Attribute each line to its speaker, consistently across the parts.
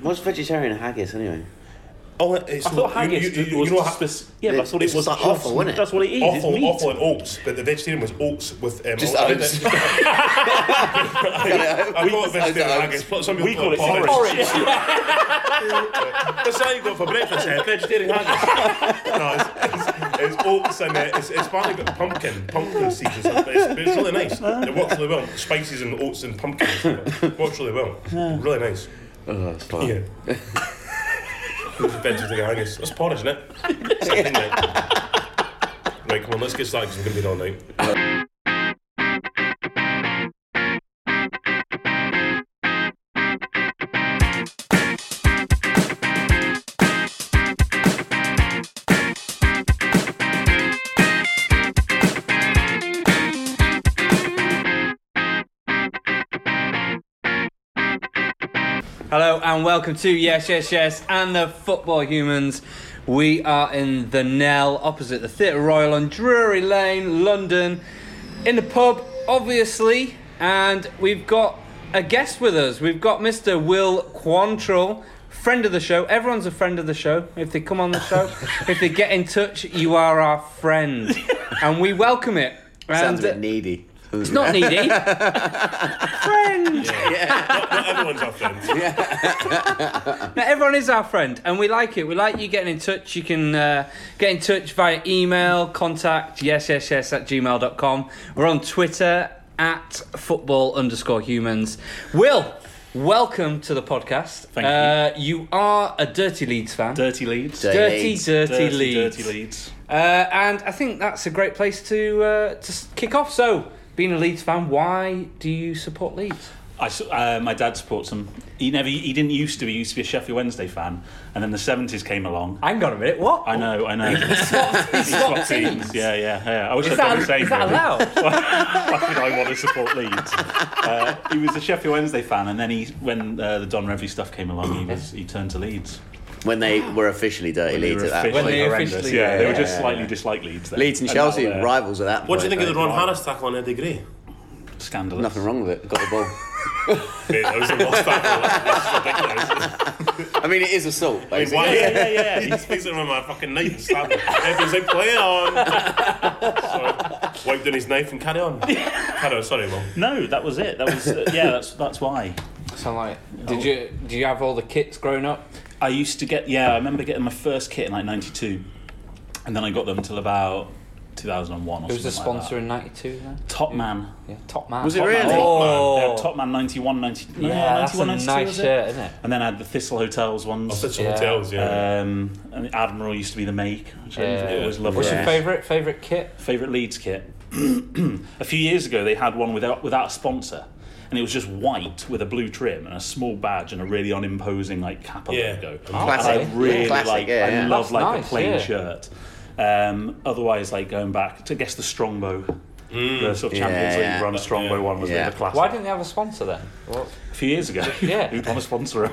Speaker 1: What's vegetarian haggis anyway?
Speaker 2: Oh, it's
Speaker 3: I thought haggis
Speaker 2: You, you, you,
Speaker 3: was
Speaker 2: you know,
Speaker 3: just
Speaker 2: ha-
Speaker 3: this. Yeah, but I thought
Speaker 1: It's
Speaker 3: it was
Speaker 1: just like offal,
Speaker 3: just-
Speaker 1: innit?
Speaker 3: That's what it is.
Speaker 2: offal,
Speaker 3: it's meat.
Speaker 2: offal, and oats, but the vegetarian was oats with um,
Speaker 1: Just
Speaker 2: oat in
Speaker 1: oats.
Speaker 2: it. I call it vegetarian haggis. but Some people
Speaker 3: We call it
Speaker 2: porridge.
Speaker 3: porridge.
Speaker 2: That's how you got for breakfast, eh? vegetarian haggis. no, it's, it's, it's oats and uh, it's, it's partly got pumpkin, pumpkin seeds and stuff. But it's, but it's really nice. It works really well. Spices and oats and pumpkin. and stuff. It works really well. Really nice.
Speaker 1: Oh, that's fine.
Speaker 2: Yeah. vegetarian haggis. That's porridge, isn't it? Same thing, right? Right, come on, let's get started because we're going to be here all night.
Speaker 4: Hello and welcome to Yes, Yes, Yes and the Football Humans. We are in the Nell opposite the Theatre Royal on Drury Lane, London, in the pub, obviously. And we've got a guest with us. We've got Mr. Will Quantrill, friend of the show. Everyone's a friend of the show. If they come on the show, if they get in touch, you are our friend. And we welcome it.
Speaker 1: Sounds
Speaker 4: And,
Speaker 1: a bit needy.
Speaker 4: it's not needy. friend!
Speaker 2: Not everyone's our friend.
Speaker 4: Now, everyone is our friend, and we like it. We like you getting in touch. You can uh, get in touch via email, contact yes, yes, yes at gmail.com. We're on Twitter at football underscore humans. Will, welcome to the podcast.
Speaker 3: Thank
Speaker 4: you. Uh, you are a Dirty Leeds fan.
Speaker 3: Dirty leads.
Speaker 1: Dirty
Speaker 4: dirty,
Speaker 1: Leeds.
Speaker 4: dirty,
Speaker 3: dirty,
Speaker 4: Leeds.
Speaker 3: dirty leads.
Speaker 4: Uh, and I think that's a great place to, uh, to s- kick off. So, being a Leeds fan, why do you support Leeds?
Speaker 3: I, s- uh, my dad supports him. He never. He didn't used to. He used to be a Sheffield Wednesday fan, and then the seventies came along.
Speaker 4: Hang on a minute, what?
Speaker 3: I know. I know.
Speaker 4: Swap- swap teams.
Speaker 3: Yeah, yeah, yeah. I wish
Speaker 4: Is
Speaker 3: I'd done the
Speaker 4: that,
Speaker 3: same.
Speaker 4: is that
Speaker 3: really.
Speaker 4: allowed?
Speaker 3: Why did I want to support Leeds? Uh, he was a Sheffield Wednesday fan, and then he, when uh, the Don Revy stuff came along, he was he turned to Leeds.
Speaker 1: When they were officially dirty
Speaker 3: They
Speaker 1: Leeds
Speaker 3: were
Speaker 1: at that
Speaker 3: officially
Speaker 4: When they
Speaker 1: point.
Speaker 3: horrendous.
Speaker 4: officially-
Speaker 3: yeah, they
Speaker 1: yeah,
Speaker 3: were just
Speaker 1: yeah,
Speaker 3: slightly disliked Leeds. Then.
Speaker 1: Leeds and
Speaker 3: that
Speaker 1: Chelsea
Speaker 3: were
Speaker 1: rivals at that point.
Speaker 2: What do you think of the
Speaker 1: though.
Speaker 2: Ron Harris tackle on Eddie Gray?
Speaker 3: Scandalous.
Speaker 1: Nothing wrong with it. Got the ball.
Speaker 2: Mate, that was the worst tackle. That's ridiculous.
Speaker 1: I mean, it is assault. Basically.
Speaker 2: Why? Yeah, yeah, yeah. He just picks it with my fucking knife and stabs him. Everyone's like, play on. so, wiped down his knife and carry on. carry on, sorry, Mum.
Speaker 3: No, that was it. That was uh, yeah. That's that's why.
Speaker 4: So like,
Speaker 3: Oh.
Speaker 4: did you do you have all the kits growing up?
Speaker 3: I used to get yeah. I remember getting my first kit in like '92, and then I got them until about 2001 or
Speaker 4: Who was the
Speaker 3: something like
Speaker 4: sponsor
Speaker 3: that.
Speaker 4: in '92? Then
Speaker 3: Top Man.
Speaker 4: yeah, Top Man.
Speaker 1: Was it
Speaker 3: Top Man,
Speaker 1: really?
Speaker 3: Top Man.
Speaker 4: Oh.
Speaker 3: Yeah, Top Man 91, 90,
Speaker 4: Yeah, that's a
Speaker 3: 91, 92,
Speaker 4: nice
Speaker 3: was it?
Speaker 4: shirt, isn't it?
Speaker 3: And then I had the Thistle Hotels ones.
Speaker 2: Such
Speaker 4: Yeah.
Speaker 2: hotels, yeah. Uh,
Speaker 3: Um, and the Admiral used to be the make, which
Speaker 4: Yeah.
Speaker 3: I always loved.
Speaker 4: What's
Speaker 1: Yeah.
Speaker 4: your favourite favourite kit?
Speaker 3: Favourite Leeds kit? a few years ago, they had one without, without a sponsor. And it was just white with a blue trim and a small badge and a really unimposing like Kappa
Speaker 2: Yeah.
Speaker 3: logo.
Speaker 1: Oh, Classic.
Speaker 3: And I really
Speaker 1: Yeah, classic,
Speaker 3: like.
Speaker 1: yeah,
Speaker 3: I
Speaker 1: yeah.
Speaker 3: love
Speaker 4: That's
Speaker 3: like
Speaker 4: nice,
Speaker 3: a plain
Speaker 4: yeah.
Speaker 3: shirt. Um, otherwise, like going back to I guess the Strongbow, the sort of
Speaker 1: Yeah,
Speaker 3: Champions
Speaker 1: yeah.
Speaker 3: League run Strongbow
Speaker 2: Yeah.
Speaker 3: one was
Speaker 1: Yeah.
Speaker 3: the classic.
Speaker 4: Mm. Why didn't they have a sponsor then? Well,
Speaker 3: a few years ago,
Speaker 4: Yeah.
Speaker 3: who'd want to sponsor him?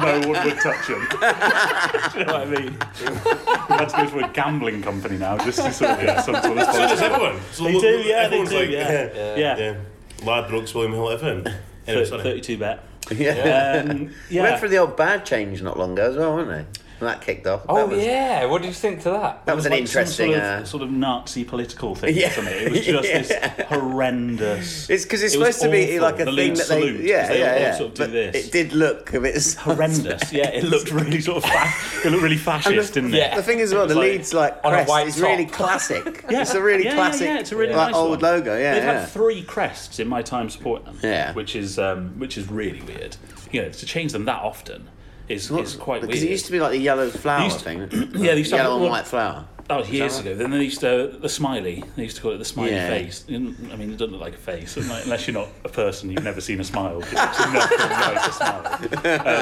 Speaker 3: no one would touch him. Do you know what I mean? We had to go for a gambling company now just to sort of get some sort of
Speaker 2: So does
Speaker 3: sponsor.
Speaker 2: everyone. So
Speaker 3: They
Speaker 2: look-
Speaker 3: do, yeah, they
Speaker 2: everyone's
Speaker 3: do,
Speaker 2: like,
Speaker 3: yeah.
Speaker 2: yeah.
Speaker 3: Yeah.
Speaker 2: Lad, Brooks, William Hill, everyone. Anyway,
Speaker 3: Thir-
Speaker 2: sorry.
Speaker 3: 32 bet.
Speaker 1: Yeah.
Speaker 3: Um,
Speaker 1: We
Speaker 3: yeah.
Speaker 1: Went for the old bad change not long ago as well, weren't they? When that kicked off.
Speaker 4: oh
Speaker 1: that was,
Speaker 4: yeah, what did you think to that?
Speaker 1: That was an
Speaker 3: Like some
Speaker 1: interesting.
Speaker 3: sort of,
Speaker 1: uh,
Speaker 3: sort of Nazi political thing.
Speaker 1: Yeah.
Speaker 3: Yeah. It was just
Speaker 1: Yeah.
Speaker 3: this horrendous.
Speaker 1: It's because it's
Speaker 3: it was
Speaker 1: supposed to be
Speaker 3: awful.
Speaker 1: like a
Speaker 3: the
Speaker 1: thing
Speaker 3: lead
Speaker 1: that
Speaker 3: salute,
Speaker 1: they,
Speaker 3: 'cause
Speaker 1: yeah,
Speaker 3: they
Speaker 1: yeah,
Speaker 3: all
Speaker 1: yeah.
Speaker 3: sort of do
Speaker 1: but
Speaker 3: this.
Speaker 1: It did look a bit
Speaker 3: horrendous. Yeah, it looked really sort of fa- it looked really fascist, didn't it?
Speaker 4: yeah.
Speaker 1: The thing is, well, the
Speaker 3: like-
Speaker 1: Leeds like
Speaker 4: on a
Speaker 1: crest
Speaker 4: white
Speaker 1: is
Speaker 4: top.
Speaker 1: really classic.
Speaker 3: Yeah.
Speaker 1: It's a really
Speaker 3: Yeah, yeah,
Speaker 1: classic,
Speaker 3: yeah, it's a really
Speaker 1: like
Speaker 3: nice
Speaker 1: old
Speaker 3: one.
Speaker 1: logo. Yeah,
Speaker 3: They've
Speaker 1: yeah.
Speaker 3: had three crests in my time supporting them.
Speaker 1: Yeah.
Speaker 3: Which is um, which is really weird. You know, to change them that often is, is quite
Speaker 1: because
Speaker 3: weird.
Speaker 1: it used to be like the yellow flower
Speaker 3: used to-
Speaker 1: thing.
Speaker 3: Yeah, they used to have
Speaker 1: yellow and
Speaker 3: one-
Speaker 1: white flower.
Speaker 3: that was Oh, years ago. Then they used to the smiley. They used to call it the smiley
Speaker 1: Yeah.
Speaker 3: face. I mean, it doesn't look like a face unless you're not a person. You've never seen a smile. 'cause It's nothing like a smile.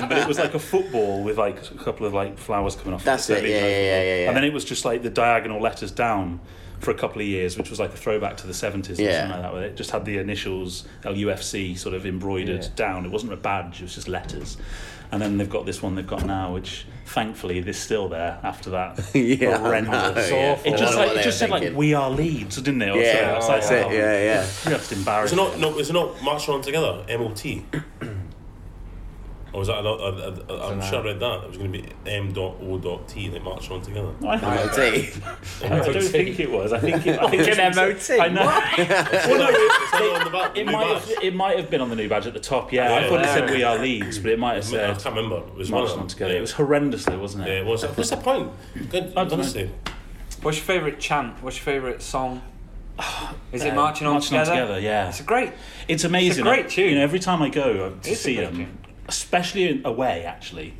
Speaker 3: Um, but it was like a football with like a couple of like flowers coming off.
Speaker 1: That's
Speaker 3: it.
Speaker 1: it.
Speaker 3: Certainly
Speaker 1: Yeah,
Speaker 3: like-
Speaker 1: yeah, yeah, yeah, yeah.
Speaker 3: And then it was just like the diagonal letters down for a couple of years, which was like a throwback to the 70s or
Speaker 1: Yeah.
Speaker 3: something like that. Where it just had the initials LUFC sort of embroidered
Speaker 4: Yeah.
Speaker 3: down. It wasn't a badge, it was just letters. And then they've got this one they've got now, which thankfully is still there after that.
Speaker 1: Yeah, I know,
Speaker 3: horrendous.
Speaker 1: yeah.
Speaker 3: It
Speaker 1: I
Speaker 3: just,
Speaker 1: know
Speaker 3: like,
Speaker 1: what
Speaker 3: it
Speaker 1: they
Speaker 3: just
Speaker 1: were
Speaker 3: said like
Speaker 1: thinking.
Speaker 3: we are Leeds, didn't it? Or
Speaker 1: Yeah,
Speaker 3: something. It's like,
Speaker 1: that's it,
Speaker 3: oh,
Speaker 1: yeah, yeah.
Speaker 3: Just embarrassing.
Speaker 2: So not, no, is it not march on together? MOT. Or was that another? Uh, uh, I'm sure I read that. It was going to be M.O.T and it marched on together.
Speaker 3: I, I,
Speaker 1: MOT.
Speaker 3: I don't think it was. I think it, I think
Speaker 4: It's
Speaker 3: it
Speaker 4: an
Speaker 3: was-
Speaker 4: MOT.
Speaker 3: I know. well, no, it,
Speaker 2: It's not on the back.
Speaker 3: it
Speaker 2: new
Speaker 3: might have,
Speaker 2: badge.
Speaker 3: it might have been on the new badge at the top. Yeah, I
Speaker 2: Yeah,
Speaker 3: thought it
Speaker 2: yeah.
Speaker 3: said "We Are Leeds," but it might have
Speaker 2: I
Speaker 3: said
Speaker 2: can't remember. It was one of
Speaker 3: "Marched
Speaker 2: them.
Speaker 3: On Together."
Speaker 2: Yeah.
Speaker 3: It was horrendous, though, wasn't
Speaker 2: Yeah, it
Speaker 3: it?
Speaker 2: was. What's the point? Good,
Speaker 3: I don't
Speaker 2: honestly.
Speaker 5: What's your favourite chant? What's your favourite song? Is it
Speaker 3: Uh,
Speaker 5: marching on
Speaker 3: Marching On
Speaker 5: together?
Speaker 3: Together, yeah.
Speaker 5: It's a great.
Speaker 3: It's amazing.
Speaker 5: It's a great
Speaker 3: I-
Speaker 5: tune.
Speaker 3: You know, every time I go uh, to
Speaker 5: It's a
Speaker 3: see
Speaker 5: great
Speaker 3: them,
Speaker 5: tune.
Speaker 3: especially in, away, actually,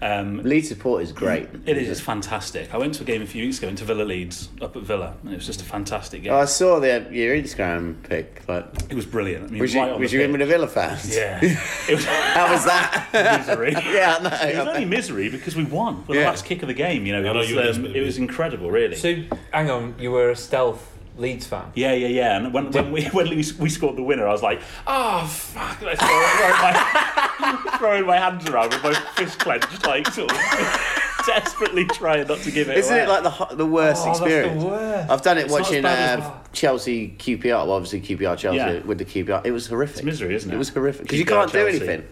Speaker 3: um,
Speaker 1: Leeds support is great.
Speaker 3: it is. It's fantastic. I went to a game a few weeks ago into Villa Leeds up at Villa, and it was just a fantastic game.
Speaker 1: I saw the, your Instagram pic. Like,
Speaker 3: it was brilliant. I mean,
Speaker 1: was
Speaker 3: right
Speaker 1: you,
Speaker 3: on
Speaker 1: was
Speaker 3: the
Speaker 1: you in
Speaker 3: pitch.
Speaker 1: with the Villa fans?
Speaker 3: Yeah, it was
Speaker 1: How was that?
Speaker 3: misery.
Speaker 1: yeah,
Speaker 3: It was
Speaker 1: no.
Speaker 3: only misery because we won with the
Speaker 1: Yeah.
Speaker 3: last kick of the game. You know,
Speaker 2: I
Speaker 3: it
Speaker 2: know
Speaker 3: was,
Speaker 2: you were
Speaker 3: um,
Speaker 2: desperate to
Speaker 3: it was
Speaker 2: be.
Speaker 3: incredible, really.
Speaker 5: So, hang on, you were a stealth Leeds fan.
Speaker 3: Yeah, yeah, yeah. And when, when we when we, we scored the winner, I was like, oh, fuck. Like, throwing, my, throwing my hands around with both fists clenched, like, sort of desperately trying not to give it
Speaker 1: Isn't
Speaker 3: away.
Speaker 1: it like the ho- the worst
Speaker 5: Oh, that's the
Speaker 1: experience?
Speaker 5: worst.
Speaker 1: I've done it
Speaker 3: not as
Speaker 1: watching
Speaker 3: bad as
Speaker 1: uh, Chelsea QPR. Well, obviously QPR Chelsea
Speaker 3: Yeah.
Speaker 1: with the QPR. It was horrific.
Speaker 3: It's misery, isn't it?
Speaker 1: was horrific because you
Speaker 3: QPR
Speaker 1: can't
Speaker 3: Chelsea.
Speaker 1: do anything.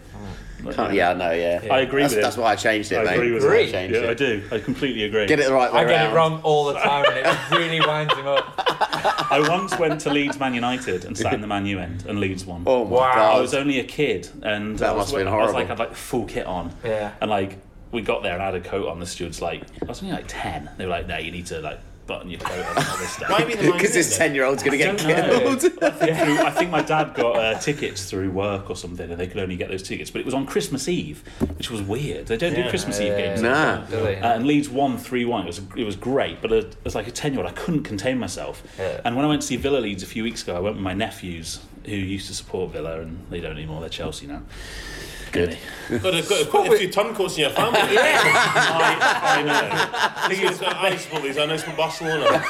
Speaker 1: Can't, yeah, I know. Yeah,
Speaker 3: I agree
Speaker 1: that's,
Speaker 3: with
Speaker 1: That's
Speaker 3: him.
Speaker 1: why I changed it,
Speaker 3: I
Speaker 1: mate.
Speaker 3: agree with
Speaker 1: That's
Speaker 5: him.
Speaker 1: why I changed
Speaker 3: Yeah, I
Speaker 1: it.
Speaker 3: do. I completely agree.
Speaker 1: Get it the right way
Speaker 5: I get it
Speaker 1: round.
Speaker 5: wrong all the time and it really winds him up.
Speaker 3: I once went to Leeds Man United and sat in the Man U end, and Leeds won.
Speaker 1: Oh my
Speaker 5: Wow.
Speaker 3: I
Speaker 1: god!
Speaker 3: was only a kid, and
Speaker 1: That
Speaker 3: I was,
Speaker 1: must have been
Speaker 3: I was like,
Speaker 1: horrible.
Speaker 3: I'd like the full kit on,
Speaker 5: Yeah.
Speaker 3: and like we got there and I had a coat on. The stewards like, I was only like ten. They were like, No, you need to like button your coat on and all this stuff.
Speaker 2: Why even
Speaker 1: Because this ten-year-old's gonna get
Speaker 3: don't know.
Speaker 1: killed.
Speaker 3: Through- I think my dad got uh, tickets through work or something, and they could only get those tickets. But it was on Christmas Eve, which was weird. They don't do
Speaker 2: Yeah,
Speaker 3: Christmas
Speaker 5: yeah.
Speaker 3: Eve games.
Speaker 1: nah.
Speaker 5: Really?
Speaker 3: Uh, and Leeds won three one. It was it was great, but it was like a ten year old. I couldn't contain myself.
Speaker 5: Yeah.
Speaker 3: And when I went to see Villa Leeds a few weeks ago, I went with my nephews who used to support Villa, and they don't anymore. They're Chelsea now. Good.
Speaker 2: Got a, got a, quite a few turncoats in your family.
Speaker 3: I, I know.
Speaker 2: These are nice for these. I know it's from Barcelona.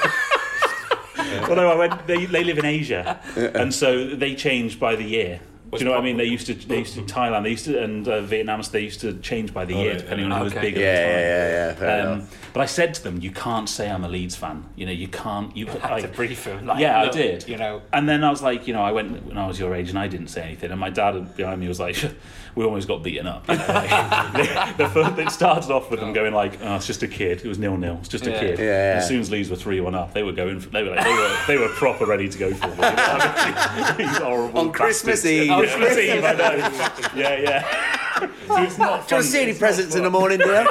Speaker 3: Well, no, I went. They, they live in Asia, and so they change by the year. Do you know what I mean? They used to, they used to Thailand, they used to, and uh, Vietnam. They used to change by the year
Speaker 2: right,
Speaker 3: depending on who was
Speaker 5: Okay.
Speaker 3: bigger.
Speaker 1: Yeah,
Speaker 3: at the time.
Speaker 1: yeah, yeah, yeah. Fair enough.
Speaker 3: Um, but I said to them, "You can't say I'm a Leeds fan. You know, you can't. You
Speaker 5: had to brief him, like,
Speaker 3: yeah,
Speaker 5: look,
Speaker 3: I did.
Speaker 5: you know.
Speaker 3: And then I was like, you know, I went when I was your age, and I didn't say anything. And my dad behind me was like, "We almost got beaten up." You know, like, the first, it started off with them going like, "Oh, it's just a kid. It was nil nil. It's just a
Speaker 5: Yeah.
Speaker 3: kid."
Speaker 1: Yeah, yeah.
Speaker 3: As soon as Leeds were three one up, they were going. For, they were like, they were they were proper ready to go for it. You know what I mean? These horrible
Speaker 1: On Oh, Christmas
Speaker 3: bastards.
Speaker 1: Eve. On
Speaker 3: On Christmas Eve, I know. Yeah, yeah.
Speaker 1: Do
Speaker 3: so it's not.
Speaker 1: you
Speaker 3: fun-
Speaker 1: want to see any
Speaker 3: it's not
Speaker 1: presents in
Speaker 3: fun.
Speaker 1: the morning, dear?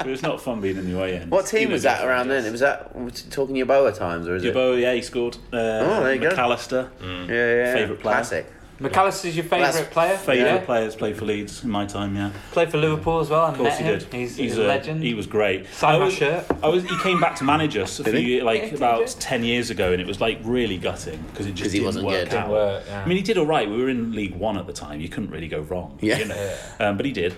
Speaker 3: It was not fun being in the away end.
Speaker 1: What team was that around then?
Speaker 3: then?
Speaker 1: It was that we're talking Yaboa times, or is it?
Speaker 3: Dubbo, yeah, he scored. Uh, oh,
Speaker 1: there you go.
Speaker 3: McAllister,
Speaker 1: Yeah, yeah.
Speaker 3: Favourite player?
Speaker 1: Classic.
Speaker 5: McAllister's your favourite
Speaker 1: That's
Speaker 5: player?
Speaker 3: favourite
Speaker 5: yeah.
Speaker 3: players played for Leeds in my time. Yeah, of
Speaker 5: Played for Liverpool as well. I
Speaker 3: course
Speaker 5: met
Speaker 3: he
Speaker 5: him.
Speaker 3: did.
Speaker 5: He's, he's a legend.
Speaker 3: He was great.
Speaker 5: Signed
Speaker 3: I
Speaker 5: my
Speaker 3: was,
Speaker 5: shirt.
Speaker 3: I was. He came back to manage us a few,
Speaker 1: he?
Speaker 3: year- like
Speaker 5: Yeah, he
Speaker 3: about
Speaker 5: did.
Speaker 3: ten years ago, and it was like really gutting because it just
Speaker 1: 'Cause he
Speaker 3: didn't
Speaker 1: wasn't
Speaker 3: work
Speaker 1: good. Didn't
Speaker 3: out.
Speaker 5: work, yeah.
Speaker 3: I mean, he did all right. We were in League One at the time. You couldn't really go wrong.
Speaker 1: Yeah.
Speaker 3: you know? um, but he did.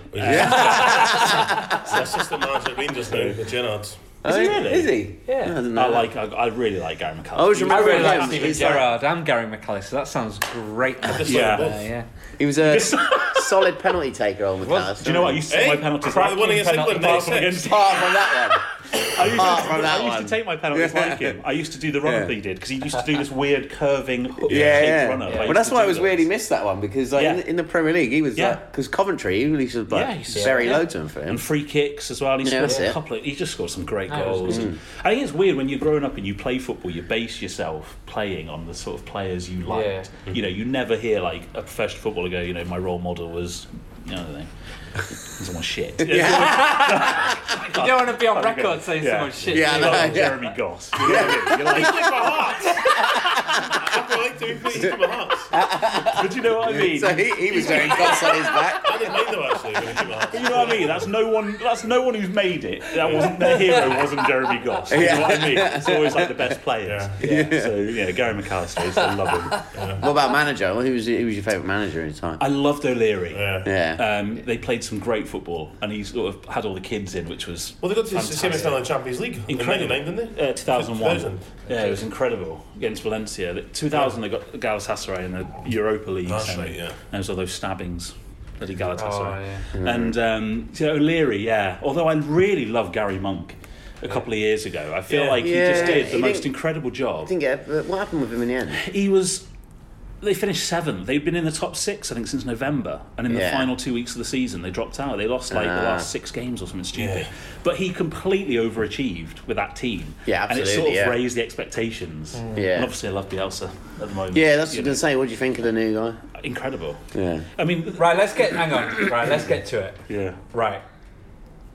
Speaker 2: It's assistant manager at Rangers now, Gerrard.
Speaker 1: Is
Speaker 3: he really?
Speaker 1: Oh, Is he?
Speaker 5: Yeah.
Speaker 1: I didn't know
Speaker 3: I
Speaker 1: that.
Speaker 3: like. I, I really like Gary McAllister.
Speaker 1: I always
Speaker 3: He was-
Speaker 5: I
Speaker 1: remember
Speaker 5: really
Speaker 1: him.
Speaker 5: like Steven
Speaker 1: He's like-
Speaker 5: Gerrard. I'm Gary McAllister. That sounds great.
Speaker 2: Just
Speaker 3: Yeah.
Speaker 2: like both.
Speaker 5: Yeah, yeah.
Speaker 1: He was a solid penalty taker on the cast.
Speaker 3: Do you know what? I used to take
Speaker 2: Eh?
Speaker 3: my penalties.
Speaker 2: Crap,
Speaker 3: like
Speaker 2: the one
Speaker 3: him,
Speaker 2: against
Speaker 3: penalty-
Speaker 2: England,
Speaker 3: apart from
Speaker 2: 96.
Speaker 3: against-
Speaker 1: Apart from Oh, that
Speaker 3: I used,
Speaker 1: Apart
Speaker 3: to,
Speaker 1: from that
Speaker 3: I used
Speaker 1: one.
Speaker 3: to take my penalties
Speaker 1: Yeah.
Speaker 3: like him. I used to do the run up
Speaker 1: Yeah.
Speaker 3: that he did because he used to do this weird curving hook
Speaker 1: one. Yeah,
Speaker 3: shaped
Speaker 1: yeah.
Speaker 3: run up. I
Speaker 1: Well,
Speaker 3: used
Speaker 1: that's
Speaker 3: to
Speaker 1: why
Speaker 3: do
Speaker 1: it was
Speaker 3: those.
Speaker 1: weird he missed that one because like, in,
Speaker 3: Yeah.
Speaker 1: in the Premier League he was
Speaker 3: Yeah.
Speaker 1: like because Coventry he was just
Speaker 3: Yeah,
Speaker 1: like
Speaker 3: he's-
Speaker 1: very
Speaker 3: yeah.
Speaker 1: low to him for him.
Speaker 3: And free kicks as well. He
Speaker 1: Yeah,
Speaker 3: scored
Speaker 1: that's
Speaker 3: a
Speaker 1: it. Mm.
Speaker 3: couple. Of, he just scored some great
Speaker 5: That was
Speaker 3: goals. And I think it's weird when you're growing up and you play football. You base yourself playing on the sort of players you liked.
Speaker 1: Mm.
Speaker 3: You know, you never hear like a professional footballer go, you know, my role model was, you know, I don't know, someone shit.
Speaker 5: You don't want to be on
Speaker 3: Okay.
Speaker 5: record saying
Speaker 3: Yeah.
Speaker 5: so much shit.
Speaker 1: Yeah,
Speaker 5: do
Speaker 1: I
Speaker 5: you?
Speaker 1: know.
Speaker 3: Like "Oh, Jeremy Goss. You know what I mean? You're like,
Speaker 2: I quite like to be pleased with my hearts.
Speaker 3: but you know what I mean?
Speaker 1: So he, he was wearing cuffs on his back.
Speaker 2: I didn't mind them actually when it came out.
Speaker 3: You know what I mean? That's no one. That's no one who's made it. That wasn't their hero. Wasn't Jeremy Goss. You know what I mean? It's always like the best players. Yeah. So yeah, Gary McAllister. is- I love him.
Speaker 1: What about manager? Well, who was who was your favourite manager in time?
Speaker 3: I loved O'Leary.
Speaker 2: Yeah.
Speaker 1: Yeah,
Speaker 3: Um, they played some great football, and he sort of had all the kids in, which was
Speaker 2: Well, they got to the
Speaker 3: fantastic.
Speaker 2: semi-final in the Champions League in
Speaker 3: Incredible.
Speaker 2: 99, didn't they?
Speaker 3: Uh, 2001.
Speaker 2: 2000.
Speaker 3: Yeah, it was incredible against Valencia. The- 2000, they got Galatasaray in the Europa League.
Speaker 2: That's
Speaker 3: semi.
Speaker 2: right, yeah.
Speaker 3: And it was all those stabbings. Bloody
Speaker 5: Oh,
Speaker 3: Galatasaray. And um, so O'Leary, yeah. Although I really love Gary Monk a couple of years ago. I feel like he
Speaker 1: Yeah,
Speaker 3: just did the
Speaker 1: he
Speaker 3: most
Speaker 1: didn't-
Speaker 3: incredible job.
Speaker 1: I think uh, what happened with him in the end.
Speaker 3: He was. they finished seventh. They'd been in the top six, I think, since November. And in
Speaker 1: Yeah.
Speaker 3: the final two weeks of the season, they dropped out. They lost like the
Speaker 1: Ah.
Speaker 3: last six games or something stupid. But he completely overachieved with that team.
Speaker 1: Yeah,
Speaker 3: And it sort
Speaker 1: absolutely,
Speaker 3: of
Speaker 1: yeah. Mm.
Speaker 3: raised the expectations.
Speaker 1: Yeah.
Speaker 3: And obviously, I love Bielsa at the moment.
Speaker 1: Yeah, that's what
Speaker 3: You
Speaker 1: I'm going to say. What do you think of the new guy?
Speaker 3: know, incredible.
Speaker 1: Yeah.
Speaker 3: I mean,
Speaker 4: Right, let's get. Hang on. Right, let's get to it.
Speaker 3: yeah.
Speaker 4: Right.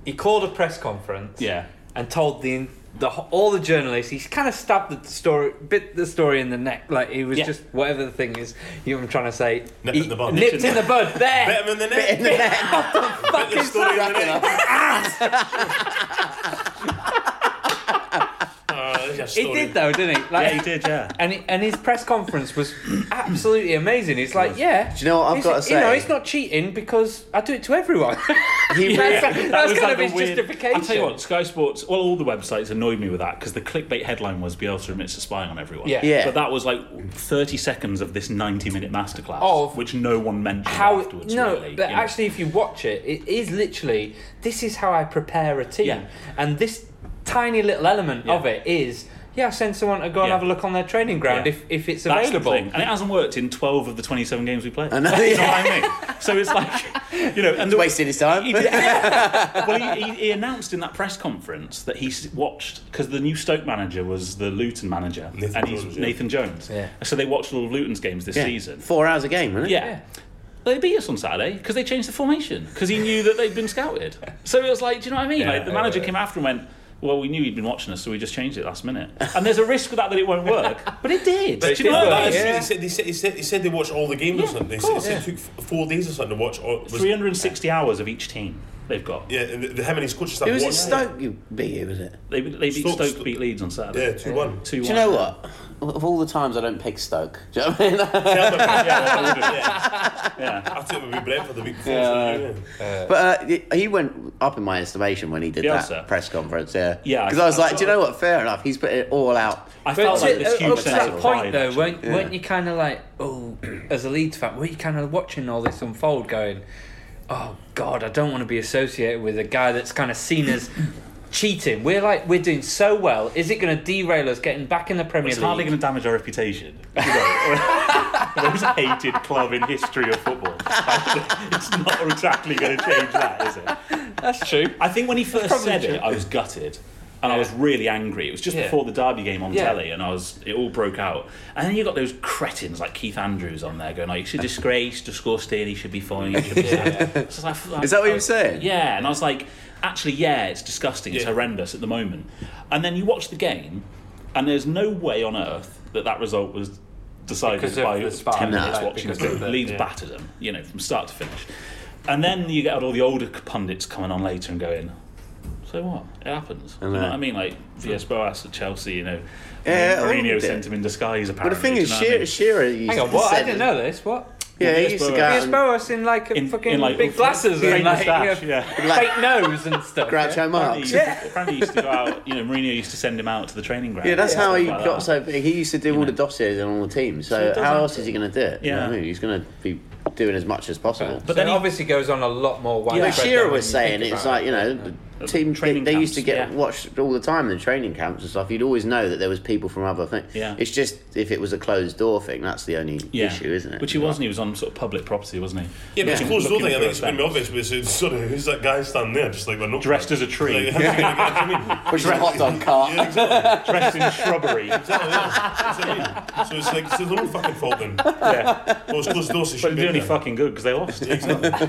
Speaker 4: He called a press conference.
Speaker 3: Yeah.
Speaker 4: And told the the all the journalists. He's kind of stabbed the story, bit the story in the neck. Like he was
Speaker 3: Yeah.
Speaker 4: just whatever the thing is. You know what I'm trying to say?
Speaker 2: Nipped
Speaker 4: He-
Speaker 2: in the bud.
Speaker 4: Nipped in the bud. There.
Speaker 2: Better than the net.
Speaker 4: Fucking
Speaker 2: Better story than the net. Ah, that's your
Speaker 4: He
Speaker 2: story.
Speaker 4: did though, didn't he? Like,
Speaker 3: Yeah, he did, yeah.
Speaker 4: And he, and his press conference was absolutely amazing. It's like, yeah.
Speaker 1: Do you know what I've
Speaker 4: he's-
Speaker 1: got to
Speaker 4: You know,
Speaker 1: say?
Speaker 4: it's not cheating because I do it to everyone.
Speaker 1: He
Speaker 4: that's
Speaker 1: really,
Speaker 4: that's
Speaker 3: was
Speaker 4: kind
Speaker 3: like
Speaker 4: of
Speaker 3: a
Speaker 4: his
Speaker 3: weird-
Speaker 4: justification.
Speaker 3: I'll tell you what, Sky Sports, well, all the websites annoyed me with that because the clickbait headline was Bielsa admits to spying on everyone.
Speaker 4: Yeah.
Speaker 1: Yeah.
Speaker 3: So that was like 30 seconds of this 90 minute masterclass,
Speaker 4: Of
Speaker 3: which no one mentioned
Speaker 4: Oh, how
Speaker 3: afterwards,
Speaker 4: no
Speaker 3: really.
Speaker 4: but
Speaker 3: you know.
Speaker 4: actually if you watch it it is literally this is how i prepare a team
Speaker 3: Yeah.
Speaker 4: and this tiny little element of
Speaker 3: Yeah.
Speaker 4: it is yeah I'll send someone to go and
Speaker 3: Yeah.
Speaker 4: have a look on their training ground
Speaker 3: Yeah.
Speaker 4: if, if it's
Speaker 3: That's
Speaker 4: available
Speaker 3: the thing. And it hasn't worked in 12 of the 27 games we played.
Speaker 1: I know,
Speaker 3: You know
Speaker 1: yeah.
Speaker 3: what I mean? So it's like, you know, and the,
Speaker 1: wasted his time.
Speaker 3: He did. well, he, he, he announced in that press conference that he s- watched because the new Stoke manager was the Luton manager,
Speaker 2: Nathan
Speaker 3: and he's
Speaker 2: Jones, yeah.
Speaker 3: Nathan Jones.
Speaker 4: Yeah.
Speaker 3: So they watched all of Luton's games this
Speaker 1: Yeah.
Speaker 3: season.
Speaker 1: Four hours a game, wasn't it?
Speaker 3: Yeah.
Speaker 4: Yeah.
Speaker 3: They beat us on Saturday because they changed the formation because he knew that they'd been scouted. So it was like, do you know what I mean? like the manager came after and went, "Well, we knew he'd been watching us, so we just changed it last minute." And there's a risk with that that it won't work, but it did.
Speaker 2: They
Speaker 3: do you know
Speaker 4: did
Speaker 3: what I
Speaker 4: work,
Speaker 2: No,
Speaker 3: mean?
Speaker 4: yeah.
Speaker 2: no, he said, he, said, he, said, he said they watched all the games
Speaker 3: Yeah,
Speaker 2: or something. They
Speaker 3: of
Speaker 2: said,
Speaker 3: course.
Speaker 2: said it took f- four days or something to watch. All, was,
Speaker 3: 360 hours of each team they've got.
Speaker 2: Yeah, and the, the, him and his coaches that
Speaker 1: It was
Speaker 2: watched
Speaker 1: it Stoke you beat you, was it?
Speaker 3: They, they beat
Speaker 2: Stoke-
Speaker 3: Stoke,
Speaker 2: Stoke-
Speaker 3: beat Leeds on Saturday.
Speaker 2: Yeah, 2 1.
Speaker 3: Two
Speaker 1: Do you
Speaker 3: one.
Speaker 1: know what? Of all the times I don't pick Stoke, do you know what I mean?
Speaker 2: yeah,
Speaker 3: Yeah.
Speaker 2: I think it would be Brentford the week before.
Speaker 1: Yeah.
Speaker 2: so,
Speaker 1: But uh, he- he went up in my estimation when he did
Speaker 3: Bielsa.
Speaker 1: that press conference. Yeah,
Speaker 3: Yeah,
Speaker 1: Because
Speaker 3: I-
Speaker 1: I was
Speaker 3: I
Speaker 1: like, do you
Speaker 3: saw
Speaker 1: know what? Fair enough. He's put it all out.
Speaker 3: I
Speaker 4: but
Speaker 3: felt
Speaker 4: to,
Speaker 3: like this
Speaker 4: up
Speaker 3: huge
Speaker 4: to
Speaker 3: sense
Speaker 4: that
Speaker 3: of
Speaker 4: point
Speaker 3: pride,
Speaker 4: though
Speaker 3: actually.
Speaker 4: weren't, weren't you kind of like oh as a Leeds fan weren't you kind of watching all this unfold going oh god I don't want to be associated with a guy that's kind of seen as cheating we're like we're doing so well is it going to derail us getting back in the Premier
Speaker 3: It's
Speaker 4: League
Speaker 3: hardly going to damage our reputation. You know, the most hated club in history of football. It's not exactly going to change that, is it?
Speaker 4: that's true
Speaker 3: I think when he first
Speaker 4: probably
Speaker 3: said
Speaker 4: true.
Speaker 3: it, I was gutted. And I was really angry. It was just
Speaker 4: Yeah.
Speaker 3: before the Derby game on
Speaker 4: Yeah.
Speaker 3: telly, and I was it all broke out. And then you got those cretins like Keith Andrews on there going, like, "He's a disgrace, disgusting. He should be fined." He should be sacked." So I was like,
Speaker 1: Is that what
Speaker 3: I
Speaker 1: you were saying?
Speaker 3: Yeah, and I was like, "Actually, yeah, it's disgusting. It's
Speaker 2: Yeah.
Speaker 3: horrendous at the moment." And then you watch the game, and there's no way on earth that that result was decided
Speaker 4: Because of
Speaker 3: by
Speaker 4: the spy,
Speaker 3: ten minutes
Speaker 4: like,
Speaker 3: watching.
Speaker 4: because of the-
Speaker 3: Leeds
Speaker 4: yeah.
Speaker 3: back battered them, you know, from start to finish. And then you get all the older pundits coming on later and going, so what? It happens. You know
Speaker 1: know.
Speaker 3: what I mean? Like, Vias Boas at Chelsea, you know,
Speaker 1: Yeah, all
Speaker 3: Mourinho
Speaker 1: did.
Speaker 3: sent him in disguise,
Speaker 1: But
Speaker 3: apparently.
Speaker 1: the thing
Speaker 3: do you
Speaker 1: is,
Speaker 3: know what I
Speaker 1: Shearer,
Speaker 3: mean?
Speaker 1: Shearer used
Speaker 4: hang on
Speaker 1: to
Speaker 4: what I
Speaker 1: said-
Speaker 4: didn't know this what
Speaker 1: Yeah, he
Speaker 3: Yes,
Speaker 1: used to
Speaker 3: but-
Speaker 1: go
Speaker 4: Piers
Speaker 1: out and
Speaker 4: Boas in like a
Speaker 3: In-
Speaker 4: fucking
Speaker 3: in, like,
Speaker 4: big glasses
Speaker 3: fake
Speaker 4: and like
Speaker 3: moustache,
Speaker 4: you know,
Speaker 3: yeah.
Speaker 4: fake nose and stuff. yeah.
Speaker 1: Groucho
Speaker 3: Apparently
Speaker 1: Marx.
Speaker 3: he used to- apparently he used to go out, you know, Mourinho used to send him out to the training ground.
Speaker 1: Yeah, that's
Speaker 3: and
Speaker 1: how
Speaker 3: stuff
Speaker 1: he
Speaker 3: like
Speaker 1: got
Speaker 3: that.
Speaker 1: so big. He used to do all the dossiers and all the teams. So,
Speaker 3: doesn't-
Speaker 1: how else is he going to do it? You know
Speaker 3: Yeah.
Speaker 1: what I mean? he's going to be doing as much as possible.
Speaker 3: But
Speaker 4: So
Speaker 3: then
Speaker 4: it
Speaker 3: he-
Speaker 4: obviously goes on a lot more
Speaker 1: But
Speaker 4: widespread.
Speaker 1: like Shearer
Speaker 4: than
Speaker 1: was
Speaker 4: when you
Speaker 1: saying,
Speaker 4: think
Speaker 1: it's
Speaker 4: about
Speaker 1: like
Speaker 4: it.
Speaker 1: you know, the team
Speaker 3: uh, Training
Speaker 1: they, they used to
Speaker 3: camps,
Speaker 1: get
Speaker 3: yeah.
Speaker 1: watched all the time in the training camps and stuff. You'd always know that there was people from other things.
Speaker 3: Yeah.
Speaker 1: It's just if it was a closed door thing, that's the only
Speaker 3: Yeah.
Speaker 1: issue, isn't it?
Speaker 3: Which he wasn't. He was on sort of public property, wasn't he?
Speaker 2: yeah, but it's
Speaker 1: Yeah.
Speaker 2: closed door
Speaker 3: Looking
Speaker 2: thing. I
Speaker 3: for
Speaker 2: think it's going to be obvious. But it's, it's sort of who's that guy standing there, just like we're not
Speaker 3: Dressed as a tree.
Speaker 2: Like, how's he gonna get- what do you mean?
Speaker 1: Which is a hot dog cart.
Speaker 2: Yeah, exactly.
Speaker 3: Dressed in shrubbery.
Speaker 2: Exactly, yeah. That's what I mean. So it's like, so there's no fucking fault then. Well,
Speaker 3: Yeah.
Speaker 2: it's closed doors, so it
Speaker 3: But
Speaker 2: should
Speaker 3: they're
Speaker 2: be
Speaker 3: doing any
Speaker 2: there.
Speaker 3: fucking good because they lost.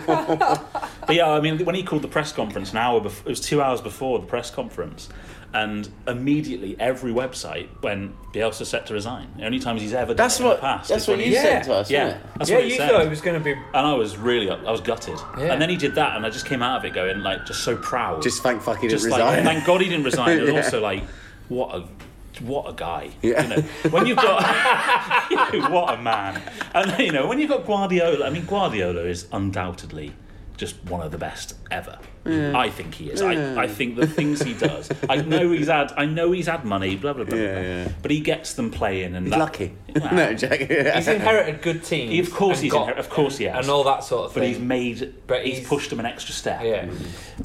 Speaker 3: but yeah, I mean, when he called the press conference an hour before, it was two hours before the press conference, and immediately every website when Bielsa set to resign. The only times he's ever done
Speaker 1: That's
Speaker 3: it in the
Speaker 1: what
Speaker 3: past.
Speaker 1: that's
Speaker 3: is
Speaker 1: what
Speaker 3: when
Speaker 1: you
Speaker 3: he-
Speaker 4: he's-
Speaker 1: said to
Speaker 4: Yeah.
Speaker 1: us,
Speaker 3: Yeah,
Speaker 1: wasn't it?
Speaker 3: that's
Speaker 4: yeah,
Speaker 3: what he
Speaker 4: you
Speaker 3: said.
Speaker 4: thought it was going to be.
Speaker 3: and I was really, I was gutted.
Speaker 4: Yeah.
Speaker 3: And then he did that, and I just came out of it going like just so proud.
Speaker 1: Just thank fuck he didn't
Speaker 3: Just
Speaker 1: resign.
Speaker 3: like thank God he didn't resign, and
Speaker 1: Yeah.
Speaker 3: also like what a what a guy.
Speaker 1: Yeah.
Speaker 3: You know, when you've got you know, what a man, and you know when you've got Guardiola. I mean, Guardiola is undoubtedly just one of the best ever. I think he is. I, I think the things he does. I know he's had. I know he's had money. Blah blah blah. blah,
Speaker 1: Yeah,
Speaker 3: blah.
Speaker 1: yeah.
Speaker 3: But he gets them playing, and
Speaker 1: He's
Speaker 3: that-
Speaker 1: lucky.
Speaker 3: Wow.
Speaker 1: no, Jack.
Speaker 5: He's inherited good teams.
Speaker 3: He- of course
Speaker 5: and
Speaker 3: he's.
Speaker 5: got-
Speaker 3: inher- of course he has.
Speaker 5: and all that sort of
Speaker 3: but
Speaker 5: thing.
Speaker 3: he's made.
Speaker 5: But
Speaker 3: he's,
Speaker 5: he's-
Speaker 3: pushed them an extra step.
Speaker 5: yeah.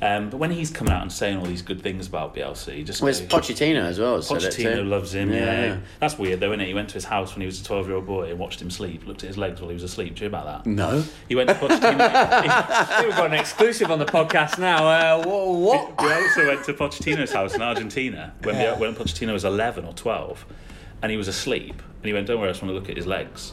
Speaker 3: Um, but when he's coming out and saying all these good things about Bielsa, he just
Speaker 1: Where's
Speaker 3: goes-
Speaker 1: Pochettino as well? said it too.
Speaker 3: Pochettino loves him. Yeah,
Speaker 1: Yeah, yeah.
Speaker 3: that's weird though, isn't it? He went to his house when he was a twelve-year-old boy and watched him sleep. Looked at his legs while he was asleep. Do you hear about that?
Speaker 1: No.
Speaker 3: He went to Pochettino.
Speaker 5: I think we've got an exclusive on the podcast now. Uh, wha- what?
Speaker 3: We also went to Pochettino's house in Argentina when, we, when Pochettino was 11 or 12 and he was asleep. And he went, Don't worry, I just want to look at his legs.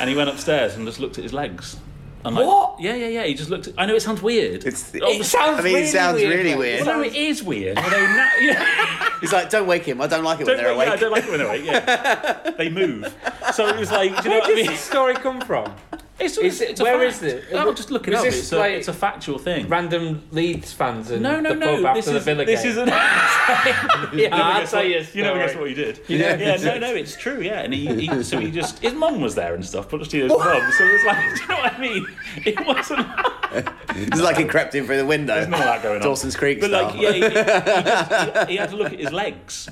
Speaker 3: and he went upstairs and just looked at his legs. And like,
Speaker 5: What?
Speaker 3: Yeah, yeah, yeah. He just looked at. I know it sounds weird.
Speaker 1: It's-
Speaker 3: Oh,
Speaker 5: It sounds
Speaker 1: I mean,
Speaker 5: really
Speaker 1: it sounds
Speaker 5: weird,
Speaker 1: really
Speaker 5: like-
Speaker 1: weird.
Speaker 3: well, no, it is weird. although na- yeah.
Speaker 1: He's like, don't wake him. I don't like it when
Speaker 3: Don't-
Speaker 1: they're
Speaker 3: yeah, I
Speaker 1: awake.
Speaker 3: don't like it when they're awake. Yeah. they move. So it was like, do you know
Speaker 5: Where
Speaker 3: what I
Speaker 5: does
Speaker 3: mean?
Speaker 5: this story come from?
Speaker 3: It's,
Speaker 5: is it-
Speaker 3: it's a
Speaker 5: where
Speaker 3: fact.
Speaker 5: is it?
Speaker 3: No, just look it
Speaker 5: Was
Speaker 3: up.
Speaker 5: this
Speaker 3: It's a,
Speaker 5: like-
Speaker 3: it's a factual thing.
Speaker 5: Random Leeds fans and
Speaker 3: no, no,
Speaker 5: the pub
Speaker 3: no.
Speaker 5: after
Speaker 3: This
Speaker 5: the
Speaker 3: is
Speaker 5: Villa
Speaker 3: this
Speaker 5: game.
Speaker 3: isn't.
Speaker 5: yeah,
Speaker 3: never
Speaker 5: I'll
Speaker 3: guess
Speaker 5: tell
Speaker 3: what-
Speaker 5: you. a
Speaker 3: never guess what
Speaker 5: story.
Speaker 3: you did.
Speaker 5: never
Speaker 3: yeah,
Speaker 5: guess
Speaker 3: no, no, it's true. Yeah, and he, he so he just his mum was there and stuff, but just his mum. So it was like, do you know what I mean? It wasn't not
Speaker 1: It's like he crept in through the window. There's
Speaker 3: that going on.
Speaker 1: Dawson's Creek
Speaker 3: but
Speaker 1: style.
Speaker 3: like, yeah, he, he, just, he, he had to look at his legs,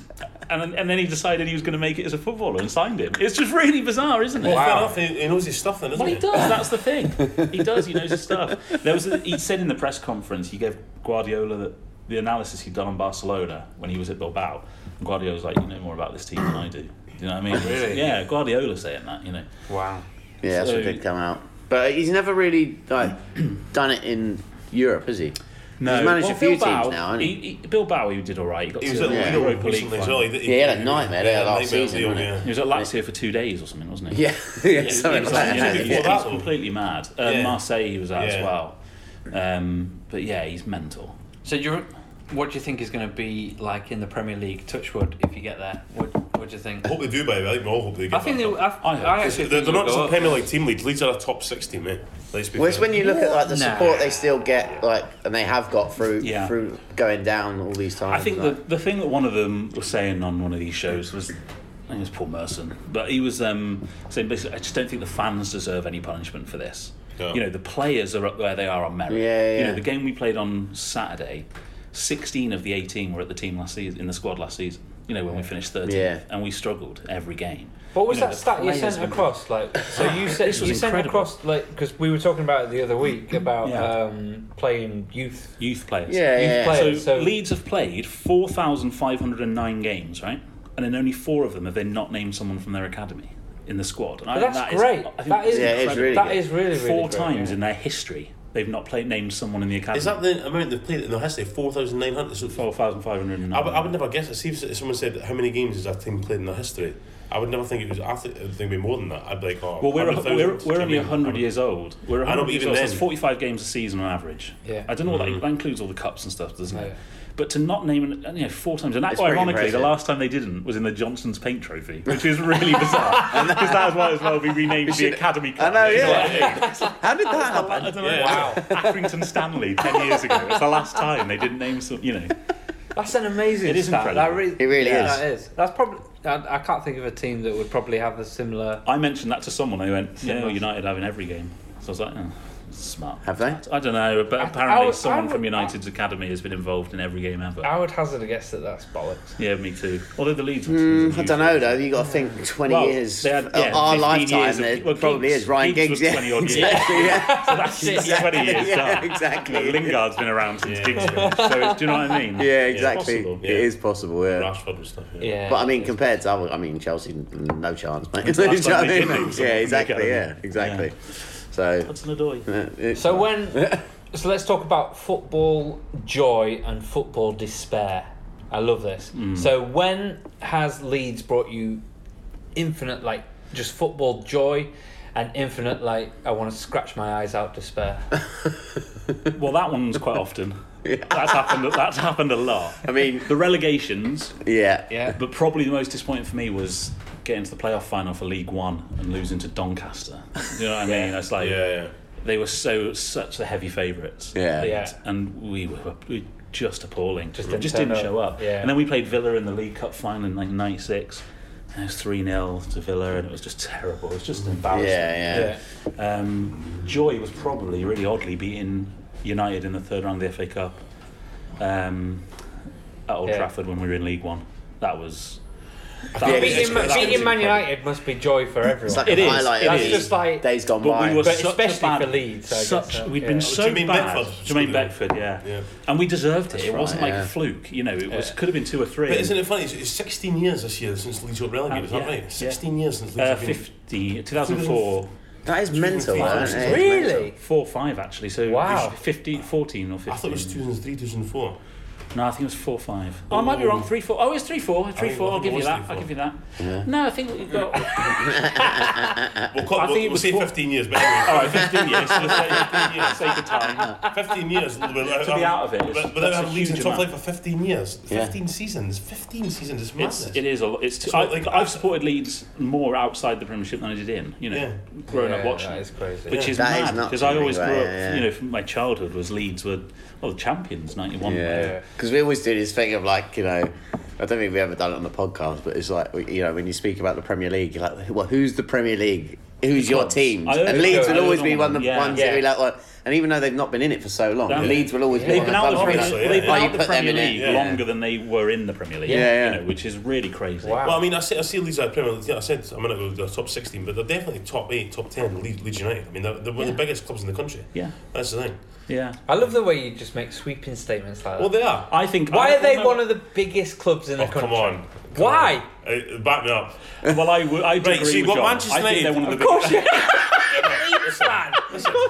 Speaker 3: and then, and then he decided he was going to make it as a footballer and signed him. It's just really bizarre, isn't it?
Speaker 2: Well, fair enough. He, he knows his stuff then, doesn't
Speaker 3: Well, he
Speaker 2: he?
Speaker 3: does. That's the thing. He does. He knows his stuff. There was. A, he said in the press conference he gave Guardiola the, the analysis he'd done on Barcelona when he was at Bilbao. And Guardiola was like, "You know more about this team than I do." Do you know what I mean?
Speaker 2: Oh,
Speaker 5: Really?
Speaker 3: Yeah, Guardiola saying that. You know.
Speaker 5: Wow.
Speaker 1: yeah, that's what
Speaker 3: so-
Speaker 1: did come out. But he's never really like done it in Europe, has he? He's managed a few
Speaker 3: Bilbao,
Speaker 1: teams now, hasn't he?
Speaker 3: he, he? Bilbao, he did all right. He got
Speaker 2: He
Speaker 3: to
Speaker 2: was at
Speaker 3: the
Speaker 1: Yeah.
Speaker 2: Lido
Speaker 3: Europa League
Speaker 2: recently as well.
Speaker 3: final.
Speaker 2: He,
Speaker 1: Yeah, he had a nightmare there last
Speaker 2: nightmare of
Speaker 1: season,
Speaker 2: Lille,
Speaker 1: wasn't
Speaker 2: yeah.
Speaker 3: He was at Lazio for two days or something, wasn't he?
Speaker 1: Yeah, yeah,
Speaker 3: It-
Speaker 1: something
Speaker 3: it was
Speaker 1: like
Speaker 3: like,
Speaker 1: that.
Speaker 3: yeah,
Speaker 1: Yeah.
Speaker 2: Well, that's-
Speaker 3: He's completely mad. Uh,
Speaker 2: Yeah.
Speaker 3: Marseille, he was at as
Speaker 2: Yeah.
Speaker 3: well. Um, but yeah, he's mental.
Speaker 5: So, you what do you think is going to be like in the Premier League? Touchwood, if you get there. What What do you think?
Speaker 2: I hope they do, by the way. I think we all hope they get
Speaker 5: I think
Speaker 2: back
Speaker 5: they.
Speaker 2: up.
Speaker 5: I,
Speaker 3: I hope.
Speaker 5: I actually
Speaker 2: They're, they're
Speaker 5: think
Speaker 2: not
Speaker 5: they'll
Speaker 2: just
Speaker 5: go
Speaker 2: a
Speaker 5: up.
Speaker 2: Premier League team. Leeds, Leeds are a top six team, mate. Let's be
Speaker 1: Well, it's
Speaker 2: fair.
Speaker 1: when you look at like the
Speaker 5: Nah.
Speaker 1: support they still get, like, and they have got through
Speaker 3: Yeah.
Speaker 1: through going down all these
Speaker 3: I
Speaker 1: times.
Speaker 3: think the,
Speaker 1: like,
Speaker 3: the thing that one of them was saying on one of these shows was, I think it was Paul Merson, but he was um, saying basically, I just don't think the fans deserve any punishment for this.
Speaker 2: Yeah.
Speaker 3: You know, the players are up where they are on merit.
Speaker 1: Yeah,
Speaker 3: You
Speaker 1: yeah.
Speaker 3: know, the game we played on Saturday, 16 of the 18 were at the team last season, in the squad last season. You know, when we finished 13th,
Speaker 1: Yeah.
Speaker 3: and we struggled every game.
Speaker 5: What was
Speaker 3: You know,
Speaker 5: that
Speaker 3: the
Speaker 5: stat you
Speaker 3: players
Speaker 5: sent
Speaker 3: were-
Speaker 5: across? Like, so you sent
Speaker 3: This was
Speaker 5: you sent
Speaker 3: incredible.
Speaker 5: across like because we were talking about it the other week about
Speaker 3: Yeah.
Speaker 5: um, playing youth
Speaker 3: Youth players.
Speaker 1: yeah,
Speaker 5: youth
Speaker 1: yeah.
Speaker 3: So,
Speaker 5: players. So,
Speaker 3: Leeds have played 4,509 games, right? And in only four of them have they not named someone from their academy in the squad. And I
Speaker 5: But
Speaker 3: think
Speaker 5: that's
Speaker 3: that is-
Speaker 5: great.
Speaker 3: I think
Speaker 5: That is
Speaker 1: Yeah, it's
Speaker 3: incredible.
Speaker 1: really
Speaker 5: that
Speaker 1: good.
Speaker 5: is really really
Speaker 3: four
Speaker 5: great,
Speaker 3: times
Speaker 5: yeah.
Speaker 3: in their history they've not played named someone in the academy.
Speaker 2: Is that the amount they've played in their history? 4,900? So
Speaker 3: four thousand five hundred and
Speaker 2: I, would- I would
Speaker 3: nine?
Speaker 2: never guess. it. See if someone said, how many games has that team played in their history? I would never think it was, I think it would be more than that. I'd be like, oh,
Speaker 3: Well, we're,
Speaker 2: 100,000.
Speaker 3: we're,
Speaker 2: Do you
Speaker 3: we're
Speaker 2: know what
Speaker 3: only
Speaker 2: I mean?
Speaker 3: 100 years old. We're 100
Speaker 2: I know, but
Speaker 3: years
Speaker 2: even
Speaker 3: old, so
Speaker 2: then- Mm-hmm.
Speaker 3: that's 45 games a season on average.
Speaker 5: Yeah.
Speaker 3: I don't know, what that, that includes all the cups and stuff, doesn't
Speaker 5: Yeah.
Speaker 3: it? But to not name it, you know, four times, and that's
Speaker 1: It's
Speaker 3: why,
Speaker 1: pretty
Speaker 3: ironically,
Speaker 1: impressive.
Speaker 3: the last time they didn't was in the Johnson's Paint Trophy, which is really bizarre. Because that might as well be renamed the Academy
Speaker 1: I
Speaker 3: Cup.
Speaker 1: know,
Speaker 3: you know
Speaker 1: yeah.
Speaker 3: what I mean?
Speaker 1: How did that happen?
Speaker 3: I don't know.
Speaker 2: Yeah.
Speaker 3: Wow. Accrington Stanley 10 years ago. It's the last time they didn't name some, you know.
Speaker 5: That's an amazing.
Speaker 3: It is
Speaker 5: stat.
Speaker 3: incredible.
Speaker 5: That really,
Speaker 1: It really
Speaker 5: yeah,
Speaker 1: is.
Speaker 5: That is. That's probably. I, I can't think of a team that would probably have a similar.
Speaker 3: I mentioned that to someone. They went, "Yeah,
Speaker 5: Similar.
Speaker 3: United having every game." So I was like, oh, "Smart."
Speaker 1: Have they?
Speaker 3: I don't know, but
Speaker 5: I
Speaker 3: apparently
Speaker 5: would- I
Speaker 3: someone
Speaker 5: would- Uh,
Speaker 3: from United's academy has been involved in every game ever.
Speaker 5: I would hazard a guess that that's bollocks.
Speaker 3: yeah, me too. Although the Leeds,
Speaker 1: Hmm, Mm, I don't know though. You got to think twenty
Speaker 3: Well,
Speaker 1: years,
Speaker 3: they had,
Speaker 1: of
Speaker 3: yeah,
Speaker 1: our
Speaker 3: 15
Speaker 1: lifetime.
Speaker 3: years of-
Speaker 1: It
Speaker 3: well,
Speaker 1: probably
Speaker 3: Giggs-
Speaker 1: is Ryan
Speaker 3: Giggs
Speaker 1: Giggs.
Speaker 3: was
Speaker 1: yeah,
Speaker 3: 20 odd years.
Speaker 1: exactly, yeah.
Speaker 3: so that's it. Twenty years
Speaker 1: Yeah,
Speaker 3: done.
Speaker 1: exactly.
Speaker 3: Well, Lingard's been around since
Speaker 2: Yeah.
Speaker 3: Giggs. finished, So do you know what I mean?
Speaker 1: Yeah, exactly.
Speaker 2: possible, yeah.
Speaker 1: It is possible. Yeah.
Speaker 2: Rashford and stuff.
Speaker 5: Yeah.
Speaker 1: But I mean, compared to other, I mean, Chelsea, no chance, mate.
Speaker 3: Last time
Speaker 1: You know what I
Speaker 3: they
Speaker 1: mean?
Speaker 3: did lose,
Speaker 1: yeah,
Speaker 3: they got
Speaker 1: exactly. Yeah,
Speaker 3: them.
Speaker 1: exactly.
Speaker 3: Yeah.
Speaker 1: So,
Speaker 3: Hudson Odoi.
Speaker 1: uh, it-
Speaker 5: So when, so let's talk about football joy and football despair. I love this.
Speaker 2: Mm.
Speaker 5: So when has Leeds brought you infinite like just football joy and infinite like I want to scratch my eyes out despair?
Speaker 3: Well, that one's quite often. That's happened. That's happened a lot.
Speaker 1: I mean,
Speaker 3: The relegations
Speaker 1: yeah,
Speaker 5: Yeah.
Speaker 3: But probably the most disappointing for me was getting to the playoff final for League One and losing to Doncaster. You know what I mean? It's like
Speaker 2: Yeah, yeah.
Speaker 3: they were so such the heavy favourites.
Speaker 1: Yeah.
Speaker 3: Leeds,
Speaker 5: Yeah.
Speaker 3: and we were, we were just appalling. Just,
Speaker 5: didn't
Speaker 3: just
Speaker 5: turn
Speaker 3: didn't
Speaker 5: up.
Speaker 3: show up.
Speaker 5: Yeah.
Speaker 3: And then we played Villa in the League Cup final in like '96. And it was three 0 to Villa, and it was just terrible. It was just embarrassing.
Speaker 1: yeah, yeah.
Speaker 5: yeah.
Speaker 3: Um, Joy was probably really oddly beating United in the third round of the FA Cup. Um, at Old
Speaker 5: Yeah.
Speaker 3: Trafford when we were in League One. That was. That
Speaker 1: Yeah,
Speaker 3: was-
Speaker 1: it's-
Speaker 5: Beating,
Speaker 1: it's-
Speaker 5: beating Man
Speaker 3: incredible.
Speaker 5: United must be joy for everyone.
Speaker 1: It's like a
Speaker 3: It is,
Speaker 1: highlight
Speaker 3: it
Speaker 1: of
Speaker 5: That's
Speaker 3: is.
Speaker 5: just like
Speaker 1: days gone
Speaker 3: But
Speaker 1: by.
Speaker 3: we were
Speaker 5: But
Speaker 3: such
Speaker 5: especially
Speaker 3: a bad,
Speaker 5: for Leeds, I guess,
Speaker 3: such
Speaker 5: uh,
Speaker 3: we'd
Speaker 5: yeah.
Speaker 3: been so
Speaker 2: Jermaine
Speaker 3: bad.
Speaker 2: Beckford.
Speaker 3: Jermaine Beckford, yeah.
Speaker 2: Yeah.
Speaker 3: and we deserved it. It
Speaker 1: right,
Speaker 3: wasn't like
Speaker 1: yeah.
Speaker 3: a fluke, you know. It was could have been two or three.
Speaker 2: But isn't it funny? It's, it's 16 years this year since Leeds got relegated. Is
Speaker 3: Uh,
Speaker 2: that
Speaker 3: yeah,
Speaker 2: right? 16 years since Leeds.
Speaker 3: uh,
Speaker 2: have been-
Speaker 3: 50, 2004,
Speaker 1: that is mental,
Speaker 2: Wow.
Speaker 1: isn't it?
Speaker 5: really?
Speaker 3: four, five actually. So
Speaker 5: Wow.
Speaker 3: 15, 14 or
Speaker 2: I
Speaker 3: fifteen.
Speaker 2: thought it was 2003, 2004.
Speaker 3: No, I think it was four five. Oh, I might be wrong. Three four. Oh, it's three four. Three
Speaker 2: think-
Speaker 3: four.
Speaker 2: I
Speaker 3: I'll
Speaker 2: think it
Speaker 3: give you
Speaker 2: was
Speaker 3: that.
Speaker 2: three,
Speaker 3: I'll
Speaker 2: four.
Speaker 3: give you that. No, I think we've got.
Speaker 2: We'll, call,
Speaker 3: Uh, I
Speaker 2: we'll,
Speaker 3: think it
Speaker 2: we'll
Speaker 3: was
Speaker 2: say
Speaker 3: four-
Speaker 2: 15 years, but anyway,
Speaker 3: All right, fifteen years. So let's say fifteen years. Sake of time.
Speaker 2: 15 years. To
Speaker 3: To be out of it is-
Speaker 2: But, but
Speaker 3: that's
Speaker 2: then
Speaker 3: a
Speaker 2: Leeds in
Speaker 3: huge
Speaker 2: top
Speaker 3: amount.
Speaker 2: flight for 15 years.
Speaker 1: Yeah.
Speaker 2: 15 seasons. 15 seasons is
Speaker 3: It's,
Speaker 2: madness.
Speaker 3: it is a lot. It's too,
Speaker 2: So,
Speaker 3: I,
Speaker 2: like,
Speaker 3: I've supported Leeds more outside the Premiership than I did in. You know,
Speaker 2: Yeah.
Speaker 3: growing up
Speaker 5: Yeah,
Speaker 3: watching,
Speaker 5: that is crazy.
Speaker 3: which is
Speaker 1: That is
Speaker 3: mad
Speaker 1: nuts,
Speaker 3: because I
Speaker 1: really,
Speaker 3: always grew
Speaker 1: right,
Speaker 3: up.
Speaker 1: yeah, yeah.
Speaker 3: You know, from my childhood was Leeds were well the champions '91.
Speaker 1: Yeah, because we always do this thing of like, you know, I don't think we've ever done it on the podcast, but it's like, you know, when you speak about the Premier League, you're like, well, who's the Premier League? Who's your
Speaker 3: clubs.
Speaker 1: team?
Speaker 3: I heard
Speaker 1: And
Speaker 3: it
Speaker 1: Leeds
Speaker 3: go-
Speaker 1: will
Speaker 3: I
Speaker 1: always
Speaker 3: heard
Speaker 1: be
Speaker 3: it
Speaker 1: one
Speaker 3: on
Speaker 1: of the
Speaker 3: one,
Speaker 1: ones
Speaker 5: yeah.
Speaker 1: that we like. Well, and even though they've not been in it for so long,
Speaker 3: Yeah.
Speaker 1: Leeds will always be
Speaker 3: They've
Speaker 1: one
Speaker 3: been
Speaker 1: of the
Speaker 3: out of the
Speaker 1: clubs
Speaker 3: Premier
Speaker 1: that-
Speaker 2: Obviously,
Speaker 3: League,
Speaker 2: yeah,
Speaker 3: they've
Speaker 1: yeah.
Speaker 3: been out
Speaker 1: You
Speaker 3: of the
Speaker 1: put them
Speaker 3: Premier
Speaker 1: in it,
Speaker 3: League
Speaker 1: yeah.
Speaker 3: longer than they were in the Premier League.
Speaker 1: Yeah, yeah.
Speaker 3: You know, which is really crazy.
Speaker 5: Wow.
Speaker 2: Well, I mean, I see, I see Leeds out of Premier League. Yeah, I said a minute ago they're top 16, but they're definitely top 8, top 10, Leeds, Leeds United. I mean, they're, they're one of the biggest clubs in the country.
Speaker 3: Yeah,
Speaker 2: That's the thing.
Speaker 3: yeah.
Speaker 5: I love the way you just make sweeping statements like that.
Speaker 2: Well, they are.
Speaker 3: I think.
Speaker 5: Why
Speaker 3: I
Speaker 5: are they
Speaker 3: remember-
Speaker 5: one of the biggest clubs in the
Speaker 2: Oh,
Speaker 5: country?
Speaker 2: come on. Come
Speaker 5: Why?
Speaker 2: on. Uh, back me up.
Speaker 3: Well, I would. I
Speaker 2: Right,
Speaker 3: agree
Speaker 2: so you've got
Speaker 3: with John.
Speaker 2: Manchester
Speaker 3: I think
Speaker 2: United.
Speaker 3: they're one of the
Speaker 2: Of
Speaker 3: biggest-
Speaker 5: course, yeah. Leeds fan.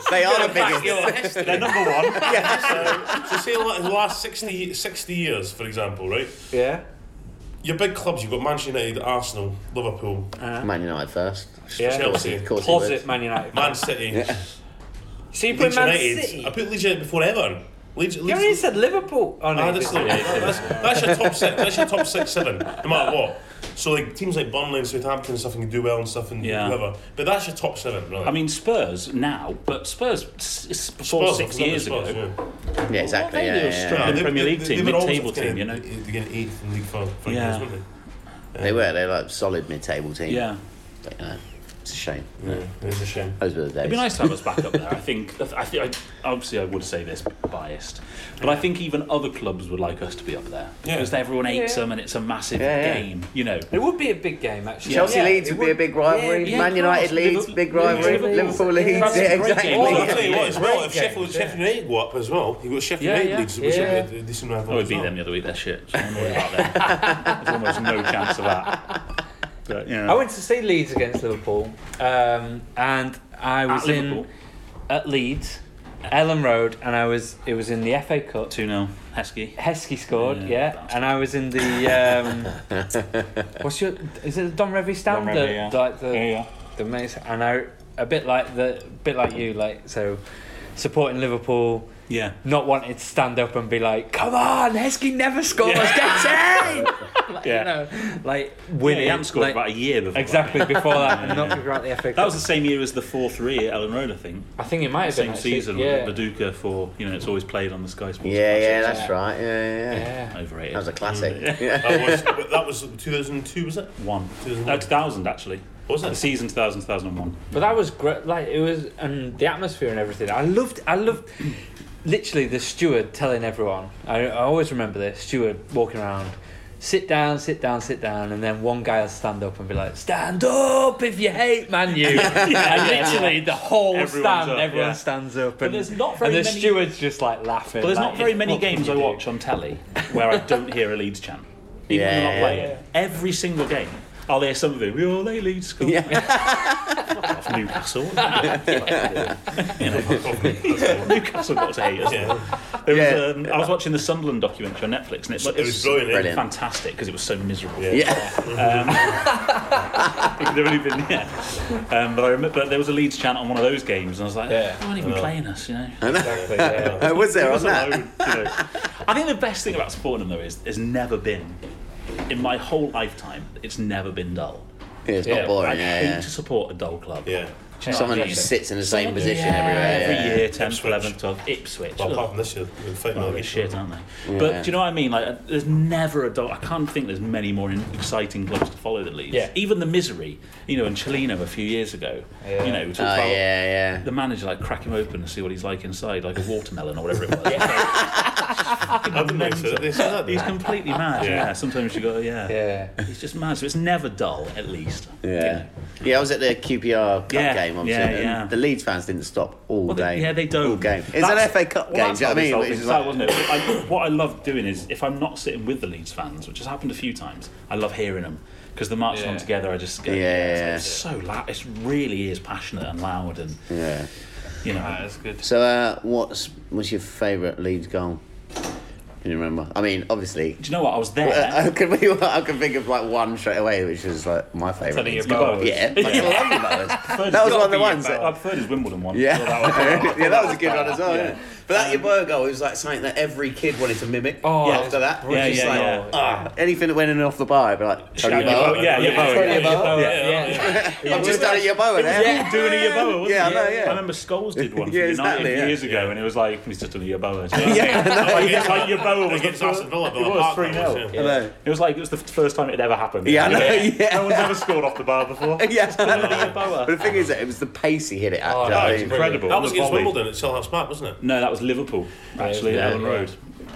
Speaker 1: They are the
Speaker 2: Back
Speaker 1: biggest.
Speaker 2: your history.
Speaker 3: They're number one.
Speaker 2: so, so say like the last 60, 60 years, for example, right?
Speaker 5: Yeah.
Speaker 2: Your big clubs, you've got Manchester United, Arsenal, Liverpool,
Speaker 3: Uh,
Speaker 1: Man United first.
Speaker 5: Yeah.
Speaker 1: Of course, he-
Speaker 2: Chelsea.
Speaker 1: of course he would.
Speaker 5: Closet Man United.
Speaker 2: Man City,
Speaker 5: so you put
Speaker 2: Leeds
Speaker 5: Man
Speaker 2: United.
Speaker 5: City.
Speaker 2: I put Leeds United before Everton. Leeds,
Speaker 5: You already
Speaker 2: Leeds,
Speaker 5: said Liverpool. Oh no.
Speaker 2: Ah,
Speaker 5: you
Speaker 2: that's,
Speaker 5: didn't.
Speaker 2: not, that's, that's your top six. That's your top six, seven, no matter what. So like teams like Burnley and Southampton and stuff can do well and stuff and
Speaker 3: Yeah.
Speaker 2: whoever. But that's your top seven, really.
Speaker 3: I mean, Spurs now, but Spurs s- s- four
Speaker 2: Spurs,
Speaker 3: six
Speaker 2: not
Speaker 3: years
Speaker 2: Spurs,
Speaker 3: ago.
Speaker 2: yeah.
Speaker 1: Yeah, exactly.
Speaker 3: they
Speaker 1: Yeah,
Speaker 3: do
Speaker 1: yeah,
Speaker 3: is
Speaker 1: yeah.
Speaker 3: strong.
Speaker 2: Yeah,
Speaker 3: the Premier League team,
Speaker 2: were always
Speaker 3: mid-table
Speaker 2: kinda-
Speaker 3: team, you know?
Speaker 2: They get eighth in League for, for
Speaker 3: Yeah.
Speaker 2: years, weren't
Speaker 1: They were. They were like solid mid-table team.
Speaker 3: Yeah.
Speaker 1: But, you know, it's a shame.
Speaker 2: they? Yeah, it's a shame.
Speaker 1: Those were the days.
Speaker 3: It'd be nice to have us back up there. I think. I think. I, obviously, I would say this biased, but I think even other clubs would like us to be up there
Speaker 2: Yeah.
Speaker 3: because everyone hates
Speaker 5: Yeah.
Speaker 3: them and it's a massive
Speaker 1: Yeah, yeah.
Speaker 3: game. You know.
Speaker 5: It would be a big game actually.
Speaker 1: Chelsea
Speaker 5: Yeah,
Speaker 1: Leeds
Speaker 5: it
Speaker 1: would be a big rivalry.
Speaker 5: Yeah, yeah,
Speaker 1: Man
Speaker 5: of
Speaker 1: United
Speaker 5: course.
Speaker 1: Leeds,
Speaker 5: Liver-
Speaker 1: big rivalry.
Speaker 5: Liverpool.
Speaker 1: Liverpool, Leeds.
Speaker 5: That's
Speaker 1: Yeah,
Speaker 3: a great
Speaker 1: exactly.
Speaker 3: game.
Speaker 2: Well, I'll
Speaker 3: Yeah.
Speaker 2: tell you what, as well, if
Speaker 5: Yeah.
Speaker 2: Sheffield, Sheffield United go up as well, you've got Sheffield
Speaker 3: Yeah,
Speaker 2: United
Speaker 3: yeah.
Speaker 2: leads, which
Speaker 5: Yeah.
Speaker 2: are a decent rival
Speaker 3: I would
Speaker 2: as
Speaker 3: beat
Speaker 2: well.
Speaker 3: them the other week. They're shit. So I'm worried about them. There's almost no chance of that. But yeah.
Speaker 5: I went to see Leeds against Liverpool, um, and I was in
Speaker 3: Liverpool?
Speaker 5: at Leeds, Ellen Road, and I was it was in the FA Cup.
Speaker 3: two 0 Heskey.
Speaker 5: Heskey scored,
Speaker 3: Yeah,
Speaker 5: yeah,
Speaker 3: bastard.
Speaker 5: and I was in the um, what's your is it the Don Revy stand?
Speaker 3: Don Revy,
Speaker 5: the,
Speaker 3: yeah.
Speaker 5: Like the
Speaker 3: Yeah, yeah.
Speaker 5: the mace, and I a bit like the bit like you like so supporting Liverpool.
Speaker 3: Yeah.
Speaker 5: Not wanting to stand up and be like, "Come on, Heskey never scores, get in!" like,
Speaker 3: Yeah.
Speaker 5: You know, like
Speaker 3: Yeah,
Speaker 5: winning.
Speaker 3: he hadn't scored
Speaker 5: like-
Speaker 3: about a year before. that.
Speaker 5: Exactly before that, and not throughout the FA Cup.
Speaker 3: That was the same year as the four three at Ellen Road, I think.
Speaker 5: I think it might have
Speaker 3: Same
Speaker 5: been actually,
Speaker 3: season,
Speaker 5: Yeah.
Speaker 3: with Baduka for you know it's always played on the Sky Sports.
Speaker 1: Yeah, yeah,
Speaker 3: Classic.
Speaker 1: that's right. Yeah, yeah, yeah.
Speaker 5: yeah.
Speaker 3: Overrated.
Speaker 1: That was a classic. Yeah.
Speaker 2: That was, but that was 2002, was it?
Speaker 3: One.
Speaker 2: 2001.
Speaker 3: Uh, 2000, actually.
Speaker 2: Was
Speaker 3: The
Speaker 2: it?
Speaker 3: season 2000, 2001.
Speaker 5: But that was great. Like it was, and the atmosphere and everything. I loved. I loved. Literally, the steward telling everyone. I, I always remember this steward walking around. Sit down, sit down, sit down, and then one guy will stand up and be like, "Stand up if you hate Man U." And literally, the whole
Speaker 3: Everyone's
Speaker 5: stand,
Speaker 3: up,
Speaker 5: everyone
Speaker 3: yeah.
Speaker 5: stands up, and,
Speaker 3: there's not very
Speaker 5: and the
Speaker 3: many-
Speaker 5: steward's just like laughing.
Speaker 3: But there's
Speaker 5: like,
Speaker 3: not very many
Speaker 5: what can
Speaker 3: games
Speaker 5: you
Speaker 3: I
Speaker 5: do?
Speaker 3: watch on telly where I don't hear a Leeds chant. Even when they're
Speaker 1: Yeah,
Speaker 3: not playing. Every single game, I'll hear something. We all hate Leeds. Come
Speaker 1: Yeah.
Speaker 3: Fuck off, Newcastle. you know, Newcastle got to hate us.
Speaker 2: Yeah.
Speaker 3: There
Speaker 1: Yeah.
Speaker 3: was, um, I was watching the Sunderland documentary on Netflix, and it,
Speaker 2: It was brilliant.
Speaker 1: Brilliant.
Speaker 3: fantastic because it was so miserable. Um,
Speaker 2: Yeah.
Speaker 1: Yeah.
Speaker 3: It could have really been, yeah. Um, but I remember but there was a Leeds chant on one of those games, and I was like,
Speaker 5: Yeah.
Speaker 3: they weren't even playing us, you know.
Speaker 5: Exactly, yeah.
Speaker 1: I was there
Speaker 3: Leave
Speaker 1: on that.
Speaker 3: us alone, you know. I think the best thing about supporting them, though, is there's never been, in my whole lifetime, it's never been dull.
Speaker 1: Yeah, it's
Speaker 5: Yeah,
Speaker 1: not
Speaker 3: I
Speaker 1: boring.
Speaker 3: hate
Speaker 1: Yeah,
Speaker 3: to support a dull club.
Speaker 2: Yeah.
Speaker 1: Someone who
Speaker 3: Chelsea.
Speaker 1: sits in the same position
Speaker 3: Yeah,
Speaker 1: everywhere.
Speaker 3: Every
Speaker 1: yeah.
Speaker 3: year, 10th,
Speaker 2: Ipswich.
Speaker 3: 11th, 12th, Ipswich.
Speaker 2: Well, apart
Speaker 3: Ugh.
Speaker 2: from this year, we're fighting
Speaker 3: Oh,
Speaker 2: all
Speaker 3: they're
Speaker 2: this
Speaker 3: shit,
Speaker 2: shit.
Speaker 3: aren't they?
Speaker 1: Yeah.
Speaker 3: But do you know what I mean? Like, uh, there's never a dog. I can't think there's many more in- exciting clubs to follow that Leeds.
Speaker 5: Yeah.
Speaker 3: Even the misery, you know, in Chelino a few years ago.
Speaker 5: Yeah.
Speaker 3: You know, we talked
Speaker 1: Oh,
Speaker 3: about
Speaker 1: yeah,
Speaker 3: the manager like crack him open and see what he's like inside, like a watermelon or whatever it was.
Speaker 2: I didn't know so this that.
Speaker 3: He's completely mad. Yeah.
Speaker 2: Yeah.
Speaker 3: Sometimes you go, yeah.
Speaker 5: Yeah.
Speaker 3: He's just mad. So it's never dull, at least.
Speaker 1: yeah. Yeah. Yeah, I was at the QPR Cup
Speaker 3: Yeah,
Speaker 1: game, obviously,
Speaker 3: yeah,
Speaker 1: and
Speaker 3: yeah.
Speaker 1: the Leeds fans didn't stop all
Speaker 3: Well,
Speaker 1: day.
Speaker 3: they, yeah, they don't.
Speaker 1: All game. It's
Speaker 3: That's-
Speaker 1: an FA Cup
Speaker 3: well,
Speaker 1: game,
Speaker 3: that's
Speaker 1: do you know what
Speaker 3: how
Speaker 1: I
Speaker 3: they
Speaker 1: mean?
Speaker 3: solved
Speaker 1: Which
Speaker 3: it.
Speaker 1: is
Speaker 3: That
Speaker 1: like-
Speaker 3: wasn't it. I, what I love doing is if I'm not sitting with the Leeds fans, which has happened a few times, I love hearing them because the march
Speaker 5: Yeah.
Speaker 3: on together. I just go,
Speaker 1: Yeah, yeah,
Speaker 3: it's, like, it's so loud. It really is passionate and loud, and
Speaker 1: yeah.
Speaker 3: you know,
Speaker 5: That's good.
Speaker 1: So, uh, what's what's your favourite Leeds goal? Can you remember? I mean, obviously,
Speaker 3: do you know what? I was there.
Speaker 1: Uh, I can I can think of like one straight away, which is like my favourite.
Speaker 5: Telling you
Speaker 1: Leeds
Speaker 5: about
Speaker 1: goal.
Speaker 5: Bowen.
Speaker 1: Yeah, fucking love you, Bowen.
Speaker 3: Preferred-
Speaker 1: That was
Speaker 3: gotta
Speaker 1: one of the
Speaker 3: be
Speaker 1: ones
Speaker 3: about-
Speaker 1: that-
Speaker 3: I preferred his Wimbledon one.
Speaker 1: Yeah,
Speaker 3: So that was-
Speaker 1: yeah, that was a good one as well. Yeah. But that your boy goal was like something that every kid wanted to mimic.
Speaker 5: Oh,
Speaker 1: after that,
Speaker 5: yeah,
Speaker 1: Just
Speaker 3: yeah,
Speaker 1: like,
Speaker 3: yeah.
Speaker 1: ah, anything that went in and off the bar, I'd be like, Tony
Speaker 3: Shout your
Speaker 1: Bowen.
Speaker 3: bow, yeah, your bow,
Speaker 1: Tony
Speaker 3: yeah, your
Speaker 1: Bowen.
Speaker 3: bow,
Speaker 5: Yeah,
Speaker 3: yeah, yeah.
Speaker 1: I've just done it, your bow,
Speaker 3: Yeah,
Speaker 1: yeah.
Speaker 3: doing a Yaboa, wasn't
Speaker 1: Yeah, I
Speaker 3: it?
Speaker 1: know, yeah.
Speaker 3: I remember Scholes did one for
Speaker 1: Yeah,
Speaker 3: United
Speaker 1: exactly, yeah.
Speaker 3: years ago, and it was like, he's just doing a Yaboa.
Speaker 1: Yeah, I know,
Speaker 3: like,
Speaker 1: yeah.
Speaker 3: It's like Yaboa was the
Speaker 2: Against
Speaker 3: first,
Speaker 2: Aston
Speaker 3: it
Speaker 2: Villa, but
Speaker 3: was 3 0.
Speaker 1: I know.
Speaker 3: It was like, it was the f- first time it had ever happened.
Speaker 1: Yeah, I know, yeah.
Speaker 3: No one's ever scored off the bar before.
Speaker 1: Yeah, I know.
Speaker 3: Doing a
Speaker 1: But
Speaker 3: Yaboa.
Speaker 1: the thing is that it was the pace he hit it at.
Speaker 5: Oh,
Speaker 1: do you know
Speaker 5: that
Speaker 1: what I
Speaker 3: was
Speaker 1: mean?
Speaker 3: incredible. Incredible.
Speaker 2: That was
Speaker 3: The
Speaker 2: against
Speaker 3: volley.
Speaker 2: Wimbledon at Selhurst Park, wasn't it?
Speaker 3: No, that was Liverpool, actually,
Speaker 5: yeah,
Speaker 3: at Ellen
Speaker 5: yeah.
Speaker 3: Road.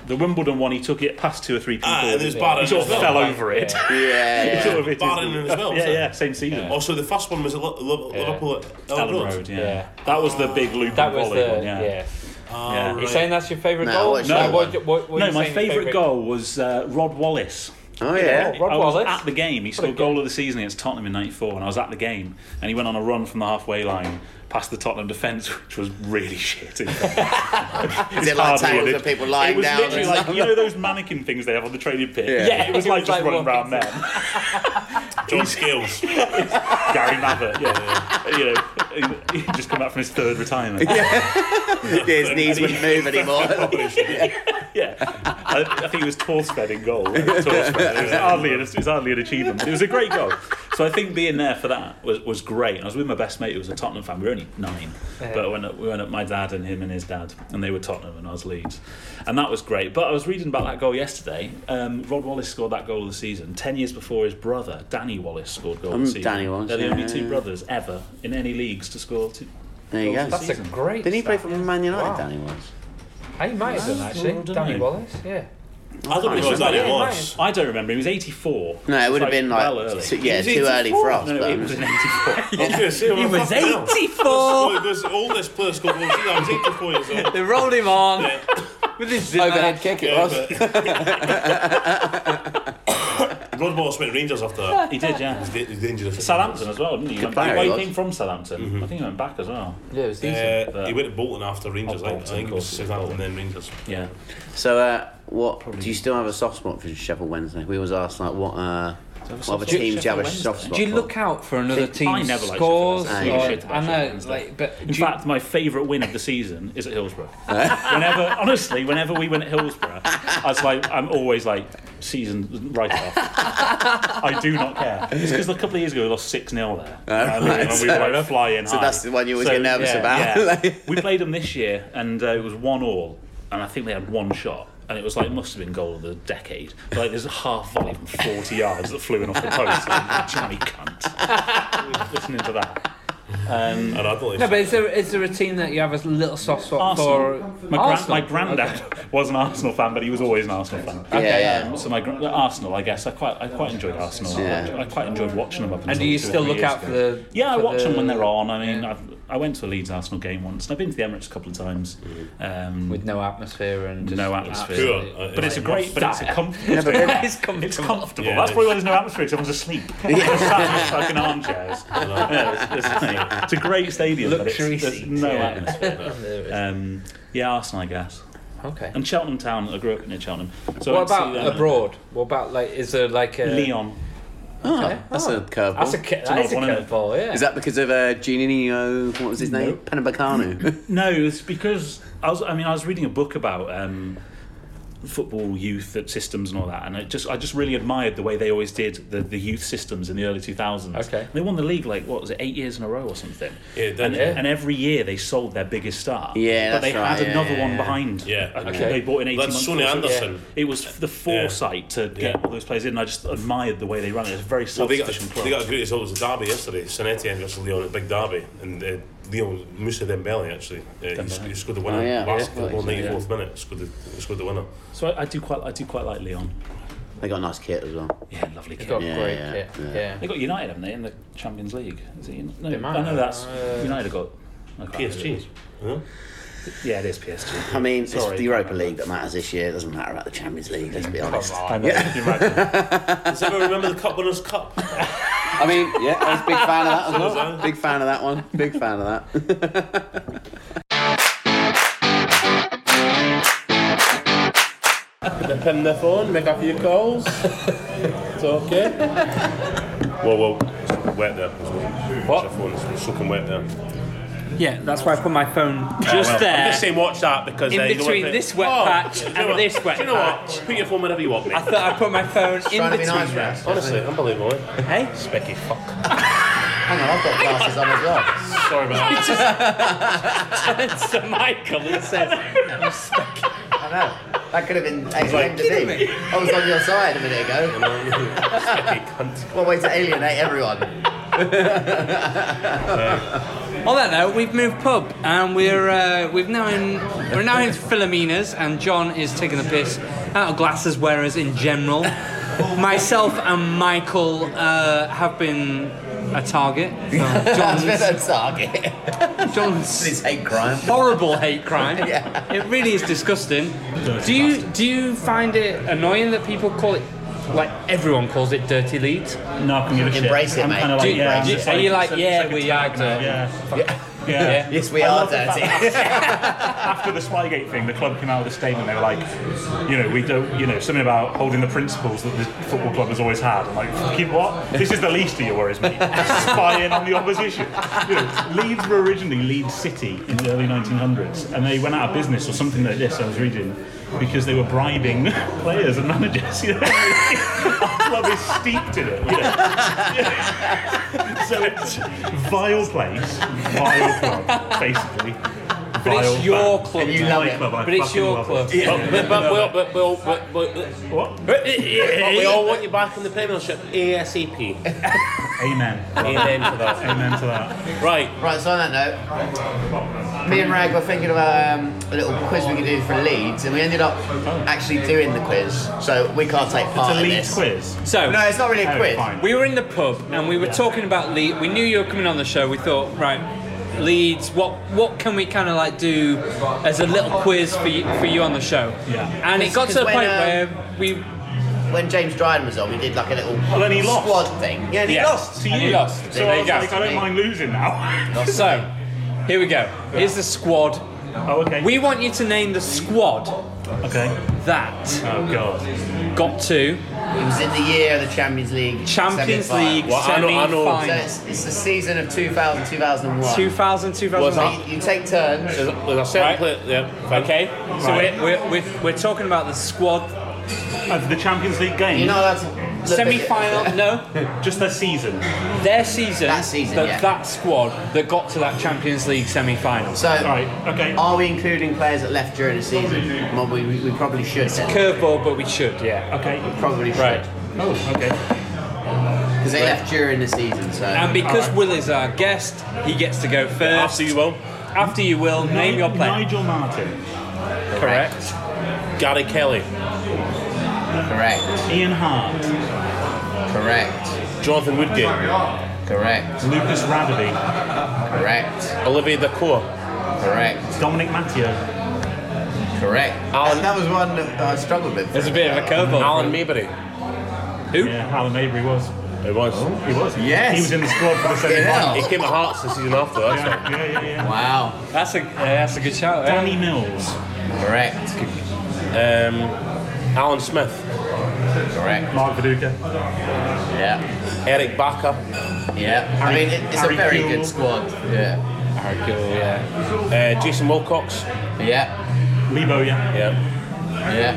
Speaker 3: The Wimbledon one, he took it past two or three people.
Speaker 2: Ah, and there's Barden
Speaker 3: he sort
Speaker 2: as
Speaker 3: of
Speaker 2: well.
Speaker 3: fell over it.
Speaker 1: Yeah,
Speaker 3: Sort
Speaker 1: yeah.
Speaker 3: of it is-
Speaker 2: Barden as well,
Speaker 3: Yeah,
Speaker 2: so.
Speaker 3: yeah, same season. Yeah.
Speaker 2: Also, the first one was at Lo- Lo-
Speaker 5: Yeah.
Speaker 2: Liverpool at
Speaker 3: Ellen
Speaker 2: Elland Road.
Speaker 3: Road, yeah.
Speaker 5: Yeah.
Speaker 3: That was the big loop
Speaker 5: That
Speaker 3: and
Speaker 5: was
Speaker 3: volley
Speaker 5: the
Speaker 3: one,
Speaker 5: yeah.
Speaker 3: yeah. Yeah.
Speaker 5: You're
Speaker 2: Right.
Speaker 5: saying that's your favourite
Speaker 1: No,
Speaker 5: goal?
Speaker 1: what's your
Speaker 5: what,
Speaker 1: one?
Speaker 5: what, what
Speaker 3: No,
Speaker 5: you
Speaker 3: my
Speaker 5: saying
Speaker 3: favourite goal was uh, Rod Wallace.
Speaker 1: Oh yeah.
Speaker 5: Rob
Speaker 3: I was
Speaker 5: Wallace.
Speaker 3: at the game. He scored goal of the season against Tottenham in '94, and I was at the game. And he went on a run from the halfway line past the Tottenham defence, which was really shit.
Speaker 1: Is it like
Speaker 3: hardly
Speaker 1: tackles
Speaker 3: an-
Speaker 1: of people
Speaker 3: it
Speaker 1: lying
Speaker 3: was
Speaker 1: down? and
Speaker 3: literally like
Speaker 1: stuff?
Speaker 3: you know those mannequin things they have on the training pitch.
Speaker 1: Yeah.
Speaker 5: Yeah,
Speaker 3: it was like
Speaker 5: it was
Speaker 3: just
Speaker 5: like
Speaker 3: running around
Speaker 5: walking-
Speaker 3: them.
Speaker 2: John Scales.
Speaker 3: Gary Mabbott, yeah, you know, he he'd just come back from his third retirement. Yeah,
Speaker 1: Yeah, his knees wouldn't move anymore.
Speaker 3: I, I think it was Torsfed in goal. It was, Torsfed. It was hardly an, it was hardly an achievement. But it was a great goal. So I think being there for that was, was great. And I was with my best mate who was a Tottenham fan. We were only 9 but I went up, we went up my dad and him and his dad, and they were Tottenham and I was Leeds, and that was great. But I was reading about that goal yesterday. Um, Rod Wallace scored that goal of the season ten years before his brother Danny Wallace scored goal of the season.
Speaker 1: Mm, Danny Wallace,
Speaker 3: They're the
Speaker 1: yeah,
Speaker 3: only
Speaker 1: yeah,
Speaker 3: two
Speaker 1: yeah.
Speaker 3: brothers ever in any leagues to score two.
Speaker 1: There you go.
Speaker 5: That's a great.
Speaker 1: Didn't he play
Speaker 5: stat.
Speaker 1: for Man United?
Speaker 5: Wow.
Speaker 1: Danny was.
Speaker 5: He might have done actually.
Speaker 3: Well done,
Speaker 5: Danny
Speaker 3: mate.
Speaker 5: Wallace. Yeah.
Speaker 2: I don't know what that
Speaker 5: Yeah,
Speaker 2: it
Speaker 5: he might
Speaker 2: was.
Speaker 3: I don't remember. He was 84.
Speaker 1: No, it would have been like
Speaker 3: well early.
Speaker 1: too, yeah,
Speaker 2: It was
Speaker 1: too early for
Speaker 2: 84.
Speaker 1: us.
Speaker 3: No,
Speaker 1: but
Speaker 3: it was in 84.
Speaker 2: I was gonna say, well, fucking hell.
Speaker 5: eighty-four.
Speaker 2: Well, This oldest player scored one season. I was 84 years old.
Speaker 5: they rolled him on with his zip
Speaker 1: overhead
Speaker 5: man.
Speaker 1: kick it
Speaker 2: Yeah,
Speaker 1: was.
Speaker 2: but- Rod Wallace went Rangers after that.
Speaker 3: he did, yeah.
Speaker 2: He's da- he's dangerous.
Speaker 3: Southampton as well, didn't he? He went-
Speaker 1: player, he
Speaker 3: well,
Speaker 1: was.
Speaker 3: he came from Southampton.
Speaker 5: Mm-hmm.
Speaker 3: I think he went back as well.
Speaker 5: Yeah, it was decent.
Speaker 2: Uh, he went to Bolton after Rangers.
Speaker 3: Oh,
Speaker 2: I think. I
Speaker 3: Bolton,
Speaker 2: think it was
Speaker 3: Bolton,
Speaker 2: Southampton
Speaker 3: Bolton.
Speaker 2: then Rangers.
Speaker 3: Yeah.
Speaker 1: So, uh, what do you still have a soft spot for Sheffield Wednesday? We always ask like, what uh, what other
Speaker 3: spot?
Speaker 1: teams do you have a
Speaker 3: Sheffield
Speaker 1: soft spot?
Speaker 5: Do you
Speaker 1: for?
Speaker 5: look out for another
Speaker 3: I
Speaker 5: team's
Speaker 3: never liked
Speaker 5: scores?
Speaker 1: Sheffield Wednesday.
Speaker 5: or-
Speaker 1: Shit
Speaker 3: about
Speaker 5: I
Speaker 3: Sheffield
Speaker 5: know,
Speaker 3: Wednesday.
Speaker 5: like, but
Speaker 3: In
Speaker 5: do you-
Speaker 3: fact, my favourite win of the season is at Hillsborough.
Speaker 1: Uh.
Speaker 3: whenever, honestly, whenever we went at Hillsborough, I was like, I'm always like, season right off. I do not care. It's because a couple of years ago we lost 6 0 there. I mean, and we were like flying
Speaker 1: Oh, So
Speaker 3: high.
Speaker 1: that's the one you always get nervous
Speaker 5: yeah,
Speaker 1: about.
Speaker 3: Yeah. we played them this year, and uh, it was one all, and I think they had one shot, and it was like must have been goal of the decade. But, like there's a half volley from 40 yards that flew in off the post. Like, Johnny cunt. Listening to that. Um,
Speaker 2: And I don't
Speaker 5: no,
Speaker 2: know.
Speaker 5: but is there is there a team that you have a little soft spot
Speaker 3: Arsenal.
Speaker 5: for?
Speaker 3: My, gran-
Speaker 5: Arsenal?
Speaker 3: my granddad was an Arsenal fan, but he was always an Arsenal fan.
Speaker 1: Yeah, yeah.
Speaker 3: Um, so my gran- Arsenal, I guess I quite I quite enjoyed Arsenal.
Speaker 1: Yeah.
Speaker 3: I quite enjoyed watching them. Up
Speaker 5: And do you still look out for the?
Speaker 3: Yeah, I
Speaker 5: for
Speaker 3: watch
Speaker 5: the-
Speaker 3: them when they're on. I mean,
Speaker 5: Yeah.
Speaker 3: I've, I went to a Leeds Arsenal game once, and I've been to the Emirates a couple of times. Um,
Speaker 5: Mm. with no atmosphere and just
Speaker 3: No atmosphere.
Speaker 2: Poor,
Speaker 5: absolutely-
Speaker 2: uh,
Speaker 3: but it's a great, but it's a comfortable.
Speaker 5: it's comfortable.
Speaker 3: It's comfortable.
Speaker 2: Yeah,
Speaker 3: That's
Speaker 2: it
Speaker 3: probably why there's no atmosphere. 'cause Everyone's asleep. They're sat in fucking armchairs. Yeah, it's, it's- it's a great stadium.
Speaker 5: Luxury
Speaker 3: but it's,
Speaker 5: seats,
Speaker 3: there's no
Speaker 5: yeah.
Speaker 3: atmosphere. Um, yeah, Arsenal, I guess.
Speaker 5: Okay.
Speaker 3: And Cheltenham Town. I grew up near Cheltenham. So I went
Speaker 5: What
Speaker 3: to see
Speaker 5: about
Speaker 3: them.
Speaker 5: abroad? What about like? Is there like a
Speaker 3: Leon?
Speaker 1: Oh, that's a curveball.
Speaker 5: That's a ki-
Speaker 3: an
Speaker 5: that is a
Speaker 3: odd one, isn't it?
Speaker 5: curveball. Yeah.
Speaker 1: Is that because of uh, Giannino? What was his name? Panabacanu.
Speaker 3: No, it's because I was. I mean, I was reading a book about um, football youth that systems and all that. And I just I just really admired the way they always did the, the youth systems in the early 2000s.
Speaker 5: Okay.
Speaker 3: And they won the league like what was it eight years in a row or something.
Speaker 2: Yeah, they
Speaker 3: and,
Speaker 2: did.
Speaker 3: and every year they sold their biggest star.
Speaker 1: Yeah,
Speaker 3: but
Speaker 1: that's
Speaker 3: they
Speaker 1: right,
Speaker 3: had
Speaker 1: yeah,
Speaker 3: another
Speaker 1: yeah,
Speaker 3: one
Speaker 1: yeah.
Speaker 3: behind.
Speaker 2: Yeah.
Speaker 3: Uh,
Speaker 5: Okay.
Speaker 3: They bought in eighteen
Speaker 2: That's
Speaker 3: months.
Speaker 2: Sonny
Speaker 3: or something.
Speaker 2: Anderson.
Speaker 3: It was the foresight to get
Speaker 2: Yeah.
Speaker 3: all those players in. and I just admired the way they ran it. It's a very
Speaker 2: Well, they got,
Speaker 3: self-sufficient club.
Speaker 2: they got a great result. It was a derby yesterday. Sonetti and versus Leon, a big derby. And uh, Leon, Moussa Dembele, actually. Uh, he, sc- he scored the winner.
Speaker 1: Oh, yeah.
Speaker 2: Last
Speaker 1: Yeah.
Speaker 2: goal, 94th minute. Scored the, scored the winner.
Speaker 3: so I, I do quite I do quite like Leon.
Speaker 1: They got a nice kit as well.
Speaker 3: Yeah, lovely kid.
Speaker 5: Got
Speaker 1: Yeah,
Speaker 5: great
Speaker 1: yeah,
Speaker 5: kit.
Speaker 1: yeah.
Speaker 5: Yeah.
Speaker 3: They got United, haven't they, in the Champions League? Is it United? No,
Speaker 5: They might
Speaker 3: I know
Speaker 5: have.
Speaker 3: that's
Speaker 5: Uh,
Speaker 3: United got. I can't remember who it
Speaker 2: PSG. Yeah.
Speaker 3: is. Yeah, it is PSG.
Speaker 1: I mean,
Speaker 3: Sorry.
Speaker 1: it's the Europa League that matters this year. It doesn't matter about the Champions League. Let's be honest.
Speaker 3: I know. you're right.
Speaker 2: Does everyone remember the Cup Winners' Cup?
Speaker 1: I mean, yeah, I was a big fan of that as
Speaker 2: So was
Speaker 1: well.
Speaker 2: I.
Speaker 1: Big fan of that one. Big fan of that.
Speaker 6: Pin the phone, make a few calls. it's okay.
Speaker 2: Whoa, whoa. It's wet there. What? It's soaking wet there. Ah,
Speaker 5: Yeah, that's why I put my phone just
Speaker 2: Well,
Speaker 5: there.
Speaker 2: I'm just saying, watch that because
Speaker 5: In
Speaker 2: uh, you know what,
Speaker 5: between
Speaker 2: mate?
Speaker 5: this wet patch
Speaker 2: do you
Speaker 5: and
Speaker 2: know what?
Speaker 5: this wet
Speaker 2: Do you know what? Put your phone wherever you want,
Speaker 5: I
Speaker 2: mate.
Speaker 5: thought I put my phone in between.
Speaker 1: Raf.
Speaker 2: Honestly, unbelievable. eh?
Speaker 5: Hey,
Speaker 2: Specky, fuck.
Speaker 1: Hang on, I've got glasses on as well.
Speaker 2: Sorry about that.
Speaker 5: it's to Michael. He says,
Speaker 1: I know. That could have been
Speaker 2: like,
Speaker 1: alien to me. I was on your side a minute ago.
Speaker 2: Specky, cunt.
Speaker 1: What way to alienate everyone?
Speaker 5: On that note, we've moved pub and we're uh, we've now in we're now in Philomena's and John is taking the piss out of glasses wearers in general. Myself and Michael uh, have been a target. for
Speaker 1: That's been a
Speaker 5: John's,
Speaker 1: target.
Speaker 5: John's
Speaker 1: It's hate crime.
Speaker 5: horrible hate crime.
Speaker 1: Yeah.
Speaker 5: It really is disgusting. Do you do you find it annoying that people call it like everyone calls it dirty leads?
Speaker 3: No, I can give a shit.
Speaker 1: Embrace it,
Speaker 3: I'm
Speaker 1: mate.
Speaker 3: Kind of like,
Speaker 1: Do-
Speaker 3: yeah, I'm
Speaker 5: do-
Speaker 3: just
Speaker 5: are you like,
Speaker 3: it's a-
Speaker 5: yeah,
Speaker 3: it's a
Speaker 5: we are
Speaker 3: tag now,
Speaker 5: dirty.
Speaker 3: Yeah. Yeah.
Speaker 1: Yes, we are dirty.
Speaker 7: after the Spygate thing, the club came out with a statement. They were like, you know, we don't, you know, something about holding the principles that the football club has always had. I'm like, keep what? This is the least of your worries, mate. Spying on the opposition. You know, Leeds were originally Leeds City in the early 1900s, and they went out of business or something like this. I was reading. Because they were bribing players and managers. You know? Our club is steeped in it. You know? So it's vile place, vile club, basically.
Speaker 5: But
Speaker 7: Vile
Speaker 5: it's your
Speaker 7: fan.
Speaker 5: club.
Speaker 1: And you
Speaker 5: John.
Speaker 1: love
Speaker 7: My
Speaker 1: it.
Speaker 7: club, I
Speaker 5: But it's
Speaker 7: fucking
Speaker 5: your
Speaker 7: love
Speaker 5: club.
Speaker 7: it.
Speaker 2: But, but, but, but, but, but, but, but
Speaker 7: What?
Speaker 2: we all want you back in the Premiership ASAP.
Speaker 7: Amen.
Speaker 2: Amen to that.
Speaker 7: Amen to that.
Speaker 2: Right.
Speaker 1: Right, so on that note, me and Rag were thinking about um, a little quiz we could do for Leeds, and we ended up actually doing the quiz, so we can't take part
Speaker 7: It's a
Speaker 1: in
Speaker 7: Leeds
Speaker 1: this.
Speaker 7: quiz.
Speaker 5: So
Speaker 1: No, it's not really a
Speaker 7: Oh,
Speaker 1: quiz.
Speaker 7: fine.
Speaker 5: We were in the pub and we were talking about Leeds. We knew you were coming on the show. We thought, right, Leeds. What what can we kind of like do as a little quiz for you, for you on the show?
Speaker 7: Yeah.
Speaker 5: And it got
Speaker 1: 'Cause-
Speaker 5: to the
Speaker 1: 'cause
Speaker 5: point
Speaker 1: when, um,
Speaker 5: where we
Speaker 1: When James Dryden was on, we did like a little
Speaker 7: Well, then he lost.
Speaker 1: squad thing. Yeah, and he
Speaker 5: Yeah.
Speaker 1: lost.
Speaker 7: To you.
Speaker 5: And he lost.
Speaker 7: So
Speaker 1: There
Speaker 7: I
Speaker 1: you
Speaker 7: was
Speaker 1: go.
Speaker 7: like, I don't mind losing now.
Speaker 5: so here we go. Here's the squad.
Speaker 7: oh, okay.
Speaker 5: We want you to name the squad
Speaker 7: okay.
Speaker 5: that
Speaker 7: Oh god.
Speaker 5: got to
Speaker 1: It was in the year of the Champions League.
Speaker 5: Champions
Speaker 1: semi-final.
Speaker 5: League
Speaker 2: Well, I know- I know.
Speaker 1: So
Speaker 5: semi-final.
Speaker 1: it's, it's the season of 2000, 2001.
Speaker 5: 2000, 2001.
Speaker 1: So you, you take turns.
Speaker 2: There's a, there's a certain
Speaker 5: Right.
Speaker 2: player. Yeah. fine.
Speaker 5: Okay, so
Speaker 7: Right.
Speaker 5: we're, we're, we're, we're talking about the squad
Speaker 7: Of the Champions League game,
Speaker 1: You're not allowed to. look at it.
Speaker 5: semi-final. No,
Speaker 7: just their season.
Speaker 5: their season,
Speaker 1: That season,
Speaker 5: that,
Speaker 1: yeah.
Speaker 5: that squad that got to that Champions League semi-final.
Speaker 1: So,
Speaker 7: All right. Okay.
Speaker 1: are we including players that left during the season? Well, we, we probably should. then.
Speaker 5: Curveball, but we should, yeah.
Speaker 7: Okay.
Speaker 1: Probably should.
Speaker 5: Right.
Speaker 7: Oh, okay.
Speaker 1: Because they left during the season, so.
Speaker 5: And because Will is our guest, he gets to go first.
Speaker 2: After you will.
Speaker 5: After you, Will, name your player.
Speaker 7: Nigel Martin,
Speaker 5: Correct.
Speaker 2: Gary Kelly,
Speaker 1: correct,
Speaker 7: Ian Hart,
Speaker 1: correct,
Speaker 2: Jonathan Woodgate,
Speaker 1: correct,
Speaker 7: Lucas Radeby,
Speaker 1: correct,
Speaker 2: Olivier Dacour,
Speaker 1: correct,
Speaker 7: Dominic Matteo,
Speaker 1: correct. Alan, that was one that I struggled with.
Speaker 5: There's a bit of a curveball.
Speaker 2: Alan Maybury.
Speaker 5: Who?
Speaker 7: yeah, Alan Avery was.
Speaker 2: It was.
Speaker 7: He was.
Speaker 1: Yes.
Speaker 7: He was in the squad for the
Speaker 1: Fucking
Speaker 7: semi final.
Speaker 1: hell.
Speaker 2: He came to Hearts the season after. That's all.
Speaker 7: Yeah, yeah, yeah, yeah.
Speaker 1: Wow,
Speaker 5: That's a yeah, that's a good shout. eh? yeah.
Speaker 7: Danny Mills,
Speaker 1: correct,
Speaker 2: Um, Alan Smith,
Speaker 1: correct,
Speaker 7: Mark Viduka,
Speaker 1: yeah,
Speaker 2: Eric Backer,
Speaker 1: yeah. I mean, it, it's a
Speaker 7: Harry
Speaker 1: very
Speaker 7: Kuehl.
Speaker 1: good squad, yeah,
Speaker 5: Alright, cool, yeah.
Speaker 2: uh, Jason Wilcox.
Speaker 1: yeah,
Speaker 7: Lee Bowyer,
Speaker 2: Yeah.
Speaker 5: Yeah.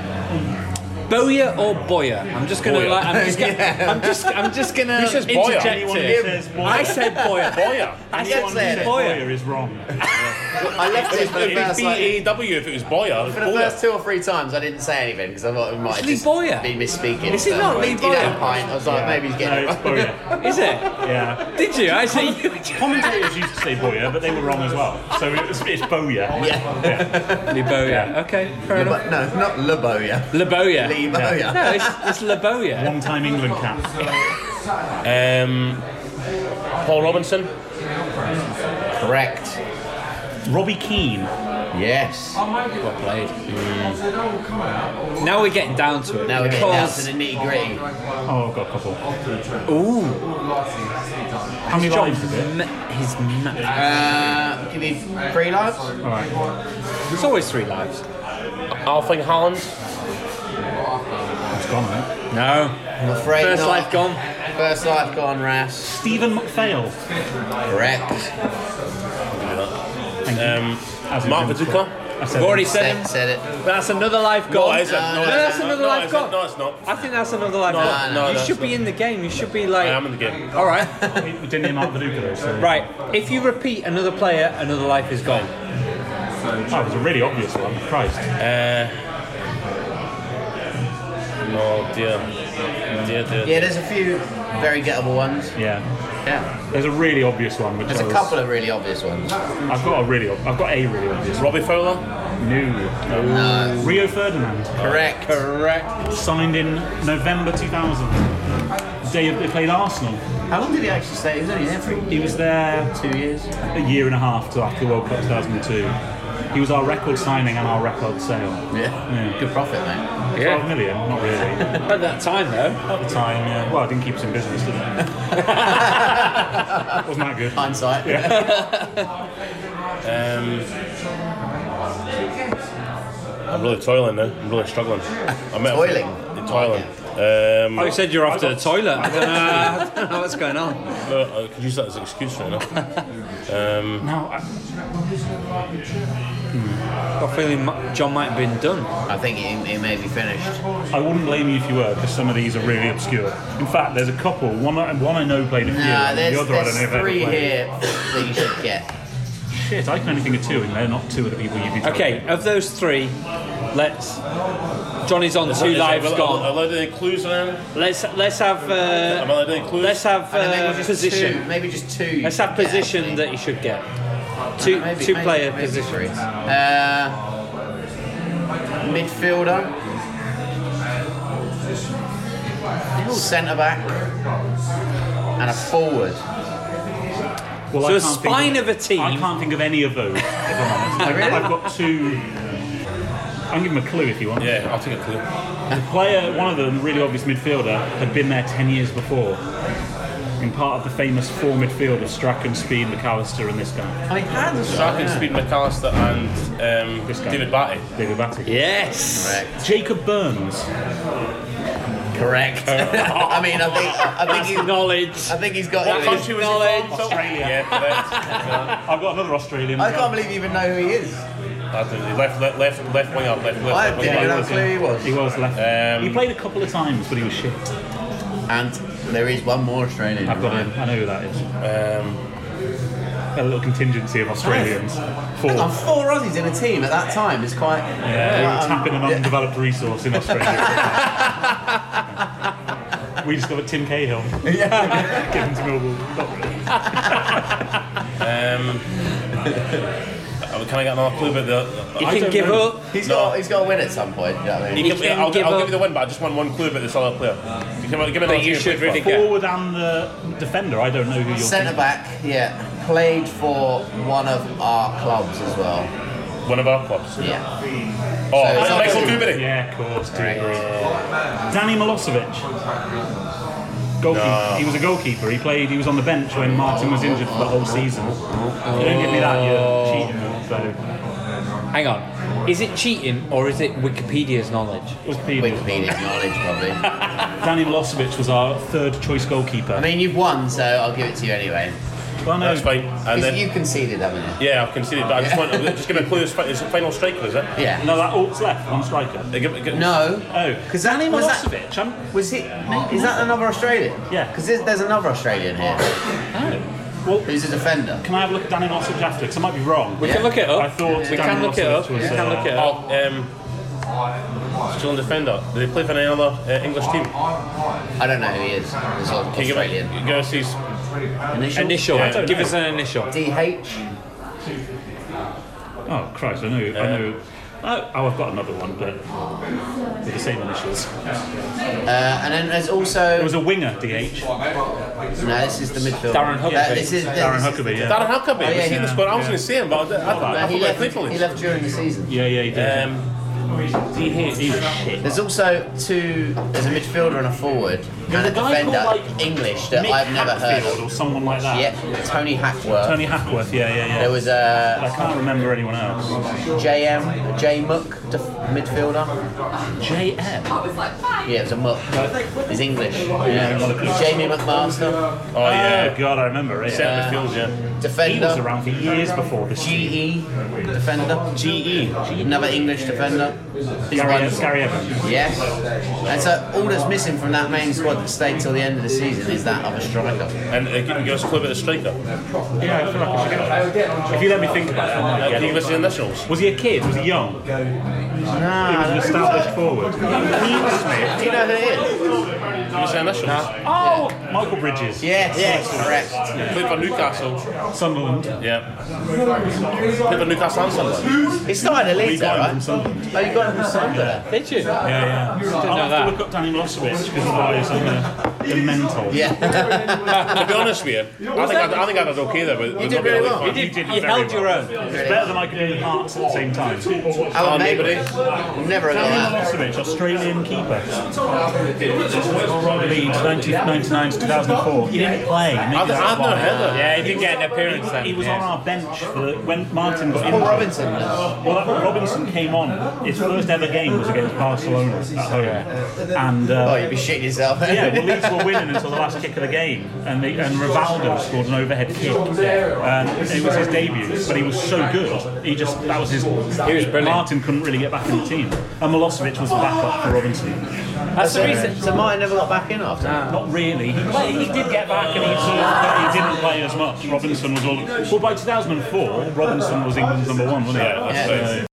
Speaker 5: Boya or Boyer? I'm just gonna.
Speaker 2: Boyer.
Speaker 5: Like, I'm just gonna. I'm just. I'm just gonna.
Speaker 8: Who says Boyer?
Speaker 5: interject
Speaker 9: Anyone who
Speaker 5: here.
Speaker 9: says Boyer,
Speaker 5: I said Boyer.
Speaker 2: Boyer.
Speaker 5: I
Speaker 9: anyone
Speaker 5: said
Speaker 9: who says
Speaker 5: Boyer.
Speaker 9: Boyer is wrong.
Speaker 1: I left it for the
Speaker 2: It'd
Speaker 1: first
Speaker 2: be
Speaker 1: like.
Speaker 2: AEW if it was Boyer.
Speaker 1: For the first two or three times, I didn't say anything because I thought it might
Speaker 5: Lee
Speaker 1: just
Speaker 5: Boyer.
Speaker 1: be misspeaking.
Speaker 5: Is it
Speaker 1: So,
Speaker 5: not Lee
Speaker 1: He did have
Speaker 5: Boyer?
Speaker 1: a pint. I was like, maybe he's getting
Speaker 9: no,
Speaker 1: it
Speaker 9: it's
Speaker 1: wrong.
Speaker 9: Boyer.
Speaker 5: Is it?
Speaker 9: Yeah.
Speaker 5: Did you? I said you.
Speaker 9: Commentators used to say Boyer, but they were wrong as well. So it's, it's Boyer.
Speaker 1: Yeah.
Speaker 5: Boyer. Okay. Fair enough.
Speaker 1: But no, not Le Boyer.
Speaker 5: Le Boyer.
Speaker 1: Lee Boyer.
Speaker 5: No, it's, it's Le Boyer.
Speaker 9: One-time England cap.
Speaker 2: Um, Paul Robinson.
Speaker 1: Correct.
Speaker 9: Robbie Keane.
Speaker 1: Yes.
Speaker 5: Well played. Now we're getting down to it.
Speaker 1: Now we're getting down to
Speaker 5: because
Speaker 1: the nitty gritty.
Speaker 9: Oh, I've got a couple.
Speaker 5: ooh,
Speaker 9: How many lives is it?
Speaker 5: ma- he's ma-
Speaker 1: Uh, give you three lives?
Speaker 9: All right.
Speaker 5: it's always three lives.
Speaker 2: Alfing Haaland.
Speaker 9: It's gone, right?
Speaker 5: No,
Speaker 1: I'm afraid
Speaker 5: first
Speaker 1: not.
Speaker 5: life gone.
Speaker 1: First life gone, Ras.
Speaker 9: Stephen McPhail.
Speaker 1: Correct.
Speaker 2: Um,
Speaker 9: As in
Speaker 2: Mark
Speaker 9: Jim's
Speaker 2: Viduka.
Speaker 9: I said
Speaker 5: I've already said
Speaker 1: Said, said it.
Speaker 5: him. That's another life gone.
Speaker 2: it isn't. No,
Speaker 5: no,
Speaker 2: it
Speaker 5: that's
Speaker 2: isn't.
Speaker 5: another
Speaker 2: No, it
Speaker 5: life
Speaker 2: isn't.
Speaker 5: gone.
Speaker 2: No, it's not.
Speaker 5: I think that's another life gone.
Speaker 1: no,
Speaker 5: you
Speaker 2: that's
Speaker 5: should be in the game. You should be like.
Speaker 2: I am in the game.
Speaker 5: All right.
Speaker 9: it. We didn't hear Mark Viduka though, so.
Speaker 5: right. If you repeat another player, another life is gone.
Speaker 9: Oh, it was a really obvious one. Christ.
Speaker 2: Oh dear. Dear, dear.
Speaker 1: Yeah, there's a few very gettable ones.
Speaker 9: Yeah.
Speaker 1: Yeah.
Speaker 9: There's a really obvious one, which
Speaker 1: There's
Speaker 9: I
Speaker 1: a
Speaker 9: was,
Speaker 1: couple of really obvious ones.
Speaker 9: I've got a really, ob- I've got a really obvious one.
Speaker 2: Robbie Fowler.
Speaker 9: No.
Speaker 1: No.
Speaker 9: Rio Ferdinand
Speaker 1: Correct.
Speaker 5: Correct.
Speaker 9: signed in November 2000. Day of, they played Arsenal.
Speaker 1: How long did he actually stay? He was only there for
Speaker 9: He was there
Speaker 1: two years.
Speaker 9: a year and a half till after the World Cup 2002. He was our record signing and our record sale.
Speaker 1: Yeah. Good profit, mate.
Speaker 9: 12 million, not really.
Speaker 5: At that time, though.
Speaker 9: At the time, yeah. Well, I didn't keep us in business, did I? Wasn't that good?
Speaker 1: Hindsight.
Speaker 2: I'm really toiling now. I'm really struggling. I'm at-
Speaker 1: Toiling?
Speaker 2: Toiling. Um,
Speaker 5: Oh, you said you're off to the
Speaker 9: got-
Speaker 5: toilet. I don't know, I don't know what's going on.
Speaker 2: look, I could use that as an excuse right now.
Speaker 9: No, I,
Speaker 5: Got a feeling Mi- John might have been done.
Speaker 1: I think he, he may be finished.
Speaker 9: I wouldn't blame you if you were, because some of these are really obscure. In fact, there's a couple. One, I- one I know played a few,
Speaker 1: No,
Speaker 9: and
Speaker 1: there's,
Speaker 9: the other I don't know
Speaker 1: there's
Speaker 9: if I ever
Speaker 1: three
Speaker 9: played.
Speaker 1: here that you should get.
Speaker 9: Shit, I can only think of two, and they're not two of the people you'd be.
Speaker 5: Okay, of those three, let's. Johnny's on two
Speaker 2: Is that-
Speaker 5: lives gone.
Speaker 2: Am I allowed any clues around?
Speaker 5: Let's let's have
Speaker 2: Am
Speaker 5: uh,
Speaker 2: I allowed any clues?
Speaker 5: let's have
Speaker 1: And then
Speaker 5: uh,
Speaker 1: maybe just
Speaker 5: position.
Speaker 1: Two, maybe just two.
Speaker 5: Let's have position that you should get. Two two player
Speaker 1: three.
Speaker 5: position.
Speaker 1: Uh, midfielder. Centre back. And a forward.
Speaker 9: Well,
Speaker 5: So
Speaker 9: I
Speaker 5: a
Speaker 9: can't
Speaker 5: spine
Speaker 9: think
Speaker 5: of a team.
Speaker 9: I can't think of any of those. If I'm
Speaker 2: Oh,
Speaker 9: honest. I've- I've got two. uh, I can give him a clue if you want.
Speaker 2: Yeah, I'll take a clue.
Speaker 9: The player, one of them, really obvious midfielder, had been there ten years before. In part of the famous four midfield of Strachan, Speed, McAllister, and this guy,
Speaker 1: I had
Speaker 2: Strachan, Speed McAllister, and um,
Speaker 9: This guy.
Speaker 2: David Batty.
Speaker 9: David Batty.
Speaker 5: Yes.
Speaker 1: Correct.
Speaker 9: Jacob Burns.
Speaker 1: Correct. I mean, I think I think he's
Speaker 5: Knowledge.
Speaker 1: I think he's got.
Speaker 2: What country was he from?
Speaker 9: Knowledge. Australia.
Speaker 2: Yeah,
Speaker 9: I've got another Australian.
Speaker 1: I can't believe you even know who he is.
Speaker 2: correct. left, left, left, left wing up, left, left.
Speaker 1: I
Speaker 2: left
Speaker 1: didn't
Speaker 2: wing
Speaker 1: even
Speaker 2: up.
Speaker 1: have a clue he was.
Speaker 9: He was left. he played a couple of times, but he was shit.
Speaker 1: And there is one more Australian.
Speaker 9: I've got him. I know who that is.
Speaker 1: Um,
Speaker 9: a little contingency of Australians. uh, Four.
Speaker 1: And four Aussies in a team at that time is quite.
Speaker 9: Yeah, we were
Speaker 1: Um,
Speaker 9: tapping an undeveloped resource in Australia. we discovered Tim Cahill. Yeah. Give him to Millwall. Not really.
Speaker 2: Uh, Um, Can I get another clue about the?
Speaker 5: You
Speaker 9: I
Speaker 5: can
Speaker 9: don't
Speaker 5: give
Speaker 9: know.
Speaker 5: up.
Speaker 1: He's
Speaker 2: No.
Speaker 1: got. He's got to win at some point. You know what I mean?
Speaker 2: He can,
Speaker 5: can
Speaker 2: I'll,
Speaker 5: give
Speaker 2: I'll
Speaker 5: up-
Speaker 2: give you the win, but I just want one clue about this other player. You can, give me another
Speaker 5: you
Speaker 2: clue,
Speaker 5: should
Speaker 2: please,
Speaker 5: really
Speaker 2: Bob.
Speaker 9: Forward and the defender. I don't know who you're.
Speaker 1: Centre
Speaker 9: thinking.
Speaker 1: back, yeah, played for one of our clubs as well.
Speaker 2: One of our clubs.
Speaker 1: Yeah,
Speaker 2: Oh,
Speaker 1: So it's
Speaker 2: Michael
Speaker 1: not-
Speaker 2: Dubry.
Speaker 9: Yeah, of course. dude.
Speaker 1: Right.
Speaker 9: Danny Milosevic. Goalkeeper. He was a goalkeeper. He played. He was on the bench when Martin was injured for the whole season. You don't give me that.
Speaker 2: Oh.
Speaker 9: You're cheating. So
Speaker 5: Hang on. Is it cheating or is it Wikipedia's knowledge?
Speaker 9: it was Peter.
Speaker 1: Wikipedia knowledge probably.
Speaker 9: Danny Milosevic was our third choice goalkeeper.
Speaker 1: I mean, you've won, so I'll give it to you anyway.
Speaker 9: Well, no.
Speaker 2: That's fine. And
Speaker 1: Because
Speaker 2: then,
Speaker 1: you conceded, haven't you?
Speaker 2: yeah, I've conceded. But I just want just give a clue. It's fi- it's the final striker, is it?
Speaker 1: Yeah.
Speaker 3: No, that alt's left on striker.
Speaker 2: They give- give-
Speaker 1: No.
Speaker 3: Oh.
Speaker 1: Because that was that.
Speaker 3: Milosevic. I'm,
Speaker 1: Was he? Is that another Australian?
Speaker 3: Yeah.
Speaker 1: Because there's, there's another Australian here
Speaker 3: oh. Well,
Speaker 1: who's a defender.
Speaker 3: can I have a look at Danny Milosevic after? Because I might be wrong.
Speaker 5: We can look it
Speaker 3: I
Speaker 5: up.
Speaker 3: thought
Speaker 5: We
Speaker 3: Danny
Speaker 5: can look it up.
Speaker 3: Milosevic
Speaker 5: We
Speaker 3: was,
Speaker 5: can
Speaker 3: uh,
Speaker 5: look it
Speaker 2: Oh,
Speaker 5: up.
Speaker 2: um, still in um, defender. Do they play for any other uh, English team? Can
Speaker 1: I don't know who he is. He's all
Speaker 2: you give
Speaker 1: Australian.
Speaker 2: it? Go see.
Speaker 1: Initial.
Speaker 5: Initial.
Speaker 2: Yeah.
Speaker 5: Give us an initial.
Speaker 1: DH.
Speaker 3: Oh Christ! I know. I know. Oh, oh, I've got another one, but with the same initials.
Speaker 1: Uh, and then there's
Speaker 3: It
Speaker 1: also.
Speaker 3: was a winger, DH.
Speaker 1: No, this is the midfield.
Speaker 5: Darren Huckabee.
Speaker 1: Yeah, this is
Speaker 3: Darren
Speaker 1: this is-
Speaker 3: Huckabee. Yeah.
Speaker 2: Darren Huckabee.
Speaker 1: Oh, yeah,
Speaker 2: was he in the
Speaker 1: yeah.
Speaker 2: squad? I was going to say him, but I, I, I,
Speaker 1: No,
Speaker 2: I
Speaker 1: he,
Speaker 2: forgot
Speaker 1: left,
Speaker 2: played for
Speaker 1: he
Speaker 2: him.
Speaker 1: left during the season.
Speaker 3: Yeah, yeah, he did.
Speaker 2: Um,
Speaker 3: he was shit.
Speaker 1: There's also two. There's a midfielder and a forward and a
Speaker 3: a guy
Speaker 1: defender,
Speaker 3: called, like,
Speaker 1: English that
Speaker 3: Mick
Speaker 1: I've never heard
Speaker 3: Hatfield
Speaker 1: of.
Speaker 3: or someone like that.
Speaker 1: Yeah, Tony Hackworth.
Speaker 3: Tony Hackworth. Yeah, yeah, yeah.
Speaker 1: There was a
Speaker 3: I can't remember anyone else.
Speaker 1: JM, J Muck, def- midfielder.
Speaker 3: JM.
Speaker 1: Yeah, it was a Muck. He's English. Yeah.
Speaker 3: yeah.
Speaker 1: Jamie McMaster,
Speaker 2: oh yeah.
Speaker 3: Oh God, I remember. Yeah.
Speaker 2: Centre midfield, yeah.
Speaker 3: He was
Speaker 1: defender.
Speaker 3: around for years before this.
Speaker 1: GE, E, defender. GE, another English defender. He's
Speaker 3: Gary,
Speaker 1: wonderful.
Speaker 3: Gary Evans.
Speaker 1: Yes. And so all that's missing from that main squad that stayed till the end of the season is that other striker.
Speaker 2: And uh, give, give us a clue about the striker.
Speaker 3: Yeah, I feel like I should get that. If you let me think about it, I might
Speaker 2: Uh,
Speaker 3: get
Speaker 2: can
Speaker 3: it.
Speaker 2: you give us the initials?
Speaker 3: Was he a kid? Was he young? No. He was an established forward. Dean Smith.
Speaker 1: Do you know who it is?
Speaker 2: Give us the initials.
Speaker 3: Oh, Michael Bridges.
Speaker 1: Yes. Yes. Correct.
Speaker 2: Played for Newcastle.
Speaker 3: Sunderland.
Speaker 2: Yeah. Played for Newcastle and Sunderland.
Speaker 1: He started in Leeds, though,
Speaker 3: got him
Speaker 1: right?
Speaker 3: from Sunderland.
Speaker 1: Oh, you got him from Sunderland.
Speaker 5: Did you?
Speaker 3: Yeah, yeah. I'll have to look up Danny Milosevic because otherwise I'm gonna be mental.
Speaker 1: Yeah.
Speaker 2: to be honest with you, I think I, I think I did okay there, but you
Speaker 1: did really well.
Speaker 3: You did.
Speaker 5: You held your own.
Speaker 3: It's better than I could do the parts at the same time. Danny
Speaker 1: Our neighbour.
Speaker 2: neighbour.
Speaker 1: Never heard of that.
Speaker 3: Milosevic, Australian keeper. Leeds, 1999 to 2004. He didn't play.
Speaker 2: I've, I've not heard of
Speaker 10: Yeah, he did get an appearance then.
Speaker 3: He was on
Speaker 10: yeah.
Speaker 3: our bench for the, when Martin got
Speaker 1: Paul
Speaker 3: injured.
Speaker 1: Robinson.
Speaker 3: Well, that, Robinson came on. His first ever game was against Barcelona at home, and uh,
Speaker 1: Oh, you'd be shitting yourself.
Speaker 3: yeah, well, Leeds were winning until the last kick of the game, and the, and Rivaldo scored an overhead kick. Um, it was his debut, but he was so good. He just that was his. He was
Speaker 10: brilliant.
Speaker 3: Martin couldn't really get back in the team, and Milosevic was the backup for Robinson.
Speaker 1: That's the reason. So Martin never got back in after. that.
Speaker 3: Not really. He, played, he did get back, and he sort of, but he didn't play as much. Robinson was all. Well, by 2004, Robinson was England's number one, wasn't he?
Speaker 1: Yeah.
Speaker 3: So-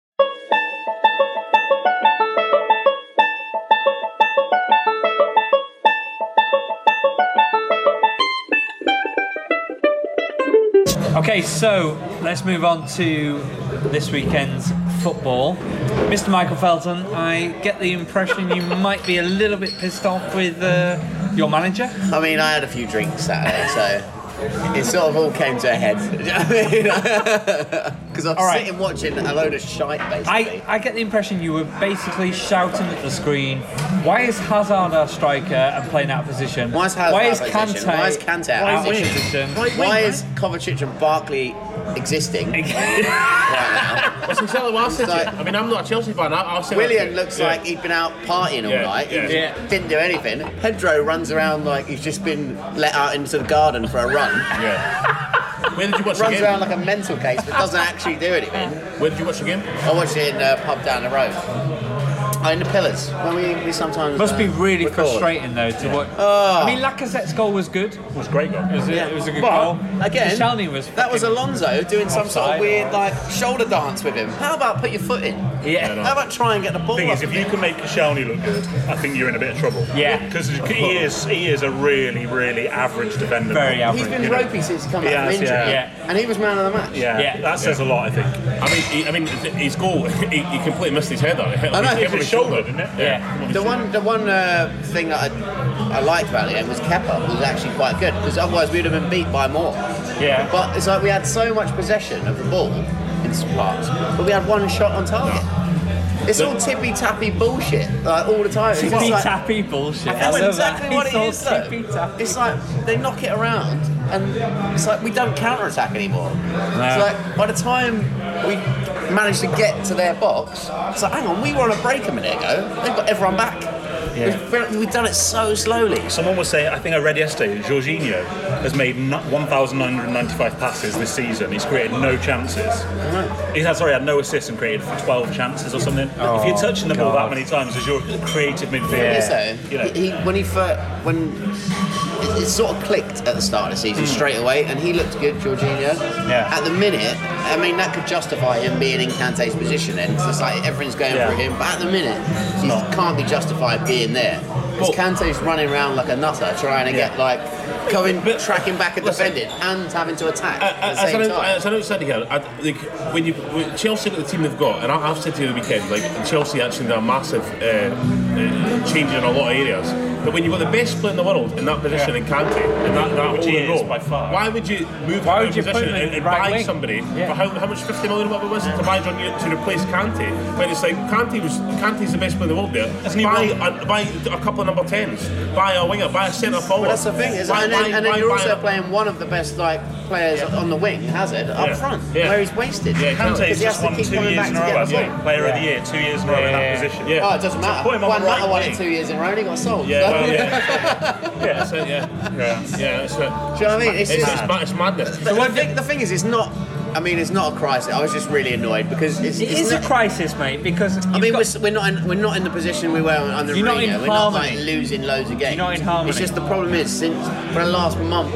Speaker 5: Okay, so let's move on to this weekend's football. Mr. Michael Felton, I get the impression you might be a little bit pissed off with uh, your manager.
Speaker 1: I mean, I had a few drinks Saturday, so it sort of all came to a head. Because I'm
Speaker 5: All right.
Speaker 1: sitting watching a load of shite, basically.
Speaker 5: I, I get the impression you were basically shouting at the screen, why is Hazard our striker and playing out of position?
Speaker 1: Why is Hazard
Speaker 5: why
Speaker 1: out
Speaker 5: is
Speaker 1: of position?
Speaker 5: Kante,
Speaker 1: Why is Kante out of
Speaker 5: out of
Speaker 1: position?
Speaker 5: position?
Speaker 1: Why is Kovacic and Barkley existing right now?
Speaker 2: That's exactly what I said. to you.
Speaker 1: Like-
Speaker 2: I mean, I'm not a Chelsea fan. I- I'll say that to
Speaker 1: William
Speaker 2: you.
Speaker 1: looks
Speaker 2: Yeah.
Speaker 1: like he'd been out partying all
Speaker 2: Yeah,
Speaker 1: night. He
Speaker 2: yeah.
Speaker 1: just didn't do anything. Pedro runs around like he's just been let out into the garden for a run.
Speaker 2: Yeah. Where did you watch the
Speaker 1: Runs around
Speaker 2: game?
Speaker 1: like a mental case, but doesn't actually do anything.
Speaker 2: Where did you watch the game?
Speaker 1: I watched it in a pub down the road. Oh, in the pillars. When we, we sometimes
Speaker 5: Must
Speaker 1: uh,
Speaker 5: be really
Speaker 1: record.
Speaker 5: frustrating though to watch.
Speaker 1: Oh.
Speaker 5: I mean, Lacazette's goal was good.
Speaker 3: It was a great goal.
Speaker 5: It was a,
Speaker 1: Yeah.
Speaker 5: it was a good
Speaker 1: But,
Speaker 5: goal.
Speaker 1: Again,
Speaker 5: Deschamps was
Speaker 1: that was
Speaker 5: fucking-
Speaker 1: Alonso doing some sort of
Speaker 5: offside.
Speaker 1: weird like shoulder dance with him. How about put your foot in?
Speaker 5: Yeah.
Speaker 1: How about try and get the ball?
Speaker 3: thing
Speaker 1: up
Speaker 3: is,
Speaker 1: a
Speaker 3: if
Speaker 1: bit?
Speaker 3: you can make Koscielny look good, I think you're in a bit of trouble.
Speaker 5: Yeah.
Speaker 3: because he is he is a really really average defender.
Speaker 5: Very average.
Speaker 1: He's been
Speaker 3: you know.
Speaker 1: ropey since he come back
Speaker 3: Yes,
Speaker 1: from injury,
Speaker 3: yeah.
Speaker 5: Yeah.
Speaker 1: and he was man of the match.
Speaker 3: Yeah,
Speaker 5: Yeah.
Speaker 3: that says a lot. I think.
Speaker 2: I mean, he, I mean, th- his goal. He, he completely missed his header. It hit,
Speaker 1: I know,
Speaker 2: like,
Speaker 1: it
Speaker 2: hit
Speaker 1: was
Speaker 2: his shoulder, didn't it?
Speaker 5: Yeah.
Speaker 1: The one, the one uh, thing that I, I liked about the game was Kepa was actually quite good because otherwise we'd have been beat by more.
Speaker 5: Yeah.
Speaker 1: But it's like we had so much possession of the ball in some parts, but we had one shot on target. It's all tippy tappy bullshit like all the time. It's just
Speaker 5: Tippy
Speaker 1: like-
Speaker 5: tappy bullshit.
Speaker 1: That's
Speaker 5: I love
Speaker 1: exactly
Speaker 5: that.
Speaker 1: what
Speaker 5: It's
Speaker 1: it
Speaker 5: all
Speaker 1: is. Though.
Speaker 5: tippy tappy.
Speaker 1: It's like they knock it around, and it's like we don't counter attack anymore. It's like by the time we manage to get to their box, it's like, hang on, we were on a break a minute ago. They've got everyone back. We've, we've done it so slowly.
Speaker 7: Someone was saying, I think I read yesterday, that Jorginho has made n- 1,995 passes this season. He's created no chances. He's had, sorry, had no assists and created 12 chances or something. if you're touching the ball that many times as your creative midfielder,
Speaker 1: Is that him?
Speaker 7: you know,
Speaker 1: Oh, He, he, when he first, when it, it sort of clicked at the start of the season straight away, and he looked good, Jorginho.
Speaker 7: Hmm. Yeah.
Speaker 1: At the minute, I mean that could justify him being in Kante's position. Then 'cause it's like everything's going
Speaker 7: Yeah.
Speaker 1: for him, but at the minute, he can't be justified being there. Because Kante's running around like a nutter, trying to get like coming, tracking back and defending, and having to attack
Speaker 2: Uh,
Speaker 1: at the
Speaker 2: as, I
Speaker 1: same
Speaker 2: know,
Speaker 1: time.
Speaker 2: as I know, said again, I, like when you when Chelsea look at the team they've got, and I, I've said to you the weekend, like Chelsea actually done a massive uh, uh, change in a lot of areas. But when you've got the best player in the world in that position in Kante, in that, that
Speaker 7: Which
Speaker 2: whole
Speaker 7: he is
Speaker 2: role,
Speaker 7: by far.
Speaker 2: why would you move
Speaker 5: Why
Speaker 2: to
Speaker 5: would
Speaker 2: a
Speaker 5: you put
Speaker 2: position
Speaker 5: him in
Speaker 2: and, and
Speaker 5: the right
Speaker 2: buy
Speaker 5: wing?
Speaker 2: somebody
Speaker 5: Yeah.
Speaker 2: for how, how much, 50 million, whatever it was, to buy John Yu- to replace Kante? When it's like Kante was Kante's the best player in the world there.
Speaker 7: Isn't he
Speaker 2: Buy
Speaker 7: wrong?
Speaker 2: a, buy a couple of number 10s, buy a winger, buy a centre forward.
Speaker 1: But that's the thing, is
Speaker 2: Why-
Speaker 1: and then,
Speaker 2: why-
Speaker 1: and then
Speaker 2: why
Speaker 1: you're
Speaker 2: buy
Speaker 1: also
Speaker 2: a-
Speaker 1: playing one of the best like players on the wing, Hazard,
Speaker 2: Yeah.
Speaker 1: up front,
Speaker 2: Yeah.
Speaker 1: where he's wasted.
Speaker 7: yeah,
Speaker 1: Because
Speaker 7: Kante's
Speaker 1: he has
Speaker 7: just
Speaker 1: to
Speaker 7: won
Speaker 1: keep
Speaker 7: two
Speaker 1: coming
Speaker 7: years
Speaker 1: back
Speaker 7: in
Speaker 1: to
Speaker 7: a row,
Speaker 1: get
Speaker 7: hasn't
Speaker 1: the
Speaker 7: he?
Speaker 1: ball.
Speaker 7: Player of the year, two years in a row in that position.
Speaker 2: Yeah.
Speaker 1: Oh, it doesn't matter.
Speaker 7: put him on
Speaker 1: Juan
Speaker 7: the right
Speaker 1: Mata won
Speaker 7: wing.
Speaker 1: it two years in a row and he got sold.
Speaker 2: Yeah,
Speaker 1: So-
Speaker 2: well, yeah. yeah, that's it, yeah. Yeah, that's it.
Speaker 1: Do you know what I mean? It's,
Speaker 2: It's, it's,
Speaker 1: just,
Speaker 2: ma- it's madness.
Speaker 1: but the, thing, the thing is, it's not. I mean, it's not a crisis. I was just really annoyed because it's.
Speaker 5: It
Speaker 1: it's
Speaker 5: is
Speaker 1: not,
Speaker 5: a crisis, mate, because
Speaker 1: I
Speaker 5: you've
Speaker 1: mean,
Speaker 5: got-
Speaker 1: we're, s- we're not in we're not in the position we were under
Speaker 5: You're not
Speaker 1: Mourinho.
Speaker 5: in
Speaker 1: We're not like
Speaker 5: harmony.
Speaker 1: losing loads of games.
Speaker 5: not in harmony.
Speaker 1: It's just the problem is since for the last month,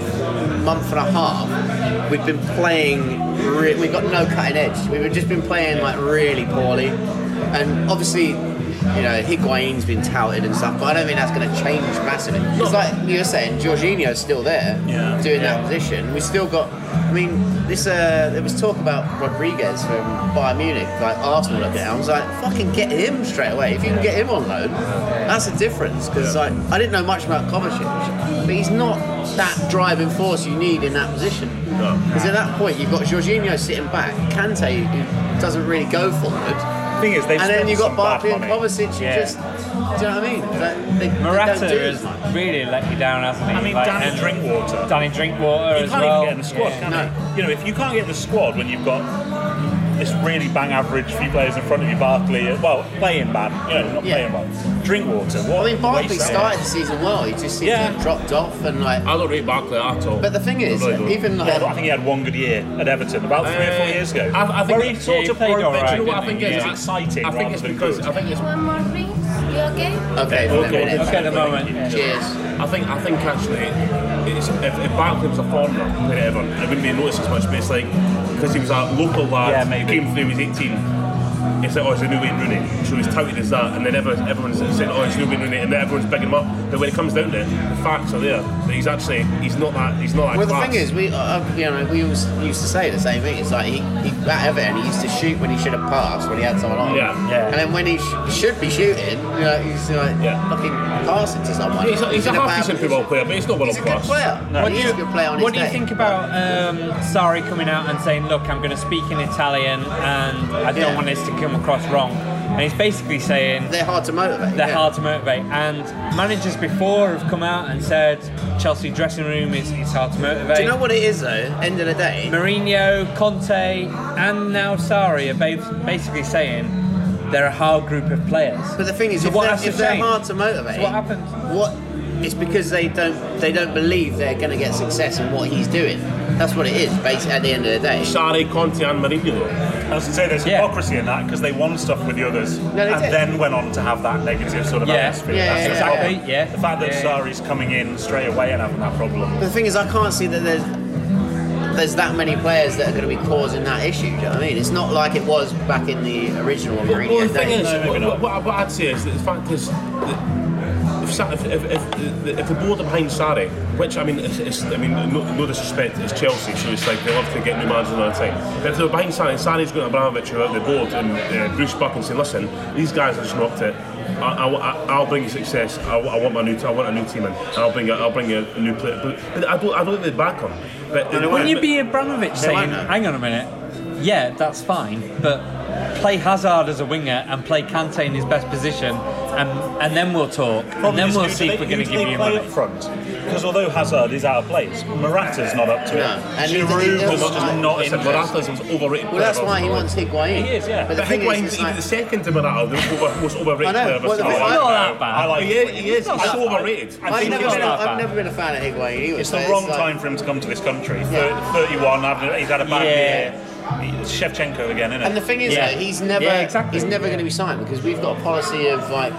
Speaker 1: month and a half, we've been playing. Re- we've got no cutting edge. We've just been playing like really poorly, and obviously, you know, Higuain's been touted and stuff, but I don't think that's going to change massively. It's like you were saying, Jorginho's still there,
Speaker 7: Yeah.
Speaker 1: doing
Speaker 7: Yeah.
Speaker 1: that position. We still got. I mean, this uh, there was talk about Rodriguez from Bayern Munich, like Arsenal looking at. him. I was like, fucking get him straight away. If you can get him on loan, that's the difference. Because like, I didn't know much about Kovacic, but he's not that driving force you need in that position. Because at that point, you've got Jorginho sitting back, Kante who doesn't really go forward.
Speaker 7: The thing is, they've
Speaker 1: And then
Speaker 7: spent
Speaker 1: you've got
Speaker 7: some bad
Speaker 1: Barkley and
Speaker 7: money.
Speaker 1: Kovacic who
Speaker 5: Yeah.
Speaker 1: just, do you know what I mean? Like, they, they
Speaker 5: Morata
Speaker 1: don't do
Speaker 5: has
Speaker 1: as much.
Speaker 5: really let you down, hasn't he?
Speaker 7: I mean,
Speaker 5: Like,
Speaker 7: Danny
Speaker 5: and
Speaker 7: Drinkwater.
Speaker 5: Danny Drinkwater
Speaker 7: You
Speaker 5: as
Speaker 7: can't
Speaker 5: well.
Speaker 7: even get in the squad,
Speaker 5: Yeah.
Speaker 7: can you? You know, if you can't get in the squad when you've got this really bang average few players in front of you, Barkley, uh, well, playing bad, you know, not
Speaker 1: Yeah.
Speaker 7: playing well. Drinkwater. What
Speaker 1: I mean, Barkley
Speaker 7: waste that
Speaker 1: started the season well. He just seems
Speaker 7: Yeah.
Speaker 1: to have dropped off and like.
Speaker 2: I don't rate Barkley at all.
Speaker 1: But the thing is,
Speaker 2: I really don't.
Speaker 1: even
Speaker 7: was. Yeah, but I
Speaker 1: like,
Speaker 7: think he had one good year at Everton about three or four years ago.
Speaker 2: Uh, I, I think
Speaker 7: where he sort
Speaker 5: he
Speaker 7: of
Speaker 5: played
Speaker 7: played
Speaker 5: all
Speaker 2: but
Speaker 5: right,
Speaker 2: you know what I
Speaker 5: didn't
Speaker 2: think
Speaker 5: he?
Speaker 2: is
Speaker 7: It's exciting
Speaker 2: I think
Speaker 7: rather
Speaker 2: it's
Speaker 7: than
Speaker 2: because
Speaker 7: good.
Speaker 2: I think it's
Speaker 11: One more drink. You okay?
Speaker 1: okay, for a minute.
Speaker 5: Look at the moment.
Speaker 1: Cheers.
Speaker 2: I think I think actually, it's, if, if Barkley was a foreigner, whatever, I wouldn't be noticed as much. But it's like because he was a local lad,
Speaker 7: Yeah, maybe.
Speaker 2: came through, he was 18. It's like, oh, it's a new Wayne Rooney. So he's touted as that, and then everyone, everyone's saying, oh, it's a new Wayne Rooney, and then everyone's picking him up. But when it comes down to it, the facts are there. That he's actually, he's not that, he's not that
Speaker 1: Well, the
Speaker 2: class.
Speaker 1: thing is, we uh, you know we always used to say the same thing. It's like he, he at Everton, he used to shoot when he should have passed when he had someone on.
Speaker 2: Yeah, yeah.
Speaker 1: And then when he sh- should be shooting, you know, he's like
Speaker 2: Yeah.
Speaker 1: fucking passing to someone.
Speaker 2: He's a, he's a
Speaker 1: in bad
Speaker 2: half decent football
Speaker 1: position.
Speaker 2: player, but he's not
Speaker 1: He's
Speaker 2: world
Speaker 1: a good
Speaker 2: class.
Speaker 1: player.
Speaker 5: What
Speaker 1: He
Speaker 5: do
Speaker 1: is
Speaker 5: you-
Speaker 1: a good player on
Speaker 5: What do
Speaker 1: his
Speaker 5: you
Speaker 1: day.
Speaker 5: think about um, Sari coming out and saying, "Look, I'm going to speak in Italian, and I don't
Speaker 1: Yeah.
Speaker 5: want this to come across wrong," and he's basically saying
Speaker 1: They're hard to motivate.
Speaker 5: they're
Speaker 1: yeah.
Speaker 5: hard to motivate. And managers before have come out and said Chelsea dressing room is it's hard to motivate.
Speaker 1: Do you know what it is though? End of the day,
Speaker 5: Mourinho, Conte, and now Sari are ba- basically saying they're a hard group of players.
Speaker 1: But the thing is,
Speaker 5: So
Speaker 1: if,
Speaker 5: what
Speaker 1: they're,
Speaker 5: has to
Speaker 1: if they're
Speaker 5: change?
Speaker 1: hard to motivate,
Speaker 5: So what happens?
Speaker 1: What? It's because they don't they don't believe they're going to get success in what he's doing. That's what it is. Based at the end of the day.
Speaker 2: Sari, Conte, and Mourinho.
Speaker 7: I was going to say there's
Speaker 5: Yeah.
Speaker 7: hypocrisy in that because they won stuff with the others
Speaker 1: they
Speaker 7: and
Speaker 1: did.
Speaker 7: then went on to have that negative sort of
Speaker 5: Yeah.
Speaker 7: atmosphere.
Speaker 1: Yeah,
Speaker 7: That's
Speaker 1: yeah,
Speaker 7: the problem.
Speaker 5: exactly, yeah.
Speaker 7: The fact that
Speaker 5: Yeah.
Speaker 7: Sari's coming in straight away and having that problem.
Speaker 1: The thing is, I can't see that there's there's that many players that are going to be causing that issue. Do you know what I mean? It's not like it was back in the original Mourinho
Speaker 2: Well, the thing
Speaker 1: days.
Speaker 2: is,
Speaker 7: No, maybe
Speaker 2: what, what, what I'd say is that the fact is, that if, Sa- if, if, if, the- if the board are behind Sari, which I mean, it's, it's, I mean, no, no disrespect, it's Chelsea, so it's like they love to get new managers all the time. But if they're behind Sari, Sari's going to Abramovich or the board and uh, Bruce Buck and say, listen, these guys are just knocked it. I, will bring you success. I, wa- I want my new. I want a new team in. And I'll bring. A, I'll bring you a new player. But, but I don't. I don't think they back on. But
Speaker 5: Wouldn't you
Speaker 2: but-
Speaker 5: be Abramovich saying,
Speaker 1: know.
Speaker 5: "Hang on a minute, yeah, that's fine, but play Hazard as a winger and play Kante in his best position, and, and then we'll talk. and then
Speaker 7: is
Speaker 5: we'll
Speaker 7: who do
Speaker 5: see
Speaker 7: they-
Speaker 5: if we're
Speaker 7: who
Speaker 5: going to
Speaker 7: do
Speaker 5: give
Speaker 7: they
Speaker 5: you
Speaker 7: play
Speaker 5: money.
Speaker 7: up front. Because although Hazard is out of place, Morata's not up to
Speaker 1: No.
Speaker 7: it.
Speaker 1: And he-
Speaker 7: Giroud
Speaker 1: he-
Speaker 7: was
Speaker 1: that's
Speaker 7: just
Speaker 1: right.
Speaker 7: not a central
Speaker 2: Morata
Speaker 7: defender.
Speaker 2: is the most overrated
Speaker 1: Well, that's
Speaker 2: player
Speaker 1: why
Speaker 2: of
Speaker 1: he
Speaker 2: all time.
Speaker 1: wants Higuain.
Speaker 7: He is, yeah.
Speaker 1: But the
Speaker 2: But
Speaker 1: thing is,
Speaker 2: Higuain's
Speaker 1: it's
Speaker 2: even
Speaker 1: like,
Speaker 2: the second to Morata, the over, most overrated
Speaker 1: I know,
Speaker 2: player of all
Speaker 1: well, the
Speaker 2: time.
Speaker 1: thing-
Speaker 7: Not that bad.
Speaker 2: I like
Speaker 7: He
Speaker 2: him.
Speaker 7: is-
Speaker 2: he is. He's
Speaker 7: He's
Speaker 2: so
Speaker 7: not-
Speaker 2: overrated.
Speaker 7: I
Speaker 1: I've
Speaker 7: think
Speaker 1: never,
Speaker 7: he's
Speaker 1: been,
Speaker 7: not that
Speaker 1: I've never been a fan of Higuain. Either,
Speaker 7: It's
Speaker 1: so
Speaker 7: the wrong
Speaker 1: like-
Speaker 7: time for him to come to this country. Thir
Speaker 1: Yeah.
Speaker 7: 31, having- he's had a bad
Speaker 5: Yeah.
Speaker 7: year. It's Shevchenko again, isn't it?
Speaker 1: And the thing is,
Speaker 5: Yeah.
Speaker 1: though, he's never
Speaker 5: Yeah, exactly.
Speaker 1: he's never going to be signed because we've got a policy of like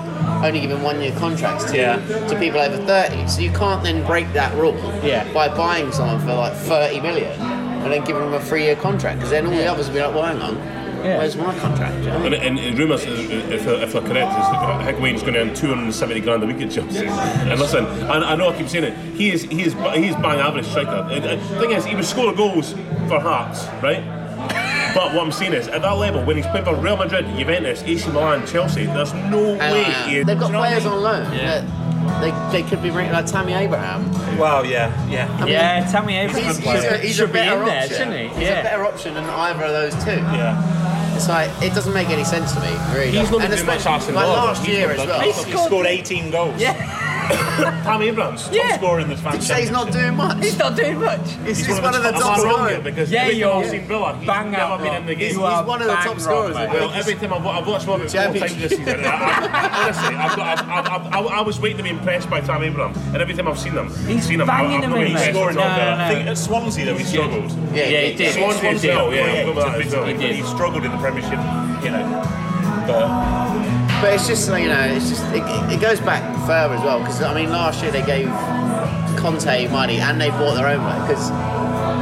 Speaker 1: only giving one year contracts to
Speaker 5: Yeah.
Speaker 1: to people over thirty. So you can't then break that rule
Speaker 5: Yeah.
Speaker 1: by buying someone for like thirty million and then giving them a three year contract because then all the others will be like, well, hang on, where's my contract? Do you know what I
Speaker 2: And,
Speaker 1: mean?
Speaker 2: and, and rumours, if, if they're correct, is that Higuain's going to earn 270 grand a week at Chelsea. And listen, I, I know I keep saying it, he is he is he is bang average striker. And the thing is, he would score goals for Hearts, right? But what I'm saying is, at that level, when he's played for Real Madrid, Juventus, AC Milan, Chelsea, there's no
Speaker 1: And,
Speaker 2: way
Speaker 1: uh,
Speaker 2: he is.
Speaker 1: they've
Speaker 2: do
Speaker 1: got
Speaker 2: you know what I
Speaker 1: players
Speaker 2: mean?
Speaker 1: on loan
Speaker 5: Yeah.
Speaker 1: that they, they could be bringing like Tammy Abraham.
Speaker 5: Well, yeah, yeah.
Speaker 1: mean,
Speaker 5: yeah, Tammy Abraham
Speaker 1: He's, he's a,
Speaker 5: should,
Speaker 1: he's a
Speaker 5: should be
Speaker 1: better
Speaker 5: in there,
Speaker 1: option.
Speaker 5: shouldn't he?
Speaker 1: He's a
Speaker 5: Yeah.
Speaker 1: better option than either of those two.
Speaker 7: yeah.
Speaker 1: It's like it doesn't make any sense to me. Really,
Speaker 2: He's not
Speaker 1: and
Speaker 2: doing much
Speaker 1: especially-
Speaker 2: Arsenal
Speaker 1: like
Speaker 2: Lord.
Speaker 1: last
Speaker 2: He's
Speaker 1: year
Speaker 2: not
Speaker 1: as
Speaker 2: done
Speaker 1: well.
Speaker 7: He scored 18 goals.
Speaker 5: Yeah,
Speaker 2: Tam Abrams, top
Speaker 5: Yeah.
Speaker 2: scorer in this match.
Speaker 1: Say he's not doing much.
Speaker 5: he's not doing much.
Speaker 1: He's, he's one of the top
Speaker 2: scorers.
Speaker 1: scorers.
Speaker 2: Because
Speaker 5: Yeah,
Speaker 2: every time
Speaker 5: you're
Speaker 2: I've seen Villa, he's
Speaker 5: bang
Speaker 2: never
Speaker 5: out
Speaker 2: been
Speaker 5: wrong.
Speaker 2: in the game.
Speaker 1: He's
Speaker 5: You are
Speaker 1: one of the
Speaker 5: bang
Speaker 1: top
Speaker 5: wrong,
Speaker 1: scorers.
Speaker 5: mate.
Speaker 2: Well, every time I've, I've watched Robert four
Speaker 1: Champions.
Speaker 2: times this season, and I, I, honestly, I've got, I've, I've, I've, I was waiting to be impressed by Sam Abraham, and every time I've seen him,
Speaker 5: He's
Speaker 2: seen him,
Speaker 5: banging
Speaker 2: I've,
Speaker 5: them
Speaker 2: I've
Speaker 5: in, mate.
Speaker 2: scoring
Speaker 5: No,
Speaker 2: on there.
Speaker 5: no,
Speaker 7: I
Speaker 5: no.
Speaker 7: think at Swansea, though, he struggled.
Speaker 1: Yeah,
Speaker 5: Yeah, he did.
Speaker 2: Swan-
Speaker 5: He did.
Speaker 2: Swansea, yeah, yeah,
Speaker 7: It's
Speaker 2: yeah,
Speaker 7: a big
Speaker 2: yeah.
Speaker 7: deal. He struggled in the Premiership, you know. But
Speaker 1: But it's just you know, it's just it, it goes back further as well because I mean last year they gave Conte money and they bought their own way because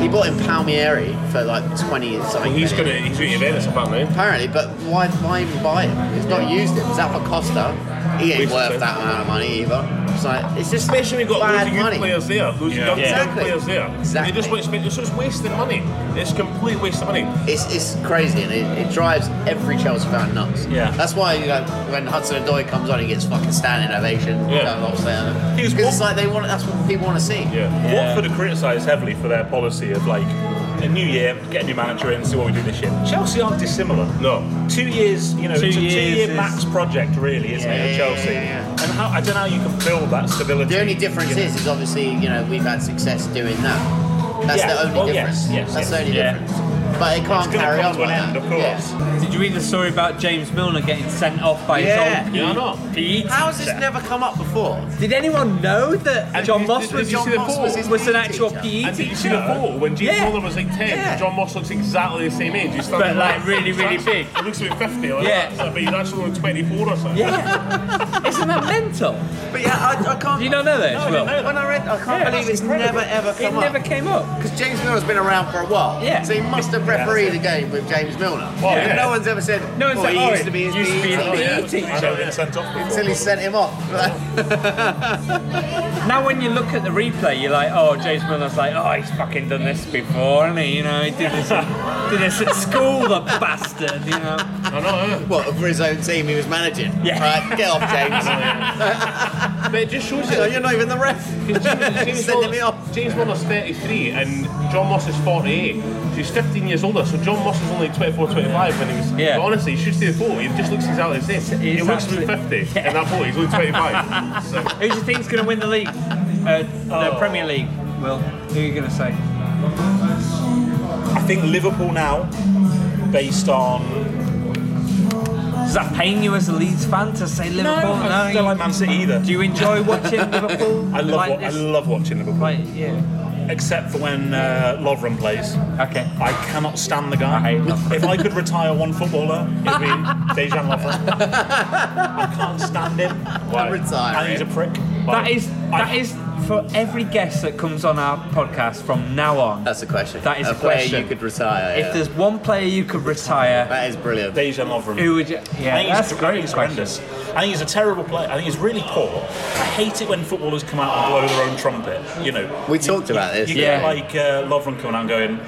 Speaker 1: he bought in Palmieri for like twenty or something.
Speaker 2: He's
Speaker 1: million.
Speaker 2: gonna, he's at Juventus apparently.
Speaker 1: apparently, but why why even buy him? He's not used him. Zappacosta, he ain't
Speaker 2: Waste of
Speaker 1: worth
Speaker 2: time.
Speaker 1: that amount of money either. It's like it's just
Speaker 2: Especially we got loads
Speaker 1: bad
Speaker 2: of youth
Speaker 1: money.
Speaker 2: players there, loads
Speaker 7: Yeah.
Speaker 2: of young, young
Speaker 1: Exactly.
Speaker 2: players there.
Speaker 1: Exactly.
Speaker 2: They just want to spend, it's just wasting money. It's complete waste of money.
Speaker 1: It's, it's crazy and it, it drives every Chelsea fan nuts.
Speaker 7: Yeah.
Speaker 1: That's why you know, when Hudson Odoi comes on, he gets fucking standing ovation.
Speaker 2: Yeah.
Speaker 1: Don't know what I'm
Speaker 7: He was
Speaker 1: saying. 'Cause it's
Speaker 7: one-
Speaker 1: like they want that's what people want to see.
Speaker 2: Yeah.
Speaker 7: Watford are criticised heavily for their policy of like a new year, get a new manager in, see what we do this year. Chelsea aren't dissimilar.
Speaker 2: No.
Speaker 7: Two years, you know,
Speaker 5: Two
Speaker 7: it's a
Speaker 5: years
Speaker 7: two-year
Speaker 5: is-
Speaker 7: max project, really, isn't it,
Speaker 1: Yeah,
Speaker 7: at Chelsea?
Speaker 1: yeah, yeah,
Speaker 7: And how I don't know how you can build that stability.
Speaker 1: The only difference
Speaker 7: you know.
Speaker 1: is, is obviously you know we've had success doing that. That's
Speaker 7: Yeah.
Speaker 1: the only
Speaker 7: Oh, yes,
Speaker 1: difference.
Speaker 7: yes, yes.
Speaker 1: that's the only
Speaker 7: Yeah.
Speaker 1: difference. But it can't
Speaker 7: it's going
Speaker 1: carry
Speaker 7: to
Speaker 1: on
Speaker 7: come to an
Speaker 1: like
Speaker 7: end,
Speaker 1: that.
Speaker 7: of course.
Speaker 1: Yeah.
Speaker 5: Did you read the story about James Milner getting sent off by
Speaker 1: Yeah.
Speaker 5: his old
Speaker 2: Yeah, I know.
Speaker 5: Pete?
Speaker 1: How has this never come up before?
Speaker 5: Did anyone know that
Speaker 2: And
Speaker 5: John
Speaker 2: did-
Speaker 5: Moss
Speaker 2: did
Speaker 5: was,
Speaker 2: you see
Speaker 5: John
Speaker 2: the
Speaker 5: Moss
Speaker 2: ball?
Speaker 5: was,
Speaker 1: His
Speaker 5: was an
Speaker 1: PE
Speaker 5: actual
Speaker 1: teacher.
Speaker 5: PE
Speaker 2: And did you see the
Speaker 5: teacher?
Speaker 2: photo when James
Speaker 5: Yeah.
Speaker 2: Milner was like 10?
Speaker 5: Yeah.
Speaker 2: John Moss looks exactly the same age. He's standing
Speaker 5: But, like, really,
Speaker 2: he's
Speaker 5: really
Speaker 2: actually-
Speaker 5: big.
Speaker 2: He looks like 50, like
Speaker 5: Yeah.
Speaker 2: that, so- but he's actually only 24 or something.
Speaker 5: Yeah. Isn't that mental?
Speaker 1: But yeah, I, I can't.
Speaker 5: Do you not know that? as well?
Speaker 1: When I read, I can't
Speaker 5: Yeah,
Speaker 1: believe
Speaker 5: that's
Speaker 1: it's
Speaker 5: incredible.
Speaker 1: never ever come
Speaker 5: It never
Speaker 1: up.
Speaker 5: came up.
Speaker 1: Because James Milner's been around for a while.
Speaker 5: Yeah.
Speaker 1: So he must have refereed a game with James Milner.
Speaker 7: Well,
Speaker 1: And
Speaker 7: yeah.
Speaker 1: no one's ever said,
Speaker 5: No one's
Speaker 1: oh,
Speaker 5: said,
Speaker 1: he
Speaker 5: "Oh,
Speaker 1: used to be his
Speaker 5: used to be E
Speaker 1: PE
Speaker 5: his
Speaker 1: teacher,"
Speaker 5: PE
Speaker 7: I know, they've been sent off before.
Speaker 1: Until he sent him off.
Speaker 5: Now, when you look at the replay, you're like, oh, James Milner's like, oh, he's fucking done this before, hasn't he? You know, he did this, did this at school, the bastard, you know.
Speaker 2: I know, I know.
Speaker 1: what, for his own team he was managing?
Speaker 5: Yeah.
Speaker 1: Right, get off, James.
Speaker 2: But it just shows
Speaker 1: So
Speaker 2: it.
Speaker 1: You're not even the ref.
Speaker 2: James,
Speaker 1: Sending me
Speaker 2: Milner,
Speaker 1: off.
Speaker 2: James Milner's 33 and John Moss is 48. So he's 15 years older, so John Moss is only 24, 25 when he was.
Speaker 5: Yeah.
Speaker 2: But honestly, you should see the photo. He just looks exactly the same.
Speaker 5: He's
Speaker 2: he looks
Speaker 5: actually-
Speaker 2: like 50 and that photo. He's only 25. so,
Speaker 5: Who do you think's going to win the league? Uh, the
Speaker 2: Oh.
Speaker 5: Premier League, Will. Who are you going to say?
Speaker 7: I think Liverpool now, based on
Speaker 5: Does that pain you as a Leeds fan to say Liverpool?
Speaker 7: I don't like Man City either.
Speaker 5: Do you enjoy watching Liverpool?
Speaker 7: I love
Speaker 5: like
Speaker 7: wa- I
Speaker 5: this?
Speaker 7: love watching Liverpool,
Speaker 5: Like, yeah.
Speaker 7: except for when uh, Lovren plays.
Speaker 5: Okay.
Speaker 7: I cannot stand the guy.
Speaker 5: I hate Lovren.
Speaker 7: if I could retire one footballer, it'd be Dejan Lovren. I can't stand him. Why?
Speaker 1: retiring.
Speaker 7: And he's a prick.
Speaker 5: That
Speaker 7: Like,
Speaker 5: is that
Speaker 7: I-
Speaker 5: is for every guest that comes on our podcast from now on.
Speaker 1: That's a question.
Speaker 5: That is
Speaker 1: a
Speaker 5: a question.
Speaker 1: player you could retire.
Speaker 5: If
Speaker 1: yeah.
Speaker 5: there's one player you could retire,
Speaker 1: That is brilliant.
Speaker 7: Dejan Lovren.
Speaker 5: who would you?
Speaker 7: I
Speaker 5: Yeah,
Speaker 7: think he's-
Speaker 5: that's a
Speaker 7: I think
Speaker 5: great
Speaker 7: he's
Speaker 5: question.
Speaker 7: horrendous. I think he's a terrible player. I think he's really poor. I hate it when footballers come out and blow their own trumpet. You know,
Speaker 1: We talked about this.
Speaker 7: You
Speaker 5: Yeah.
Speaker 7: get like uh, Lovren coming out and going,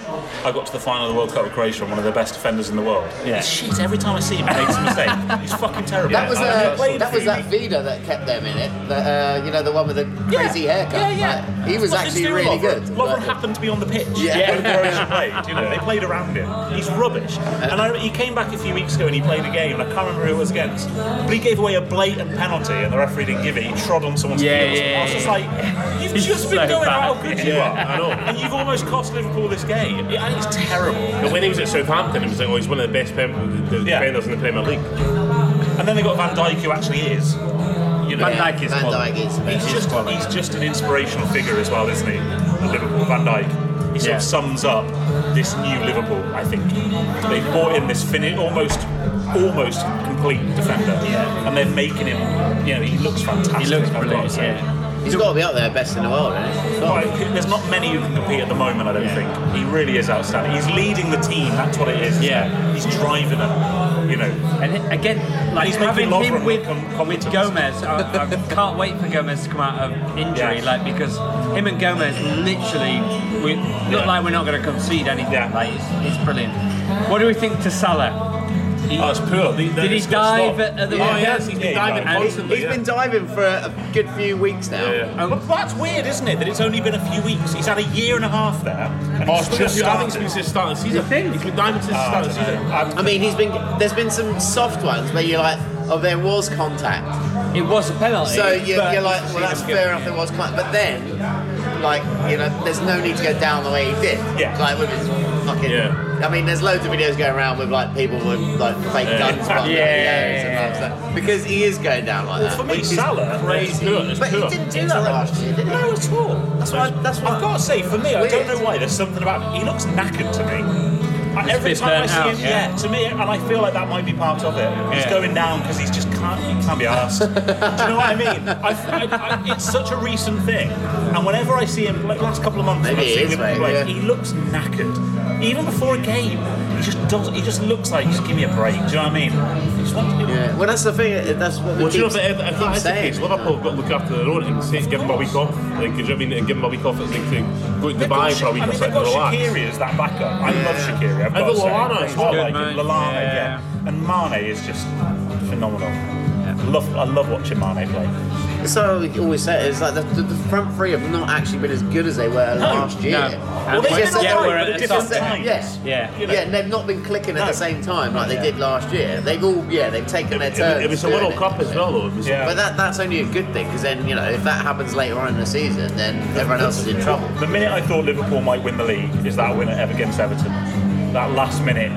Speaker 7: I got to the final of the World Cup with Croatia, I'm one of the best defenders in the world.
Speaker 5: Yeah.
Speaker 7: Shit, every time I see him, he makes a mistake. He's fucking terrible.
Speaker 1: That was
Speaker 7: I- I
Speaker 1: uh,
Speaker 7: played
Speaker 1: that was
Speaker 7: three
Speaker 1: that Vida that kept them in it. That, uh, you know the one with the crazy haircut.
Speaker 9: Yeah, yeah.
Speaker 1: Like, he was
Speaker 9: What's
Speaker 1: actually
Speaker 9: to do with
Speaker 1: really
Speaker 9: Lovren?
Speaker 1: good.
Speaker 9: Lovren
Speaker 1: Like,
Speaker 9: happened to be on the pitch
Speaker 1: Yeah.
Speaker 9: when Croatia played. You know, they played around him. He's rubbish. And I, he came back a few weeks ago and he played a game. and I can't remember who it was against, but he gave away a blatant penalty and the referee didn't give it. He trod on someone's
Speaker 5: Yeah,
Speaker 9: heels.
Speaker 5: yeah,
Speaker 9: I was just
Speaker 5: yeah.
Speaker 9: like, you've just
Speaker 5: so
Speaker 9: been going
Speaker 5: bad.
Speaker 9: about how good you
Speaker 2: Yeah,
Speaker 9: are,
Speaker 2: I know.
Speaker 9: and you've almost cost Liverpool this game. I think it's terrible.
Speaker 2: But when he was at Southampton, he was like, oh, he's one of the best pem- the, the
Speaker 9: Yeah.
Speaker 2: defenders in the Premier League.
Speaker 9: And then they got Van Dijk, who actually is. You know,
Speaker 2: Van Dijk is
Speaker 1: Van
Speaker 2: quality.
Speaker 1: Dijk is
Speaker 9: He's just, he's just an inspirational figure as well, isn't he? At Liverpool, Van Dijk. He sort
Speaker 2: Yeah.
Speaker 9: of sums up this new Liverpool, I think. They bought in this fini- almost almost complete defender, and they're making him, you know, he looks fantastic.
Speaker 5: He looks
Speaker 9: I've got to
Speaker 5: brilliant,
Speaker 9: say.
Speaker 5: yeah.
Speaker 1: He's got to be up there, best in the world, isn't he?
Speaker 9: Like, there's not many who can compete at the moment, I don't think. He really is outstanding. He's leading the team, that's what it is.
Speaker 5: Yeah.
Speaker 9: He's driving it, you know.
Speaker 5: And it- again, like
Speaker 9: he's
Speaker 5: having
Speaker 9: making
Speaker 5: him
Speaker 9: Lovren
Speaker 5: with,
Speaker 9: com- com-
Speaker 5: with Gomez, I, I can't wait for Gomez to come out of injury,
Speaker 9: Yeah.
Speaker 5: like because him and Gomez literally, we look
Speaker 9: Yeah.
Speaker 5: like we're not going to concede anything.
Speaker 9: Yeah.
Speaker 5: Like it's, it's brilliant. What do we think to Salah? He-
Speaker 2: Oh, it's poor.
Speaker 5: did he dive at, at the?
Speaker 2: Oh, yes, he's
Speaker 9: Yeah,
Speaker 2: been
Speaker 9: he
Speaker 2: diving
Speaker 5: died.
Speaker 2: constantly.
Speaker 1: He's
Speaker 2: yeah.
Speaker 1: been diving for a, a good few weeks now.
Speaker 9: But that's weird, isn't it? That it's only been a few weeks. He's had a year and a half there. And
Speaker 2: Oh,
Speaker 9: he's
Speaker 2: it's
Speaker 9: still
Speaker 2: just I think it's
Speaker 9: started.
Speaker 2: been since the start of the season.
Speaker 5: You think?
Speaker 2: He's been diving since the start of the season.
Speaker 1: I mean, he's been. There's been some soft ones where you're like, oh, there was contact.
Speaker 5: It was a penalty.
Speaker 1: So you're,
Speaker 5: but-
Speaker 1: you're like, well, that's fair enough. There was contact, but then, like, you know, there's no need to go down the way he did.
Speaker 9: Yeah.
Speaker 1: Like with his fucking.
Speaker 2: Yeah.
Speaker 1: I mean, there's loads of videos going around with like people with like fake guns. Yeah.
Speaker 5: Yeah.
Speaker 1: And like, that. because he is going down like that.
Speaker 9: For me,
Speaker 1: which is
Speaker 9: Salah
Speaker 1: crazy.
Speaker 2: It's poor, it's
Speaker 1: But he
Speaker 2: poor.
Speaker 1: didn't do that last year, did he?
Speaker 9: No, at all. That's
Speaker 1: why- that's why-
Speaker 9: I've got to say. For me, I
Speaker 1: Weird.
Speaker 9: don't know why. There's something about him. He looks knackered to me. I- Every
Speaker 5: bit
Speaker 9: time I
Speaker 5: burnt
Speaker 9: see
Speaker 5: out,
Speaker 9: him,
Speaker 5: yeah.
Speaker 9: yeah. to me, and I feel like that might be part of it. He's
Speaker 5: Yeah.
Speaker 9: going down because he's just can't, he can't be arsed. Do you know what I mean? I, I, I, it's such a recent thing, and whenever I see him, like last couple of months, when
Speaker 1: Maybe
Speaker 9: I've
Speaker 1: he
Speaker 9: seen
Speaker 1: is,
Speaker 9: him
Speaker 1: mate,
Speaker 9: play,
Speaker 1: yeah.
Speaker 9: he looks knackered. Even before a game, he just does. He just looks like, just give me a break. Do you know what I mean? He just wants to-
Speaker 1: Yeah. Well, that's the thing. That's what. we
Speaker 2: Well, do you know,
Speaker 1: keep-
Speaker 2: but if, if that is the
Speaker 1: saying,
Speaker 2: case, Liverpool have got to look after their own and say, give them a week off. Like, do you know what I mean? And give them a week off. It's like to go to
Speaker 9: They've got
Speaker 2: Dubai for
Speaker 9: Sha-
Speaker 2: a week
Speaker 9: I
Speaker 2: or
Speaker 9: mean, they've
Speaker 2: something.
Speaker 9: got
Speaker 2: Relax.
Speaker 9: Shakiri as that backup. I love Shakiri. I've
Speaker 2: And
Speaker 9: got
Speaker 2: the
Speaker 9: to say.
Speaker 2: Lallana as
Speaker 9: He's
Speaker 2: well,
Speaker 9: good,
Speaker 2: like,
Speaker 9: mate.
Speaker 2: yeah.
Speaker 9: Lallana, yeah. And Mane is just phenomenal. Love, I love watching Mane play.
Speaker 1: So we always say it's like the, the, the front three have not actually been as good as they were last year.
Speaker 5: no.
Speaker 1: Well,
Speaker 5: they've
Speaker 1: just-
Speaker 5: been
Speaker 1: yeah,
Speaker 5: alright,
Speaker 1: we're
Speaker 5: but
Speaker 1: at
Speaker 5: at
Speaker 1: different
Speaker 9: different
Speaker 1: times.
Speaker 9: times.
Speaker 1: Yes.
Speaker 5: Yeah.
Speaker 1: Yeah, and they've not been clicking at the same time like they did last year. They've all, yeah, they've taken their
Speaker 2: It,
Speaker 1: turns.
Speaker 2: it, it was a
Speaker 1: doing
Speaker 2: World
Speaker 1: it.
Speaker 2: Cup as well, though. It was,
Speaker 1: But that, that's only a good thing because then, you know, if that happens later on in the season, then everyone else is in trouble.
Speaker 9: The minute I thought Liverpool might win the league is that win at- against Everton. That last minute.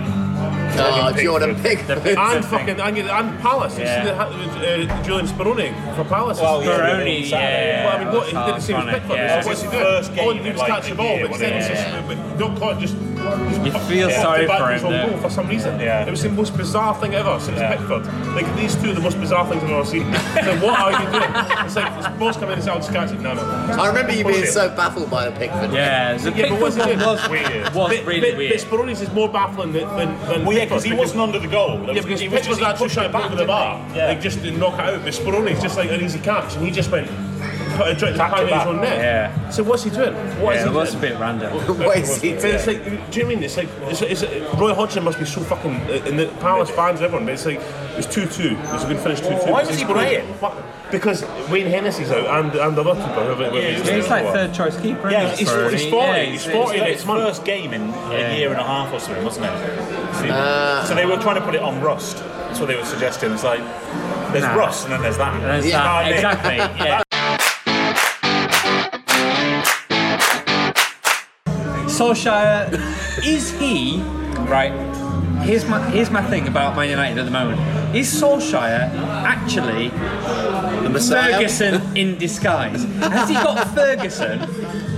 Speaker 1: Oh,
Speaker 9: Pickford.
Speaker 1: Jordan
Speaker 9: The
Speaker 1: Pickford.
Speaker 9: Pickford
Speaker 2: And
Speaker 9: thing.
Speaker 2: fucking and, and Palace.
Speaker 5: Yeah.
Speaker 2: You see the, uh, Julian Speroni for Palace.
Speaker 9: Well, yeah,
Speaker 5: Peroni,
Speaker 9: Saturday.
Speaker 5: yeah.
Speaker 2: Well, I mean, what, he
Speaker 5: That's
Speaker 2: did the same as
Speaker 5: iconic,
Speaker 2: Pickford.
Speaker 5: yeah.
Speaker 2: It's like, what's
Speaker 9: It's
Speaker 2: he
Speaker 9: his
Speaker 2: doing?
Speaker 9: first game
Speaker 2: All he did was
Speaker 9: in, like,
Speaker 2: catch the
Speaker 9: a
Speaker 2: ball,
Speaker 9: year,
Speaker 2: but then it's
Speaker 9: wasn't
Speaker 2: just,
Speaker 9: it?
Speaker 2: but don't caught just.
Speaker 5: You feel
Speaker 2: Yeah,
Speaker 5: sorry
Speaker 2: the back
Speaker 5: for
Speaker 2: was
Speaker 5: him.
Speaker 2: on
Speaker 5: there.
Speaker 2: goal for some reason.
Speaker 9: Yeah.
Speaker 2: It was the most bizarre thing ever since
Speaker 9: Yeah.
Speaker 2: Pickford. Like these two are the most bizarre things I've ever seen. It's like what are you doing? It's like this ball's coming in, it's out to catch it. No, no.
Speaker 1: I remember you being
Speaker 2: Bullshit.
Speaker 1: so baffled by the Pickford.
Speaker 5: Yeah, the
Speaker 2: Yeah, but
Speaker 5: Pickford
Speaker 2: what's he doing?
Speaker 5: one was
Speaker 2: Weird.
Speaker 5: was
Speaker 2: Bit-
Speaker 5: really
Speaker 2: bit-
Speaker 5: weird.
Speaker 2: Bit Speroni's is more baffling than than. than
Speaker 9: Well,
Speaker 2: Pickford
Speaker 9: yeah, because he wasn't under the goal.
Speaker 2: Yeah, because
Speaker 9: he
Speaker 2: Pickford's
Speaker 9: just- he
Speaker 2: actually
Speaker 9: pushed
Speaker 2: trying
Speaker 9: it
Speaker 2: to back with the
Speaker 9: didn't
Speaker 2: bar,
Speaker 9: he? Yeah.
Speaker 2: like just to knock it out. But Speroni's just like an easy catch, and he just went. Put a direct
Speaker 9: Tapped
Speaker 2: pound
Speaker 9: it
Speaker 2: in his
Speaker 9: back.
Speaker 2: own net.
Speaker 5: Yeah.
Speaker 2: So what's he doing? What is
Speaker 5: yeah, it
Speaker 2: he
Speaker 5: was a
Speaker 2: doing?
Speaker 5: bit random.
Speaker 1: What is he
Speaker 2: But
Speaker 1: doing?
Speaker 2: it's like, do you know what I mean? It's like, it's, it's, Roy Hodgson must be so fucking, and the Palace fans, everyone, but it's like, it was 2 2. It was a good finish 2 2.
Speaker 9: Why was he playing?
Speaker 2: Because Wayne Hennessy's out and, and the other keeper, whoever it was.
Speaker 5: Yeah, he's like third choice keeper.
Speaker 9: Yeah,
Speaker 5: isn't he?
Speaker 2: He's,
Speaker 5: For-
Speaker 2: he's 40,
Speaker 5: yeah,
Speaker 2: he's
Speaker 9: It was
Speaker 2: 40
Speaker 9: like
Speaker 2: next
Speaker 9: his
Speaker 2: month.
Speaker 9: first game in
Speaker 5: Yeah.
Speaker 9: a year and a half or something, wasn't it? See? so they were trying to put it on rust. That's what they were suggesting. It's like there's
Speaker 5: Nah.
Speaker 9: rust and then there's that.
Speaker 5: That's
Speaker 1: Yeah.
Speaker 5: that-
Speaker 9: Yeah.
Speaker 5: Exactly. Yeah. Solskjaer, is he right? Here's my here's my thing about Man United at the moment. Is Solskjaer actually
Speaker 1: The Messiah.
Speaker 5: Ferguson in disguise? Has he got Ferguson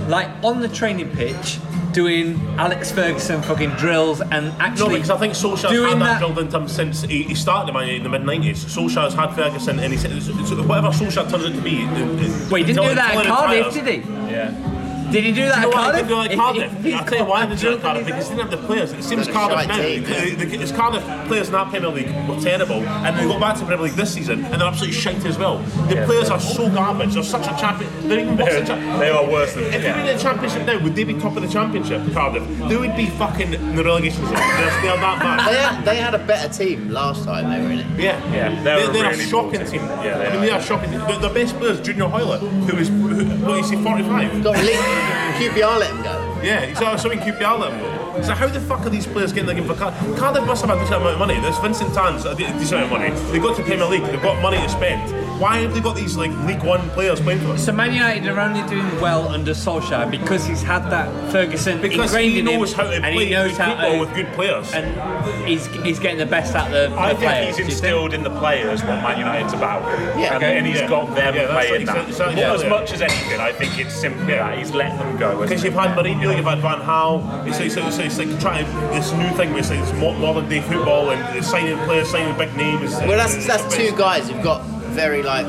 Speaker 5: like on the training pitch doing Alex Ferguson fucking drills and
Speaker 2: No,
Speaker 5: actually?
Speaker 2: because I think Solskjaer's
Speaker 5: doing
Speaker 2: had
Speaker 5: that-
Speaker 2: that, drilled into him since he, he started at Man United in the mid 90s. Solskjaer's had Ferguson, and he said, it's- it's- whatever Solskjaer turns out to be. it- it-
Speaker 5: Well, he didn't
Speaker 2: until-
Speaker 5: do that
Speaker 2: until
Speaker 5: at
Speaker 2: retires-
Speaker 5: Cardiff, did he?
Speaker 9: Yeah.
Speaker 5: Did he do that
Speaker 2: You know
Speaker 5: at
Speaker 2: why I
Speaker 5: Cardiff?
Speaker 2: didn't do like
Speaker 5: If-
Speaker 2: Cardiff?
Speaker 5: if-
Speaker 2: I tell you why I didn't do like Cardiff because they didn't have the players. It seems
Speaker 1: They're a
Speaker 2: Cardiff
Speaker 1: shite
Speaker 2: now.
Speaker 1: team,
Speaker 2: the- the- It's Cardiff players in that Premier League were terrible, and they got back to Premier League this season, and they're absolutely shite as well. The players are so garbage. They're such a champion. They're even worse. than cha-
Speaker 9: They are worse than
Speaker 2: If they were in the championship now, would they be top of the championship, Cardiff? They would be fucking in the relegation zone. They're, they're that
Speaker 1: They
Speaker 2: bad.
Speaker 1: had, they had a better team last time they were in it.
Speaker 2: Yeah,
Speaker 9: Yeah,
Speaker 2: They're,
Speaker 9: they're
Speaker 2: they're,
Speaker 9: a
Speaker 2: a
Speaker 9: really
Speaker 2: shocking
Speaker 9: poor
Speaker 2: team.
Speaker 9: team. Yeah, they
Speaker 2: I mean,
Speaker 9: are,
Speaker 2: they
Speaker 9: yeah.
Speaker 2: are shocking. The, the best player is Junior Hoylett, who is, who, what is he, 45?
Speaker 1: Got linked. QPR let him go.
Speaker 2: Yeah, he's uh, something QPR level. So how the fuck are these players getting like for Cardiff? Cardiff must have had a decent amount of money. There's Vincent Tan's a de- decent amount of money. They got to Premier League. They've got money to spend. Why have they got these like League One players playing for us?
Speaker 5: So Man United are only doing well under Solskjaer because he's had that Ferguson
Speaker 2: Because
Speaker 5: ingrained
Speaker 2: he
Speaker 5: in him,
Speaker 2: knows how to
Speaker 5: and
Speaker 2: play
Speaker 5: he knows
Speaker 2: good
Speaker 5: how
Speaker 2: football
Speaker 5: to-
Speaker 2: with good players.
Speaker 5: and he's, he's getting the best out of the,
Speaker 9: I
Speaker 5: the
Speaker 9: think
Speaker 5: players.
Speaker 9: he's
Speaker 5: do you think?
Speaker 9: instilled in the players what Man United's about.
Speaker 1: Yeah,
Speaker 9: and,
Speaker 1: okay.
Speaker 9: and he's
Speaker 2: Yeah.
Speaker 9: got them
Speaker 2: Yeah, that's
Speaker 9: playing
Speaker 2: what-
Speaker 9: that.
Speaker 2: exactly,
Speaker 9: Not
Speaker 2: yeah,
Speaker 9: as
Speaker 2: yeah.
Speaker 9: much as anything, I think it's simply that he's let them go. hasn't
Speaker 2: Because
Speaker 9: he?
Speaker 2: you've had Mourinho, you've had Van Gaal. It's, it's, it's, it's like trying this new thing where it's like this mo- modern day football and signing players, signing big names.
Speaker 1: Well, that's that's two guys who've got very like,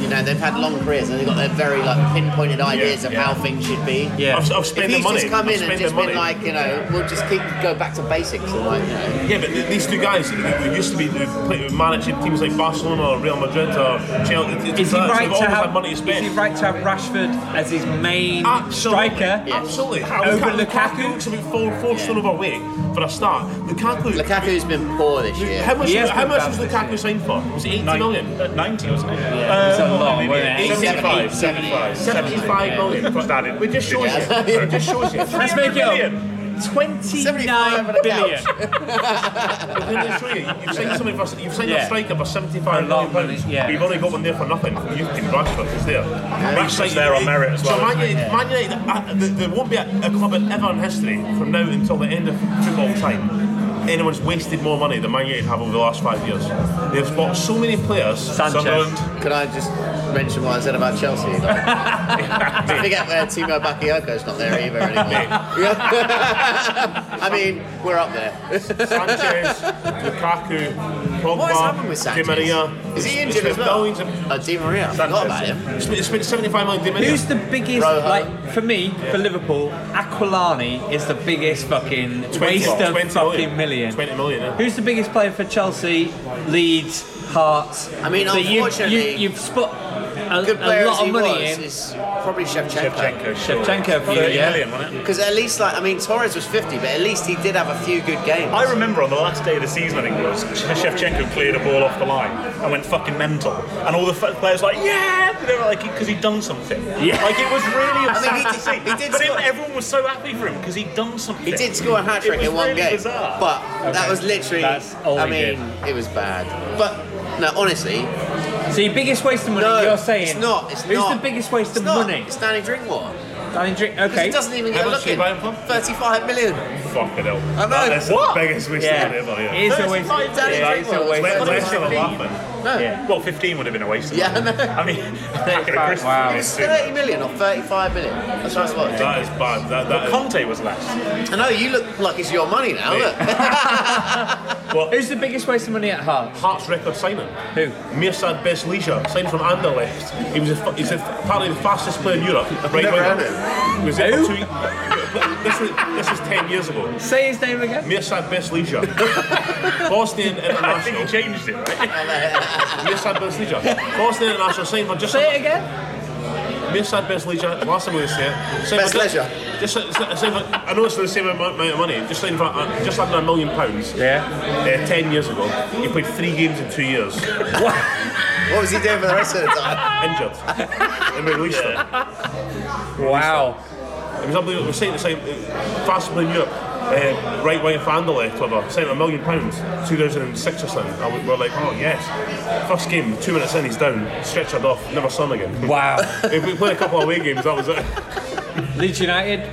Speaker 1: you know, they've had long careers and they've got their very like pinpointed ideas of
Speaker 2: yeah.
Speaker 1: how things should be.
Speaker 5: Yeah.
Speaker 2: I've, I've
Speaker 1: If
Speaker 2: spent
Speaker 1: he's
Speaker 2: the money.
Speaker 1: just come
Speaker 2: I've
Speaker 1: in
Speaker 2: spent
Speaker 1: and
Speaker 2: the
Speaker 1: just been
Speaker 2: money.
Speaker 1: like, you know, we'll just keep go back to basics and like, you know,
Speaker 2: Yeah, but th- these two guys they- they used to be they play, managing teams like Barcelona or Real Madrid or Chelsea. It- it's
Speaker 5: Is he
Speaker 2: that,
Speaker 5: right
Speaker 2: they've always
Speaker 5: to have
Speaker 2: had money to
Speaker 5: Is
Speaker 2: spend.
Speaker 5: he right to have Rashford as his main
Speaker 2: Absolutely.
Speaker 5: striker?
Speaker 2: Absolutely.
Speaker 5: Over
Speaker 2: Lukaku,
Speaker 5: Lukaku?
Speaker 2: Lukaku looks about four, four stone overweight for a start. Lukaku.
Speaker 1: Lukaku's been poor this year.
Speaker 2: How much,
Speaker 5: He has
Speaker 2: how
Speaker 5: been
Speaker 2: much
Speaker 5: bad
Speaker 2: was
Speaker 5: this
Speaker 2: Lukaku signed for? Was it 80
Speaker 9: Nine-
Speaker 2: million?
Speaker 9: uh, 90, wasn't it?
Speaker 5: It's a lot,
Speaker 2: Um,
Speaker 9: maybe
Speaker 5: wasn't it?
Speaker 9: 75,
Speaker 1: 70,
Speaker 9: 75,
Speaker 2: 75 million.
Speaker 9: Just added.
Speaker 2: It just shows
Speaker 1: Yeah.
Speaker 2: you. It just shows you.
Speaker 5: Let's make it up.
Speaker 1: Seventy-five
Speaker 5: 29
Speaker 1: and a
Speaker 5: billion.
Speaker 2: Let me show you. You've signed somebody for, you've signed
Speaker 5: Yeah.
Speaker 2: a striker for 75
Speaker 5: A lot
Speaker 2: million
Speaker 5: of
Speaker 2: pounds.
Speaker 5: money, yeah.
Speaker 2: But you've only got one there for nothing. You've been Rashford is there. Rashford's
Speaker 9: there on merit as well,
Speaker 2: So Man
Speaker 9: isn't
Speaker 2: United, Man United uh, th- there won't be a, a club in- ever in history from now until the end of football time. Anyone's wasted more money than Man United have over the last five years. They've got so many players.
Speaker 9: Sunderland.
Speaker 1: Can I just mention what I said about Chelsea? Like, don't forget where Timo Bakayoko's not there either anymore. I mean, we're up there.
Speaker 2: Sanchez, Lukaku, Pogba,
Speaker 1: What has happened with Sanchez?
Speaker 2: Di Maria.
Speaker 1: Is he
Speaker 2: It's-
Speaker 1: injured as
Speaker 2: it's
Speaker 1: well?
Speaker 2: millions of-
Speaker 1: Oh, Di Maria, I forgot about him.
Speaker 2: It's been- it's been 75 million Di Maria.
Speaker 5: Who's the biggest,
Speaker 1: Rojo.
Speaker 5: like, for me, for Liverpool, Aquilani is the biggest fucking
Speaker 2: 20,
Speaker 5: waste of
Speaker 2: 20
Speaker 5: fucking million.
Speaker 2: 20 million, yeah.
Speaker 5: Who's the biggest player for Chelsea, Leeds, Hearts?
Speaker 1: I mean,
Speaker 5: that you-
Speaker 1: unfortunately,
Speaker 5: you, have spot a,
Speaker 1: Good
Speaker 5: a
Speaker 1: player as
Speaker 5: lot
Speaker 1: he
Speaker 5: of money
Speaker 1: was,
Speaker 5: in
Speaker 1: is probably Shevchenko.
Speaker 9: Shevchenko. sure.
Speaker 5: Shevchenko for you,
Speaker 9: 30
Speaker 5: yeah.
Speaker 9: million, wasn't it?
Speaker 1: Because at least, like, I mean, Torres was 50, but at least he did have a few good games.
Speaker 9: I remember on the last day of the season, I think it was, Shevchenko cleared a ball off the line and went fucking mental. And all the f- players were like, yeah, they were like, because he'd done something. Yeah. Like, it was really upsetting
Speaker 1: he
Speaker 9: to
Speaker 1: did-
Speaker 9: see.
Speaker 1: he did
Speaker 9: but
Speaker 1: score.
Speaker 9: everyone was so happy for him because he'd done something.
Speaker 1: He did score a hat trick
Speaker 9: It was
Speaker 1: in one
Speaker 9: really
Speaker 1: game,
Speaker 9: bizarre.
Speaker 1: but that was literally.
Speaker 5: That's all
Speaker 1: I
Speaker 5: he
Speaker 1: mean, it was bad. But no, honestly,
Speaker 5: So your biggest waste of money,
Speaker 1: no,
Speaker 5: you're saying?
Speaker 1: it's not. It's
Speaker 5: Who's
Speaker 1: not.
Speaker 5: the biggest waste
Speaker 1: It's
Speaker 5: of
Speaker 1: not.
Speaker 5: money?
Speaker 1: It's Danny Drinkwater.
Speaker 5: I drink,
Speaker 1: Because
Speaker 5: okay.
Speaker 1: he doesn't even
Speaker 2: How
Speaker 1: get a
Speaker 2: much
Speaker 1: look
Speaker 2: did you
Speaker 1: in.
Speaker 2: buy him for?
Speaker 1: Thirty-five million.
Speaker 2: Fucking hell.
Speaker 1: I know.
Speaker 2: That is
Speaker 1: What?
Speaker 2: the biggest waste
Speaker 5: Yeah.
Speaker 2: of money ever, yeah.
Speaker 5: It is a waste.
Speaker 1: Thirty-five Danny
Speaker 5: yeah, it's a
Speaker 1: Drinkwater.
Speaker 5: waste.
Speaker 2: Less,
Speaker 1: That's
Speaker 2: less
Speaker 1: fucking
Speaker 2: than a
Speaker 1: insane.
Speaker 2: laughing.
Speaker 1: No.
Speaker 9: Yeah. Well, 15 would have been a waste of
Speaker 1: Yeah, I
Speaker 9: money.
Speaker 1: know.
Speaker 9: I mean,
Speaker 5: wow.
Speaker 1: It was 30 million or 35 million. That's what it's worth.
Speaker 2: That is bad. That, that is
Speaker 9: Conte was less.
Speaker 1: I know you look like it's your money now, look.
Speaker 5: Who's the biggest waste of money at Hearts?
Speaker 2: Heart's record signing.
Speaker 5: Who?
Speaker 2: Mirsad Besleisure signed from Anderlecht. He was a, fu- he's a, apparently the fastest player in Europe. Right
Speaker 1: never
Speaker 2: winger.
Speaker 1: heard
Speaker 2: Was it for two, this, is, this is 10 years ago.
Speaker 5: Say his name again.
Speaker 2: Mirsad Besleisure. Bosnian
Speaker 9: I think he
Speaker 2: international.
Speaker 9: changed it, right?
Speaker 2: Mirsad Besleisure. Bosnian international signed for just
Speaker 5: Say it again.
Speaker 2: Mirsad Best Leisure, last time we were here. Same
Speaker 1: Best
Speaker 2: for-
Speaker 1: Leisure.
Speaker 2: Just, just, same for, I know it's the same amount amount of money, just, signed for, uh, just under a million pounds.
Speaker 5: Yeah.
Speaker 2: Uh, 10 years ago. He played three games in two years.
Speaker 1: What was he doing for the rest of the time?
Speaker 2: Injured. and we released him.
Speaker 5: Wow.
Speaker 2: It was unbelievable. We were saying the same, uh, fast play in Europe. Uh, right wing for Anderlecht club, uh, signed a million pounds, 2006 or something. I, we were like, oh yes. First game, two minutes in, he's down, stretchered off, never saw him again.
Speaker 5: Wow.
Speaker 2: if we played a couple of away games, that was it.
Speaker 5: Leeds United,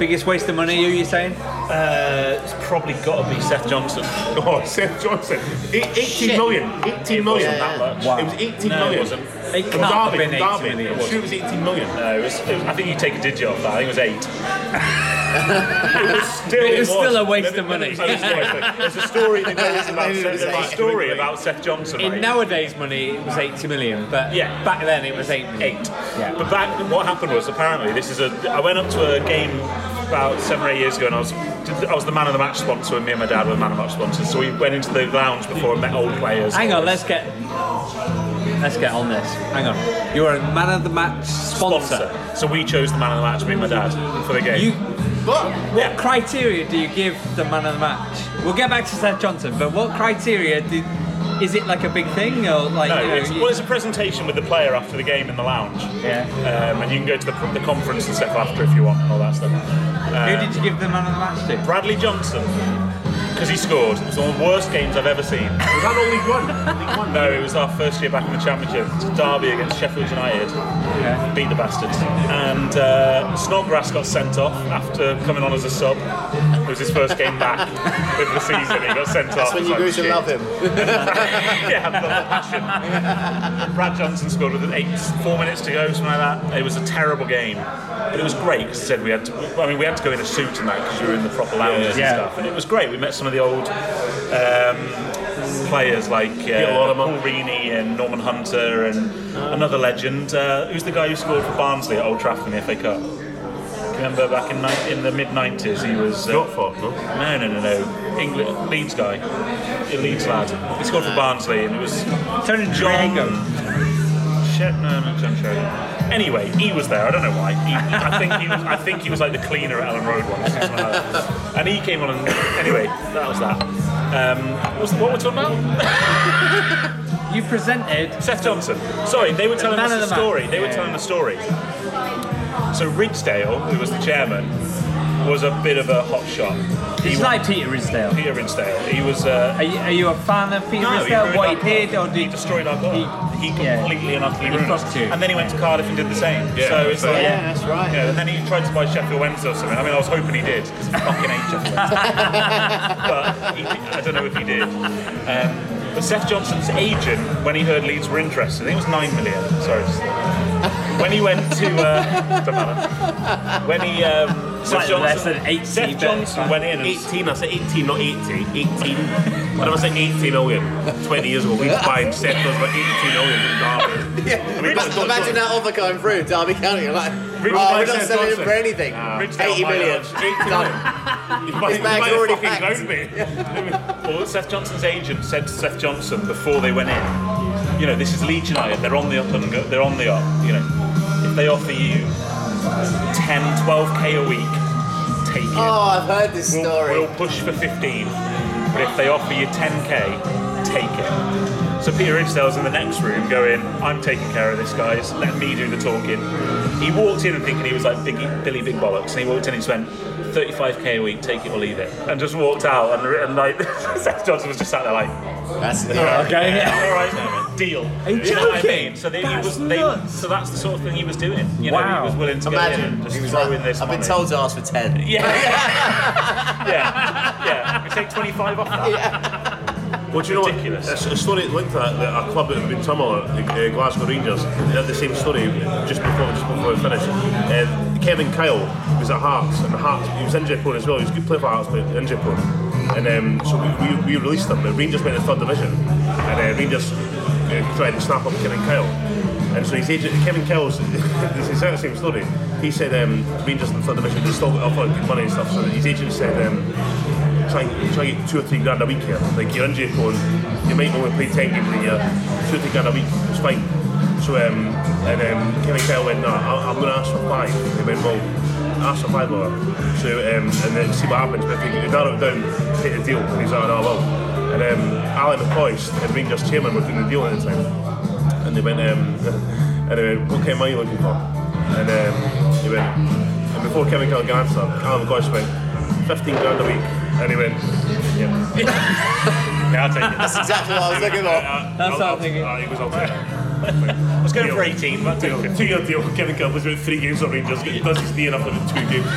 Speaker 5: biggest waste of money, who are you saying?
Speaker 9: Uh, Uh, it's probably got to be Seth Johnson.
Speaker 2: Oh, Seth Johnson. E- 18 million. 18 million.
Speaker 1: wasn't that much.
Speaker 2: It was 18
Speaker 9: No, it
Speaker 2: million.
Speaker 9: wasn't.
Speaker 12: It
Speaker 2: From
Speaker 12: can't have
Speaker 2: Derby,
Speaker 12: been
Speaker 2: from
Speaker 12: 80
Speaker 2: Derby.
Speaker 12: million.
Speaker 2: I'm sure it was 18 million.
Speaker 9: No, it was, it was- I think you take a digit off that. I think it was eight.
Speaker 2: It was still,
Speaker 12: was still a waste
Speaker 2: Maybe-
Speaker 12: of money.
Speaker 2: maybe it was a waste of money. There's a story that goes about
Speaker 1: Maybe it
Speaker 2: Seth,
Speaker 1: was
Speaker 2: there's a
Speaker 1: eight.
Speaker 2: story
Speaker 9: Story
Speaker 2: about
Speaker 9: about Seth Johnson.
Speaker 12: In
Speaker 9: right?
Speaker 12: nowadays money, it was 80 million, but
Speaker 9: Yeah.
Speaker 12: back then it was 8 million.
Speaker 9: eight.
Speaker 12: Yeah.
Speaker 9: But back, what happened was apparently this is a. I went up to a game about seven or eight years ago, and I was did- I was the man of the match sponsor, and me and my dad were man of the match sponsors. So we went into the lounge before and met old players.
Speaker 12: Hang on, let's get let's get on this. Hang on. You're a man of the match sponsor.
Speaker 9: sponsor. So we chose the man of the match, me and my dad, for the game.
Speaker 12: You
Speaker 1: But
Speaker 12: what criteria do you give the man of the match? We'll get back to Seth Johnson, but what criteria do, is it like a big thing or like
Speaker 9: no,
Speaker 12: you know,
Speaker 9: it's,
Speaker 12: you-
Speaker 9: well, it's a presentation with the player after the game in the lounge.
Speaker 12: Yeah.
Speaker 9: Um, and you can go to the, the conference and stuff after if you want, and all that stuff. Uh,
Speaker 12: who did you give the man of the match to?
Speaker 9: Bradley Johnson, because he scored. It was one of the worst games I've ever seen.
Speaker 2: was that only one?
Speaker 9: No, it was our first year back in the championship. It was Derby against Sheffield United. Beat the bastards. And uh, Snodgrass got sent off after coming on as a sub. It was his first game back with the season. He got sent off.
Speaker 1: that's when you
Speaker 9: It
Speaker 1: grew
Speaker 9: was
Speaker 1: to
Speaker 9: like,
Speaker 1: love him.
Speaker 9: shit. yeah, I've got the passion. Brad Johnson scored with eight, four minutes to go, something like that. It was a terrible game, but it was great. 'cause I said we had to. I mean, we had to go in a suit and that because we were in the proper lounges
Speaker 2: Yeah.
Speaker 9: and stuff, and it was great. We met some of the old. Um, players like uh, Paul Reaney and Norman Hunter and another legend. Uh, who's the guy who scored for Barnsley at Old Trafford in the FA Cup? Remember back in, ni- in the mid 90s, he was. Uh,
Speaker 2: Watford, no?
Speaker 9: no, no, no, no. England, Leeds guy. A Leeds lad. He scored for Barnsley and it was.
Speaker 12: Tony
Speaker 9: John.
Speaker 12: Drago.
Speaker 9: Shit, no, no, John Sheridan. Anyway, he was there. I don't know why. He, I think he was. I think he was like the cleaner at Ellen Road once. or something like that. and he came on. and Anyway, that was that. Um, what, was, what were we talking about?
Speaker 12: You presented
Speaker 9: Seth Johnson. Sorry, they were telling
Speaker 12: man
Speaker 9: us
Speaker 12: of
Speaker 9: the
Speaker 12: the match.
Speaker 9: story. They were telling the story. So Ridsdale, who was the chairman, was a bit of a hot shot. He
Speaker 12: It's
Speaker 9: was
Speaker 12: like Peter Risdale.
Speaker 9: Peter Ridsdale. He was. Uh,
Speaker 12: Are you, are you a fan of Peter
Speaker 9: no, he
Speaker 12: Risdale?
Speaker 9: ruined
Speaker 12: What
Speaker 9: our
Speaker 12: he did or
Speaker 9: club. he
Speaker 12: did
Speaker 9: destroyed our club. He,
Speaker 12: yeah.
Speaker 9: completely and utterly
Speaker 12: He
Speaker 9: ruined us.
Speaker 12: prostituted.
Speaker 9: And then he went to Cardiff and did the same.
Speaker 2: Yeah,
Speaker 9: so it's
Speaker 2: so-
Speaker 9: like,
Speaker 1: Yeah, that's right.
Speaker 9: yeah, and then he tried to buy Sheffield Wednesday or something. I mean, I was hoping he did because I fucking hate Sheffield Wednesday. but he, I don't know if he did. Um, but Seth Johnson's agent, when he heard Leeds were interested, I think it was nine million. Sorry. just- When he went to, uh, doesn't matter. When he, um, Seth
Speaker 12: Slightly
Speaker 9: Johnson,
Speaker 12: less than 80,
Speaker 9: Seth
Speaker 12: but
Speaker 9: Johnson
Speaker 12: fine.
Speaker 9: went in and
Speaker 2: 18, I said 18, not 80. 18. When I was saying 80 million 20 years ago, we were buying Seth was like 80 million in Derby.
Speaker 1: Yeah.
Speaker 2: I mean, don't- don't-
Speaker 1: Imagine that offer going through, Derby County. You're like, oh, we're
Speaker 2: Rich
Speaker 1: not
Speaker 2: Tyson
Speaker 1: selling him
Speaker 2: Johnson.
Speaker 1: for anything.
Speaker 9: Ridsdale,
Speaker 1: 80
Speaker 9: my
Speaker 1: million.
Speaker 9: God.
Speaker 1: Done.
Speaker 2: He's buying-
Speaker 1: bag's
Speaker 2: he's buying a
Speaker 1: already
Speaker 2: fucking
Speaker 1: packed.
Speaker 2: ground mate.
Speaker 9: Well, Seth Johnson's agent said to Seth Johnson before they went in, you know, this is Leeds United. They're on the up and go, they're on the up. You know, if they offer you 10, 12k a week, take it.
Speaker 1: Oh, I've heard this
Speaker 9: we'll,
Speaker 1: story.
Speaker 9: we'll push for 15, but if they offer you 10k, take it. So Peter Ridsdale's in the next room going, I'm taking care of this, guys. Let me do the talking. He walked in and thinking he was like Biggie, Billy Big Bollocks, and he walked in and spent 35k a week, take it or leave it, and just walked out. And, and like Seth Johnson was just sat there like,
Speaker 1: That's
Speaker 12: Okay.
Speaker 9: yeah, all right, no, deal. Are
Speaker 12: you joking?
Speaker 9: So they, he
Speaker 12: That's
Speaker 9: was, they,
Speaker 12: nuts.
Speaker 9: so that's the sort of thing he was doing. You know,
Speaker 12: Wow.
Speaker 9: he was willing to get in
Speaker 1: Imagine.
Speaker 9: and just
Speaker 1: He was
Speaker 9: throw
Speaker 1: like,
Speaker 9: in this
Speaker 1: I've been
Speaker 9: money.
Speaker 1: told to ask for 10.
Speaker 9: Yeah. yeah. Yeah. We take 25 off that.
Speaker 2: Well, do you know
Speaker 9: Ridiculous.
Speaker 2: what? It's a story linked to that, that a club that have been turmoil, the uh, Glasgow Rangers, they had the same story just before just before we finished. Um, Kevin Kyle was at Hearts, and Hearts he was injury prone as well. He was a good player for Hearts, but injury prone. And um, so we, we, we released him. The Rangers went to third division, and uh, Rangers uh, tried to snap up Kevin Kyle. And so his agent, Kevin Kyle's, it's the exact same story. He said um, Rangers in the third division, they still got offered good money and stuff. So his agent said. Um, try try and get two or three grand a week here. Like you're injury prone, you might only play ten games a year, two or three grand a week, it's fine. So um, and um, Kevin Kyle went, no, I- I'm gonna ask for five. He went, well, ask for five or so um, and then see what happens. But if you narrow it down, take the deal. And he's like, no, I will. And um, Alan McCoist and Rangers chairman were doing the deal at the time and they went, um, and they went, what kind of money are you looking for? And um, he went, and before Kevin Kelly could answer, Alan McCoy just went, 15 grand a week. And he went, yeah.
Speaker 9: Yeah, I'll take it.
Speaker 1: That's exactly what I was looking for.
Speaker 12: That's what I'm thinking.
Speaker 2: Uh, he was all
Speaker 9: I was going
Speaker 2: Deal.
Speaker 9: for 18, but I'll take it.
Speaker 2: Two year deal, Kevin Kelly was about three games at Rangers, does his knee enough in two games.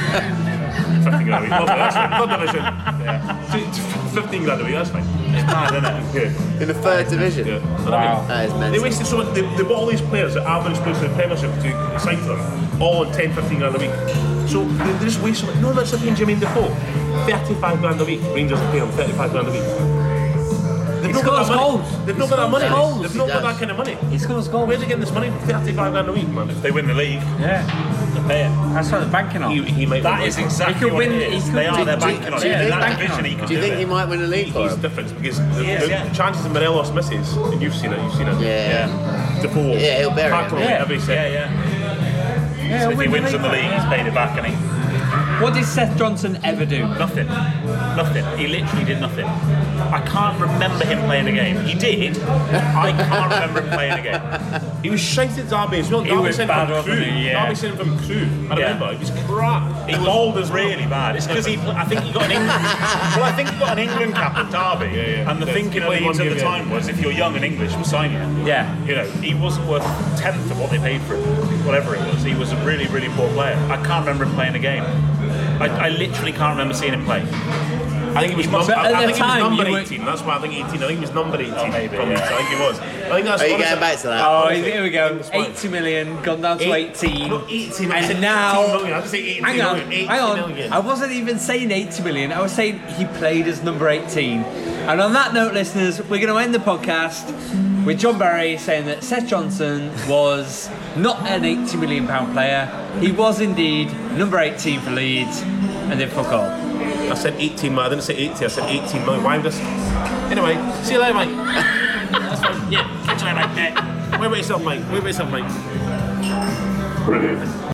Speaker 9: 15 grand a week. Not that I should. Not that I should. Yeah. Two- two- 15 grand a week, that's fine. It's mad, isn't it? Yeah.
Speaker 1: In the third division.
Speaker 9: Yeah. And I mean,
Speaker 1: That is
Speaker 9: they
Speaker 1: mental.
Speaker 9: wasted so much. They, they bought all these players that average players in the Premiership to sign for them, all on 10, 15 grand a week. So they, they just waste so much. No, that's the thing, Jermaine Defoe. 35 grand a week. Rangers are paying him 35 grand a week. They've not got
Speaker 5: scores
Speaker 9: that money.
Speaker 5: goals.
Speaker 9: They've not got that money.
Speaker 5: goals.
Speaker 9: They've not got that kind of money.
Speaker 5: He scores goals.
Speaker 9: Where's he getting this money? 35 grand a week, man. If they win the league,
Speaker 5: Yeah,
Speaker 9: they pay it.
Speaker 5: that's what they're banking on.
Speaker 9: He, he might
Speaker 2: That
Speaker 9: win
Speaker 2: is
Speaker 9: the league.
Speaker 2: exactly
Speaker 5: could
Speaker 2: what
Speaker 5: win-
Speaker 2: it
Speaker 5: he
Speaker 2: is.
Speaker 5: could
Speaker 2: They are
Speaker 1: win-
Speaker 2: their
Speaker 1: do you-
Speaker 2: banking on
Speaker 1: do you
Speaker 2: it. In
Speaker 1: think-
Speaker 2: that division, he can
Speaker 1: Do you
Speaker 2: do
Speaker 1: think
Speaker 2: it.
Speaker 1: he might win a league for
Speaker 9: He's
Speaker 1: him?
Speaker 9: different because the,
Speaker 2: Yes,
Speaker 9: the
Speaker 2: yeah.
Speaker 9: chances of Morelos misses, and you've seen it, you've seen it.
Speaker 1: Yeah.
Speaker 9: Defoe.
Speaker 1: Yeah, he'll bury
Speaker 9: Packer
Speaker 1: it.
Speaker 9: will win
Speaker 5: Yeah.
Speaker 9: every set.
Speaker 2: yeah,
Speaker 5: Yeah,
Speaker 2: So if he
Speaker 5: win
Speaker 2: wins on the league, he's paid it back, and he
Speaker 5: What did Seth Johnson ever do?
Speaker 2: nothing, nothing. He literally did nothing. I can't remember him playing a game. He did. I can't remember him playing a game.
Speaker 9: He was shite at Derby as well. Derby
Speaker 2: was
Speaker 9: sent
Speaker 2: bad,
Speaker 9: him
Speaker 2: wasn't
Speaker 9: crew.
Speaker 2: he? Yeah.
Speaker 9: Derby sent him crew. I
Speaker 2: Yeah.
Speaker 9: remember. He was crap.
Speaker 2: He bowled us really bad. It's because he. pl- I think he got an England. Well, I think he got an England cap at Derby,
Speaker 9: Yeah, yeah.
Speaker 2: and the
Speaker 9: Yeah,
Speaker 2: thinking of
Speaker 9: play
Speaker 2: Leeds
Speaker 9: one
Speaker 2: at the
Speaker 9: game, yeah.
Speaker 2: time was, if you're young and English, we'll sign you.
Speaker 5: Yeah.
Speaker 2: You know, he wasn't worth a tenth of what they paid for him, whatever it was. He was a really, really poor player. I can't remember him playing a game. I, I literally can't remember seeing him play.
Speaker 9: I think he was, num-
Speaker 5: But at
Speaker 9: I, I
Speaker 5: the
Speaker 9: think
Speaker 5: time,
Speaker 9: he was
Speaker 5: you
Speaker 9: number
Speaker 5: were-
Speaker 9: 18. That's why I think 18. I think he was number 18.
Speaker 2: maybe,
Speaker 9: probably.
Speaker 2: yeah.
Speaker 9: I think he was. I think that's
Speaker 1: Are you
Speaker 9: honestly-
Speaker 1: going back to that?
Speaker 5: Oh, here we go. 80 million, gone down to
Speaker 9: Eight-
Speaker 5: 18.
Speaker 9: No, 18. I said
Speaker 5: And now.
Speaker 9: 18 million. I just say 18
Speaker 5: Hang on,
Speaker 9: million. 80
Speaker 5: hang on.
Speaker 9: million.
Speaker 5: I wasn't even saying 80 million. I was saying he played as number 18. And on that note, listeners, we're going to end the podcast with John Barry saying that Seth Johnson was not an 80 million pound player. He was indeed number 18 for Leeds, and then fuck all.
Speaker 9: I said 18, man. I didn't say 80. I said 18 million. Why would I? s- Anyway, see you later, mate. That's fine. Yeah, catch you later, mate. Yeah. Wait about yourself, mate. Wait about yourself, mate.